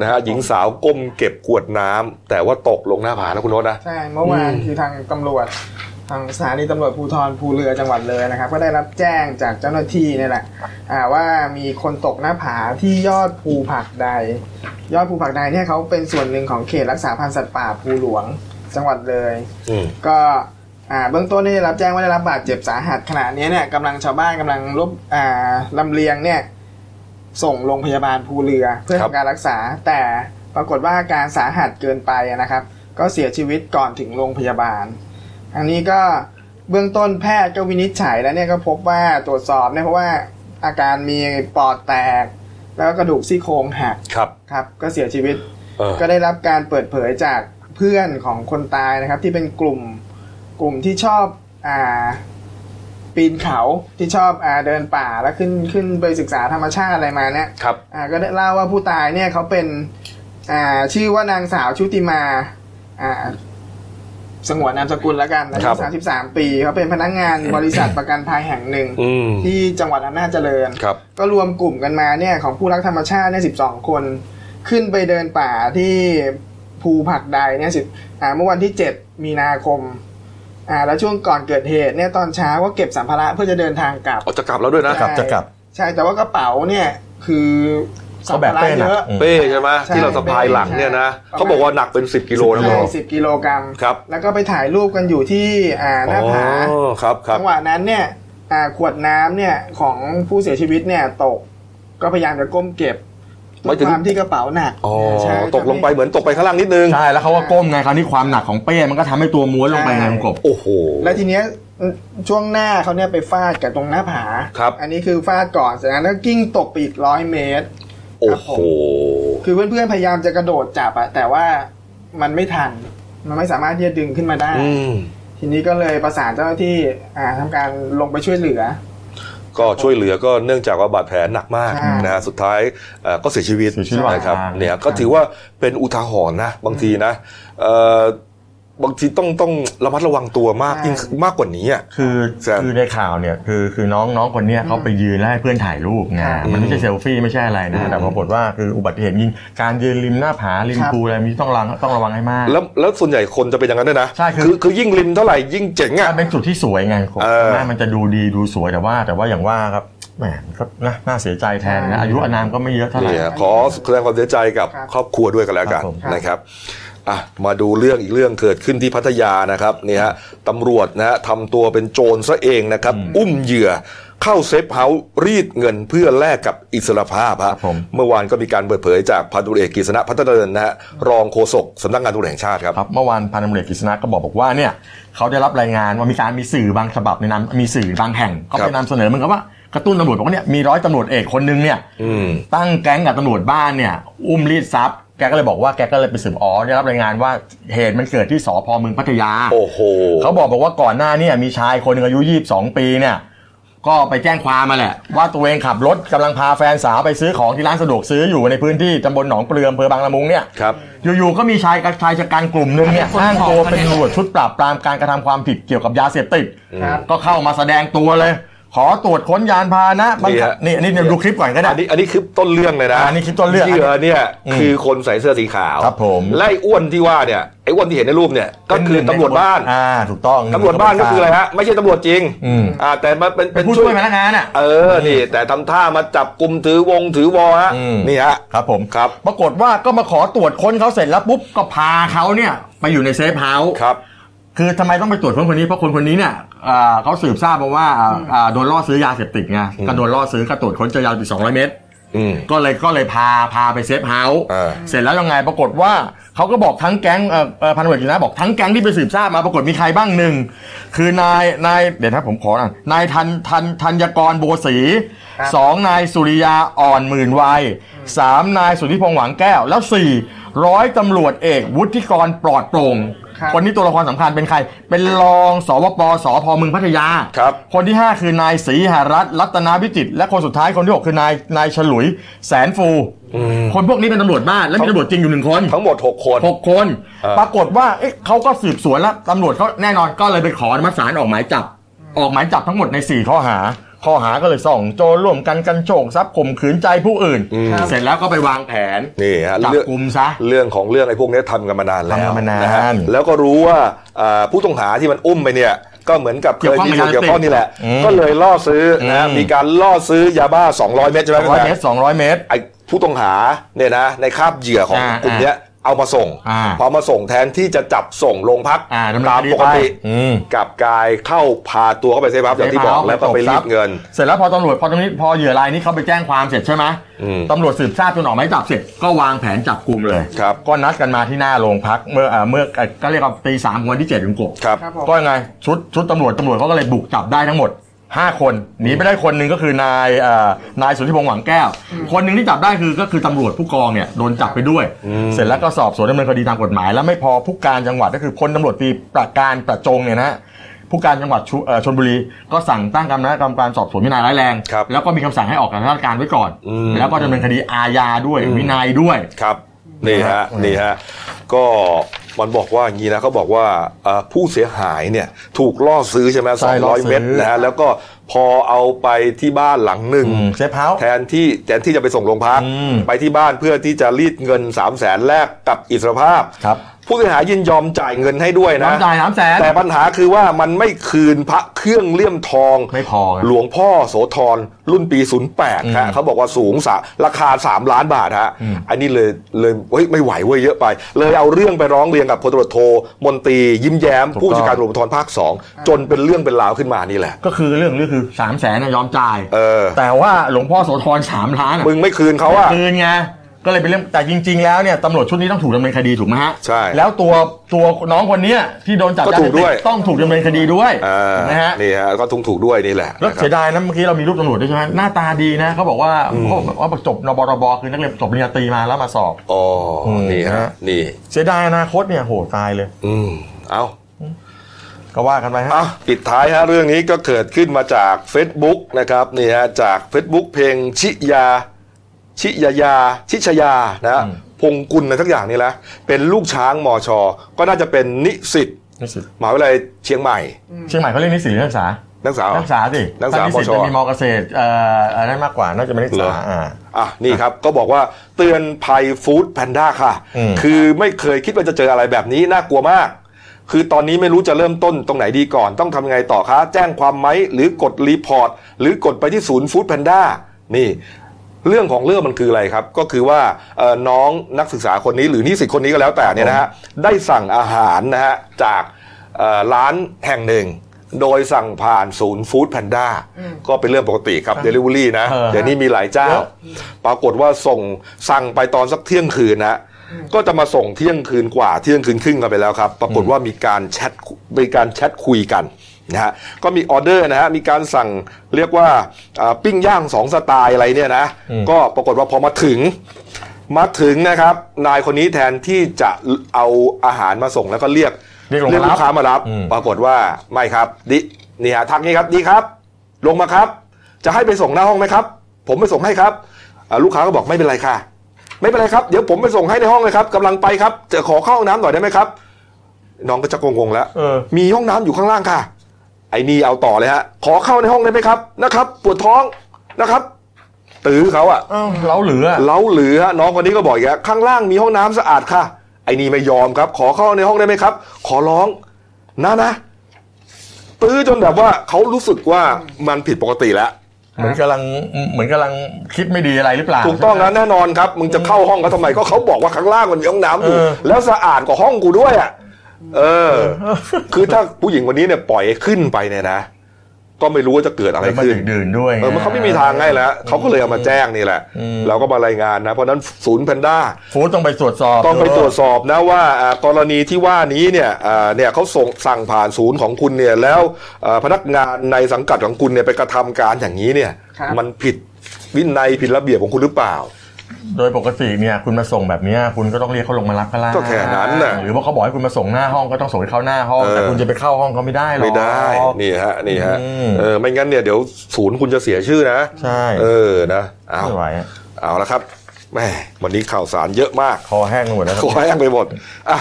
Speaker 1: นะฮะหญิงสาวก้มเก็บขวดน้ำแต่ว่าตกลงหน้าผานะคุณโน้ตนะ
Speaker 7: ใช่ เมื่อวานคือทางตำรวจ ทางสถานีตำรวจภูธรภูเรือจังหวัดเลยนะครับ ก็ได้รับแจ้งจากเจ้าหน้าที่เนี่ยแหละอ่าว่ามีคนตกหน้าผาที่ยอดภูผักใด ยอดภูผักใดเนี่ยเขาเป็นส่วนหนึ่งของเขตรักษาพันธุ์สัตว์ป่าภูหลวงจังหวัดเลย
Speaker 1: อืม
Speaker 7: ก็อ่าเบื้องต้นได้รับแจ้งว่าได้รับบาดเจ็บสาหัสขณะนี้เนี่ยกำลังชาวบ้านกำลังรบอ่าลำเลียงเนี่ยส่งโรงพยาบาลภูเรือเพื่อ
Speaker 1: ครับ
Speaker 7: ทำการรักษา แต่ปรากฏว่าอาการสาหัสเกินไปนะครับ ก็เสียชีวิตก่อนถึงโรงพยาบาล อันนี้ก็เบื้องต้นแพทย์ก็วินิจฉัยแล้วเนี่ยก็พบว่าตรวจสอบเนี่ยเพราะว่าอาการมีปอดแตก แล้วก็กระดูกซี่โครงหัก
Speaker 1: ครับ
Speaker 7: ครับก็เสียชีวิต
Speaker 1: เออ
Speaker 7: ก็ได้รับการเปิดเผยจากเพื่อนของคนตายนะครับ ที่เป็นกลุ่มกลุ่มที่ชอบอ่าปีนเขาที่ชอบอาเดินป่าแล้วขึ้นขึ้นไปศึกษาธรรมชาติอะไรมาเนี่ย
Speaker 1: ครับ
Speaker 7: อ่าก็ได้เล่าว่าผู้ตายเนี่ยเขาเป็นอ่าชื่อว่านางสาวชุติมาอ่าสงวนนามสกุลแล้วกันอา
Speaker 1: ค
Speaker 7: ยุ
Speaker 1: รับ
Speaker 7: สามสิบสามปีเขาเป็นพนัก งานบริษัทประกันภัยแห่งหนึ่ง
Speaker 1: อืม
Speaker 7: ที่จังหวัดอำนาจเจริญ
Speaker 1: ครับ
Speaker 7: ก็รวมกลุ่มกันมาเนี่ยของผู้รักธรรมชาติเนี่ยสิบสองคน ขึ้นไปเดินป่าที่ภูผักใดเนี่ยสิอ่าเมื่อวันที่เจ็ดมีนาคมอ่าแล้วช่วงก่อนเกิดเหตุเนี่ยตอนเช้าก็เก็บสัมภาระเพื่อจะเดินทางกลับ
Speaker 1: ออกจะกลับแล้วด้วยนะ
Speaker 2: กลับจะกลับ
Speaker 7: ใช่แต่ว่ากระเป๋าเนี่ยคือสั
Speaker 2: ก็
Speaker 7: ม
Speaker 2: แบบ
Speaker 7: ภาระ
Speaker 2: เป้ห
Speaker 7: เย
Speaker 2: นัก
Speaker 7: อะ
Speaker 2: อืม
Speaker 1: เป้ใช่ไหม
Speaker 7: ใช่
Speaker 1: ที่เราสะพายหลังเนี่ยนะ
Speaker 7: ใช่
Speaker 1: เขาบอกว่าหนักเป็น 10 กิโลนะ
Speaker 7: ใช่
Speaker 1: ครับ
Speaker 7: สิบกิโลกรัม
Speaker 1: ครับ
Speaker 7: แล้วก็ไปถ่ายรูปกันอยู่ที่อ่าห
Speaker 1: อ๋
Speaker 7: น้าผา
Speaker 1: อครับครับ
Speaker 7: จังหวะนั้นเนี่ยอ่าขวดน้ำเนี่ยของผู้เสียชีวิตเนี่ยตกก็พยายามจะก้มเก็บด้วยความที่กระเป๋าหนัก
Speaker 1: อ๋อ
Speaker 7: ใช่
Speaker 1: ตกลงไปเหมือนตกไปข้างล่างนิดนึง
Speaker 2: ใช่แล้วเขาก็ก้มไงคราวนี้ความหนักของเป้มันก็ทำให้ตัวม้วนลงไปไงคุณกบ
Speaker 1: โอ้โห
Speaker 7: แล้วทีเนี้ยช่วงหน้าเขาเนี่ยไปฟาดกับตรงหน้าผา
Speaker 1: ครับ
Speaker 7: อันนี้คือฟาดก่อนเสร็จแล้วก็กิ้งตกไปอีกร้อยเมตร
Speaker 1: โอ้โห
Speaker 7: คือเพื่อนๆพยายามจะกระโดดจับอะแต่ว่ามันไม่ทัน มันไม่สามารถที่จะดึงขึ้นมาได้
Speaker 1: อืม
Speaker 7: ทีนี้ก็เลยประสานเจ้าหน้าที่อ่าทำการลงไปช่วยเหลือ
Speaker 1: ก็ช่วยเหลือก็เนื่องจากว่าบาดแผลหนักมาก
Speaker 7: ใช่
Speaker 1: นะฮะสุดท้ายเอ่อก็เสียชีวิต
Speaker 2: เสียชีวิตระหว่าง
Speaker 1: นะครับ
Speaker 2: ทาง
Speaker 1: เนี่ยก็ถือว่าเป็นอุทาหรณ์นะ บางทีนะเอ่อบางทีต้องต้องระมัดระวังตัวมากยิ่งมากกว่านี้อะ
Speaker 2: คือ
Speaker 1: ใช่
Speaker 2: คือในข่าวเนี่ยคือคือน้องน้องคนเนี้ยเขาไปยืนแล้วให้เพื่อนถ่ายรูปไง
Speaker 7: ครับ
Speaker 2: มันไม่ใช่เซลฟี่ไม่ใช่อะไร
Speaker 1: อืม
Speaker 2: นะแต่ปรากฏว่าคืออุบัติเหตุยิงการยืนริมหน้าผาริมภูอะไรมีต้องระวังต้องระวังให้มาก
Speaker 1: แล้วแล้วส่วนใหญ่คนจะเป็นอย่างนั้นด้วยนะ
Speaker 2: ใช่คื
Speaker 1: คื
Speaker 2: อ
Speaker 1: อคือยิ่งริมเท่าไหร่ยิ่งเจ๋งอ่ะ
Speaker 2: มันเป็นจุดที่สวยไงครับ
Speaker 1: เออ
Speaker 2: หน้ามันจะดูดีดูสวยแต่ว่า แต่ว่าอย่างว่าครับแหมมันก็นะน่าเสียใจแทนนะอายุอานามก็ไม่เยอะเท่าไหร่
Speaker 1: เนี่ยขอแสดงความเสียใจกับ
Speaker 7: ครับ
Speaker 1: ครอบครัวด้วยกันแล้วกัน
Speaker 2: ครับผม
Speaker 1: นะครับอ่ะมาดูเรื่องอีกเรื่องเกิดขึ้นที่พัทยานะครับนี่ฮะตำรวจนะฮะทำตัวเป็นโจรซะเองนะครับ อุ้มเหยื่อเข้าเซฟเฮาส์รีดเงินเพื่อแลกกับอิสรภาพฮะเมื่อวานก็มีการเปิดเผยจากพันตุเอกกฤษณะพัฒนาเดินนะฮะรองโฆษกสำนักงานตุลาแห่งชาติครับ
Speaker 2: ครับเมื่อวานพันตำรวจเอกกฤษณะก็บอกบอกว่าเนี่ยเขาได้รับรายงานว่ามีการมีสื่อบางฉบับในนำมีสื่อบางแห่งเขา
Speaker 1: ครั
Speaker 2: ไป
Speaker 1: บ
Speaker 2: นำเสนอเหมึงกับว่ากระตุ้นตำรวจบอกว่าเนี่ยมีร้อยตำรวจเอกคนนึงเนี่ย
Speaker 1: อืม
Speaker 2: ตั้งแก๊งกับตำรวจบ้านเนี่ยอุ้มรีดทรัพย์แกก็เลยบอกว่าแกก็เลยไปสืบอ๋อได้รับรายงานว่าเหตุมันเกิดที่สพเมืองพัทยา
Speaker 1: โอ้โห
Speaker 2: เขาบอกบอกว่าก่อนหน้าเนี่ยมีชายคนหนึ่งอายุ 22 ปีเนี่ยก็ไปแจ้งความมาแหละ ว่าตัวเองขับรถกำลังพาแฟนสาวไปซื้อของที่ร้านสะดวกซื้ออยู่ในพื้นที่ตำบลหนองเปลือมอำเภอบางละมุงเนี่ย
Speaker 1: ครับ
Speaker 2: อยู่ๆก็มีชายกชายชะกันกลุ่มหนึงเนี่ยอ้างตัวเป็นตำรวจชุดปราบปรามการกระทำความผิดเกี่ยวกับยาเสพติด
Speaker 7: ครับ
Speaker 2: ก็เข้ามาแสดงตัวเลย ขอตรวจค้นยานพาหนะบังคับนี่อันนี้เดี๋ยวดูคลิปก่อนก็ได้
Speaker 1: อันนี้อันนี้คือต้นเรื่องเลยนะ
Speaker 2: อ่าอันนี้คือต้นเรื่อง
Speaker 1: เหยื่อเนี่ย
Speaker 2: อืม
Speaker 1: คือคนใส่เสื้อสีขาว
Speaker 2: ครับผม
Speaker 1: และไอ้อ้วนที่ว่าเนี่ยไอ้อ้วนที่เห็นในรูปเนี่ยก็คือตำรวจบ้าน
Speaker 2: อ่าถูกต้อง
Speaker 1: ตำรวจบ้านก็คืออะไรฮะ ไม่ใช่ตำรวจจริง
Speaker 2: อืม
Speaker 1: อ่าแต่มาเป็น
Speaker 2: เป็นผู้ช่วยพนักงานอ่ะ
Speaker 1: เออนี่ แต่ทำท่ามาจับกลุ่มถือวงถือวอฮะ
Speaker 2: อืม
Speaker 1: นี่ฮะ
Speaker 2: ครับผม
Speaker 1: ครับ
Speaker 2: ปรากฏว่าก็มาขอตรวจค้นเขาเสร็จแล้วปุ๊บก็พาเขาเนี่ยไปอยู่ในเซฟเฮาส์
Speaker 1: ครับ
Speaker 2: คือทำไมต้องไปตรวจค้นคนนี้เพราะคนคนนี้เนี่ยอ่าเขาสืบทราบมาว่าอ่าอ่าโดนล่อซื้อยาเสพติดไงก็โดนล่อซื้อก็ตรวจค้นเจอยาติด200 เมตร
Speaker 1: อืม
Speaker 2: ก็เลยก็เลยพาพาไปเซฟเฮาส์
Speaker 1: อ่า
Speaker 2: เสร็จแล้วยังไงปรากฏว่าเขาก็บอกทั้งแก๊งเอ่อเอ่อพันตำรวจกินะบอกทั้งแก๊งที่ไปสืบทราบมาปรากฏมีใครบ้างหนึ่งคือนายนายเดี๋ยวนะผมขออ่านนายทันทันธัญกรโบสี
Speaker 7: ครับ
Speaker 2: สองนายสุริยาอ่อนหมื่นวัยสามนายสุทธิพงษ์หวังแก้ว แล้วสี่ร้อยตำรวจเอกวุฒิกรปลอดโปร่ง
Speaker 7: ครับ
Speaker 2: คนนี้ตัวละครสำคัญเป็นใคร เป็นรองสวปสพเมืองพัทยา
Speaker 1: ครับ
Speaker 2: คนที่ 5 คือนายศรีหรัตน์รัตนาวิจิตรและคนสุดท้ายคนที่ 6 คือนายนายฉลุย แสนฟู คนพวกนี้เป็นตำรวจบ้านและมีตำรวจจริงอยู่หนึ่งคน
Speaker 1: ทั้งหมด 6 คน
Speaker 2: หกคน
Speaker 1: เออ
Speaker 2: ปรากฏว่าเอ๊ะเขาก็สืบสวนแล้วตำรวจเขาแน่นอนก็เลยไปขออนุมัติศาลออกหมายจับ ออกหมายจับทั้งหมดใน 4 ข้อหา ข้อหาก็เลยส่องโจรร่วมกันกันโชคทรัพย์ข่มขืนใจผู้อื่น เสร็จแล้วก็ไปวางแผน
Speaker 1: นี่ฮะ
Speaker 2: จับ
Speaker 1: เรื่อง
Speaker 2: กลุ่มซะ
Speaker 1: เรื่องของเรื่องไอ้พวกเนี้ยทำกันมานานแล้ว
Speaker 2: ทำกันมานาน
Speaker 1: ฮแล้วก็รู้ว่าอ่าผู้ต้องหาที่มันอุ้มไปเนี่ยก็เหมือนกับเคยมีส่วน
Speaker 2: เกี่
Speaker 1: เกี่
Speaker 2: ย
Speaker 1: ยว ว
Speaker 2: ข้
Speaker 1: ข้
Speaker 2: อ
Speaker 1: อง ง
Speaker 2: กับยาเสพติด
Speaker 1: นี่แหละ
Speaker 2: อืม
Speaker 1: ก็เลยล่อซื้อนะฮะ
Speaker 2: อืม
Speaker 1: มีการล่อซื้อยาบ้า 200 เม็ดใช่ไหม
Speaker 2: ร้อยเมตรสองร้อยเมตร
Speaker 1: ไอ้ผู้ต้องหาเนี่ยนะในคราบเหยื่อของ
Speaker 2: อ่าก
Speaker 1: ลุ่มเนี้ยเอามาส่ง
Speaker 2: อ่า
Speaker 1: พอมาส่งแทนที่จะจับส่งโรงพัก
Speaker 2: อ่าดำเนิน
Speaker 1: ตาม
Speaker 2: คดี
Speaker 1: ปกติ
Speaker 2: ไปอืม
Speaker 1: กลับกลายเข้าพาตัวเข้าไปเซฟครับอย่างที่บอกแล้วก็ไปรีดเงิน
Speaker 2: เสร็จแล้วพอตำรวจพอตรงนี้พอเหยื่อรายนี้เขาไปแจ้งความเสร็จใช่ไหม
Speaker 1: อืม
Speaker 2: ตำรวจสืบทราบจนออกหมายจับเสร็จก็วางแผนจับกลุ่มเลย
Speaker 1: ครับ
Speaker 2: ก็นัดกันมาที่หน้าโรงพักเมื่อเอ่อเมื่อเอ่อก็เรียกว่าตีสามของวันที่เจ็ดถึงกบ
Speaker 1: ครับ
Speaker 7: ครับผม
Speaker 2: ก็ยังไงชุดชุดตำรวจตำรวจเขาก็เลยบุกจับได้ทั้งหมด 5 คนหนีไปได้คนหนึ่งก็คือนายเอ่อนายสุทธิพงษ์หวังแก้ว คนหนึ่งที่จับได้คือก็คือตำรวจผู้กองเนี่ยโดนจับไปด้วย เสร็จแล้วก็สอบสวนดำเนินคดีตามกฎหมาย แล้วไม่พอผู้การจังหวัดก็คือพลตำรวจตรีประการประจงเนี่ยนะฮะ ผู้การจังหวัดชุเอ่อชนบุรีก็สั่งตั้งคณะกรรมการสอบสวนวินัยร้ายแรง
Speaker 1: ครับ
Speaker 2: แล้วก็มีคำสั่งให้ออกจากราชการไว้ก่อน
Speaker 1: อืม
Speaker 2: แล้วก็ดำเนินคดีอาญาด้วยวินัยด้วย
Speaker 1: ครับนี่ฮะนี่ฮะก็มันบอกว่าอย่างนี้นะเขาบอกว่าเอ่อผู้เสียหายเนี่ยถูกล่อซื้อใช่ไหม
Speaker 2: ใช่
Speaker 1: สอง
Speaker 2: ล่
Speaker 1: ร้
Speaker 2: อ
Speaker 1: อย
Speaker 2: ซื้อ
Speaker 1: เม็ดนะฮะแล้วก็พอเอาไปที่บ้านหลังหนึ่ง
Speaker 2: เซฟเฮาส์
Speaker 1: แทนที่แทนที่จะไปส่งโรงพัก
Speaker 2: อืม
Speaker 1: ไปที่บ้านเพื่อที่จะรีดเงิน3 0 0แสนแลกกับอิสรภาพ
Speaker 2: ครับ
Speaker 1: ผู้เสียหายยินยอมจ่ายเงินให้ด้วยนะ
Speaker 2: น้ำจ่ายน้ำแสน
Speaker 1: แต่ปัญหาคือว่ามันไม่คืนพระเครื่องเลี่ยมทอง
Speaker 2: ไม่พอครับ
Speaker 1: หลวงพ่อโสธรรุ่นปี 08ฮะเขาบอกว่าสูงสะราคา 3 ล้านบาทฮะ
Speaker 2: อืม
Speaker 1: อันนี้เลยเลยเฮ้ยไม่ไหวเว้ยเยอะไป เลยเอาเรื่องไปร้องเรียนกับพลตำรวจโทมนตรียิ้มแย้ม ผู้จัดการตำรวจภูธรภาค 2 จนเป็นเรื่องเป็นราวขึ้นมานี่แหละ
Speaker 2: ก็คือเรื่องเรื่องคือสามแสนยอมจ่าย
Speaker 1: เออ
Speaker 2: แต่ว่าหลวงพ่อโสธรสามล้านอะ
Speaker 1: มึงไม่คืนเขาอะ
Speaker 2: คืนไงก็เลยเป็นเรื่องแต่จริง ๆ แล้วเนี่ยตำรวจชุดนี้ต้องถูกดำเนินคดีถูกไหมฮะ
Speaker 1: ใช่
Speaker 2: แล้วตัวตัวน้องคนเนี้ยที่โดนจับ
Speaker 1: ก็ถูก
Speaker 2: าเสพติ
Speaker 1: ด้วย
Speaker 2: ต้องถูกดำเนินคดีด้วย
Speaker 1: อ่า
Speaker 2: ถูกไหมฮะ
Speaker 1: นี่ฮะก็ทุงถูกด้วยนี่แหละ
Speaker 2: แล้ว
Speaker 1: นะครับ
Speaker 2: เสียดายนะเมื่อกี้เรามีรูปตำรวจด้วยใช่ไหมหน้าตาดีนะเขาบอกว่าเขาบอกว่าจบนบรบคือนักเรียนจบปริญญาตรีมาแล้วมาสอบ
Speaker 1: อ๋ออ
Speaker 2: ม
Speaker 1: นี่
Speaker 2: นะ
Speaker 1: ฮะ
Speaker 2: ฮะ
Speaker 1: นี่
Speaker 2: เสียดายอนาคตเนี่ยโหตายเลย
Speaker 1: อืมเอา
Speaker 2: ก็ว่ากันไปฮะ
Speaker 1: เอาปิดท้ายฮะเรื่องนี้ก็เกิดขึ้นมาจาก Facebook นะครับนี่ฮะจาก Facebook เพลงชิยา ชิยายา ชิชยานะฮะ
Speaker 2: อืม
Speaker 1: พงกุลอะไรทักอย่างนี่แหละเป็นลูกช้างมอชอก็น่าจะเป็นนิสิต
Speaker 2: นิสิต
Speaker 1: มหาวิทยาลัยเชียงใหม่
Speaker 2: เชียงใหม่เขาเรียกนิสิตหรือนักศึกษา
Speaker 1: นักศึกษาเหรอ
Speaker 2: นักศึกษาสิ
Speaker 1: นักศึกษา
Speaker 2: ถ้นิ
Speaker 1: ม
Speaker 2: สิต
Speaker 1: ช
Speaker 2: จะมีมอเกษตรเอ่ออันนั้นมากกว่าน่าจะเป็นนักศึก
Speaker 1: เหร
Speaker 2: ษา
Speaker 1: ออ่
Speaker 2: อ่า
Speaker 1: อ่ะนี่ครับก็บอกว่าเตือนภัยฟู้ดแพนด้าค่ะ
Speaker 2: อืม
Speaker 1: คือไม่เคยคิดว่าจะเจออะไรแบบนี้น่ากลัวมาก คือตอนนี้ไม่รู้จะเริ่มต้นตรงไหนดีก่อน ต้องทำยังไงต่อคะ แจ้งความไหมหรือกดรีพอร์ต หรือกดไปที่ศูนย์ฟู้ดแพนด้านี่ เรื่องของเรื่องมันคืออะไรครับ ก็คือว่าเอ่อน้องนักศึกษาคนนี้หรือนิสิตคนนี้ก็แล้วแต่เนี่ยนะฮะได้สั่งอาหารนะฮะจากเอ่อร้านแห่งหนึ่ง โดยสั่งผ่านศูนย์ฟู้ดแพนด้าก็เป็นเรื่องปกติครับเดลิเวอรี่นะ
Speaker 2: เออ
Speaker 1: เดี๋ยวนี้มีหลายเจ้า ปรากฏว่าส่งสั่งไปตอนสักเที่ยงคืนนะก็จะมาส่งเที่ยงคืนกว่าเที่ยงคืนครึ่งกันไปแล้วครับ ปรากฏว่ามีการแชทมีการแชทคุยกันนะฮะก็มีออเดอร์นะฮะมีการสั่งเรียกว่าอ่าปิ้งย่างสองสไตล์อะไรเนี่ยนะก็ปรากฏว่าพอมาถึง มาถึงนะครับ นายคนนี้แทนที่จะเอาอาหารมาส่งแล้วก็เรียก
Speaker 2: เรียกลงมา
Speaker 1: ลู
Speaker 2: รับ
Speaker 1: กค้ามารับ
Speaker 2: อืม
Speaker 1: ปรากฏว่าไม่ครับดินี่ฮะทักนี้ครับดีครับ ลงมาครับ จะให้ไปส่งหน้าห้องไหมครับ ผมไปส่งให้ครับอ่าลูกค้าก็บอกไม่เป็นไรค่ะ ไม่เป็นไรครับเดี๋ยวผมไปส่งให้ในห้องเลยครับกำลังไปครับจะขอเข้าห้องน้ำหน่อยได้ไหมครับ น้องก็จะงงๆแล้ว
Speaker 2: เออ
Speaker 1: มีห้องน้ำอยู่ข้างล่างค่ะ ไอ้นี่เอาต่อเลยฮะขอเข้าในห้องได้ไหมครับนะครับ ปวดท้องนะครับ ตื้อเขาอะ
Speaker 2: เอ้าเราเหลือ
Speaker 1: เล้าเหลือน้องคนนี้ก็บอกอีกฮะข้างล่างมีห้องน้ำสะอาดค่ะ ไอ้นี่ไม่ยอมครับ ขอเข้าในห้องได้ไหมครับ ขอร้องนะนะตื้อจนแบบว่าเขารู้สึกว่ามันผิดปกติแล้ว
Speaker 2: เหมือนกำลังเหมือนกำลังคิดไม่ดีอะไรหรือเปล่า
Speaker 1: ถูกต้องนะแน่นอนครับ มึงจะเข้าห้องเขาทำไมก็เขาบอกว่าข้างล่างมันมีห้องน้ำอยู่
Speaker 2: เออ
Speaker 1: แล้วสะอาดกว่าห้องกูด้วยอ่ะเออ คือถ้าผู้หญิงคนนี้เนี่ยปล่อยให้ขึ้นไปเนี่ยนะ ก็ไม่รู้ว่าจะเกิดอะไร
Speaker 2: แล้วมัน
Speaker 1: ขึ้น
Speaker 2: ดื่นๆด้วย
Speaker 1: เออมันเขาไม่มีทางให้แล้วเขาก็เลยเอามาแจ้งนี่แหละ
Speaker 2: อืม
Speaker 1: เราก็มารายงานนะ เพราะฉะนั้นศูนย์แพนด้า
Speaker 2: ฟู้ดต้องไปตรวจสอบ
Speaker 1: ต้องไปตรวจสอบนะว่าอ่ากรณีที่ว่านี้เนี่ยอ่าเนี่ยเขาส่งสั่งผ่านศูนย์ของคุณเนี่ยแล้วอ่าพนักงานในสังกัดของคุณเนี่ยไปกระทำการอย่างนี้เนี่ย
Speaker 7: ครับ
Speaker 1: มันผิดวินัยผิดระเบียบของคุณหรือเปล่า
Speaker 2: โดยปกติเนี่ยคุณมาส่งแบบเนี้ยคุณก็ต้องเรียกเขาลงมารับก็ล่ะ
Speaker 1: ก็แค่นั้นน่ะ
Speaker 2: หรือว่าเขาบอกให้คุณมาส่งหน้าห้องก็ต้องส่งให้เขาหน้าห้อง
Speaker 1: เออ
Speaker 2: แต่คุณจะไปเข้าห้องเขาไม่ได้หรอก
Speaker 1: ไม่ได้นี่ฮะนี่ฮะ
Speaker 2: อืม
Speaker 1: เออไม่งั้นเนี่ยเดี๋ยวศูนย์คุณจะเสียชื่อนะ
Speaker 2: ใช่
Speaker 1: เออนะเอา
Speaker 2: ไม่ไหวอะ
Speaker 1: เอาละครับแหม่วันนี้ข่าวสารเยอะมาก
Speaker 2: คอแห้งไปหมดแล้วครับ
Speaker 1: ขอแห้งไปหมด อ่ะ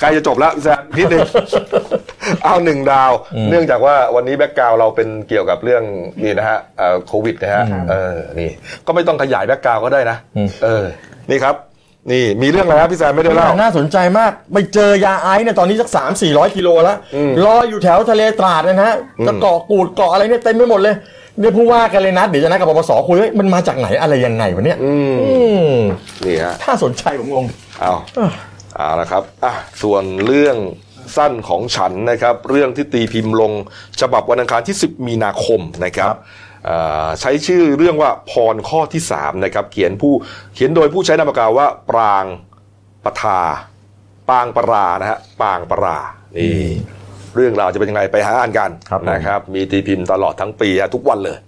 Speaker 1: ใกล้จะจบแล้วพี่แซมนิด นึง เอาหนึ่งดาว
Speaker 2: อืม
Speaker 1: เนื่องจากว่าวันนี้แบ็กกราวเราเป็นเกี่ยวกับเรื่องนี่นะฮะเอ่อโควิดนะฮะ
Speaker 2: อืม
Speaker 1: เออ นี่ ก็ไม่ต้องขยายแบ็กกราวก็ได้นะ
Speaker 2: อืม
Speaker 1: เออ นี่ครับ นี่มีเรื่องอะไรครับพี่แซมไม่ได้เล่า
Speaker 2: น่าสนใจมากไปเจอยาไอซ์เนี่ยตอนนี้สักสามสี่ร้อยกิโลแล้ว
Speaker 1: อืม
Speaker 2: ลอยอยู่แถวทะเลตราดเนยนะฮะ
Speaker 1: อืม
Speaker 2: ตะเกาะกูดเกาะอะไรเนี่ยเต็มไปหมดเลยเนี่ยผู้ว่ากันเลยนัดเดี๋ยวจะนัดกับปปสคุยเฮ้ยมันมาจากไหนอะไรยังไงวะเนี่ย
Speaker 1: อืม
Speaker 2: อืม
Speaker 1: นี่ฮะ
Speaker 2: ถ้าสนใจผมงง
Speaker 1: เอา
Speaker 2: เอ้อ
Speaker 1: เอาละครับอ่ะส่วนเรื่องสั้นของฉันนะครับ เรื่องที่ตีพิมพ์ลงฉบับวันอังคารที่ 10 มีนาคมนะครับเอ่อใช้ชื่อเรื่องว่าพรข้อที่ 3 นะครับ เขียนผู้เขียนโดยผู้ใช้นามปากกาว่าปรางประทา ปางปรานะฮะปางปรานี่เรื่องราวจะเป็นยังไงไปหาอ่านกัน
Speaker 2: ครับผม
Speaker 1: นะครับ มีตีพิมพ์ตลอดทั้งปีอะทุกวันเลย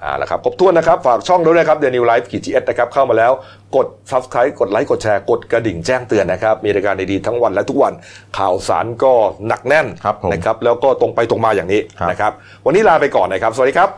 Speaker 1: เอาละครับครบถ้วนนะครับ ฝากช่องด้วยนะครับเดนิวไลฟ์กีจีเอสนะครับ เข้ามาแล้วกด subscribe กดไลค์กดแชร์กดกระดิ่งแจ้งเตือนนะครับ มีรายการดีๆทั้งวันและทุกวันข่าวสารก็หนักแน่น
Speaker 2: ครับผม
Speaker 1: นะครับ แล้วก็ตรงไปตรงมาอย่างนี้
Speaker 2: ครับ
Speaker 1: นะครับ วันนี้ลาไปก่อนนะครับ สวัสดีครับ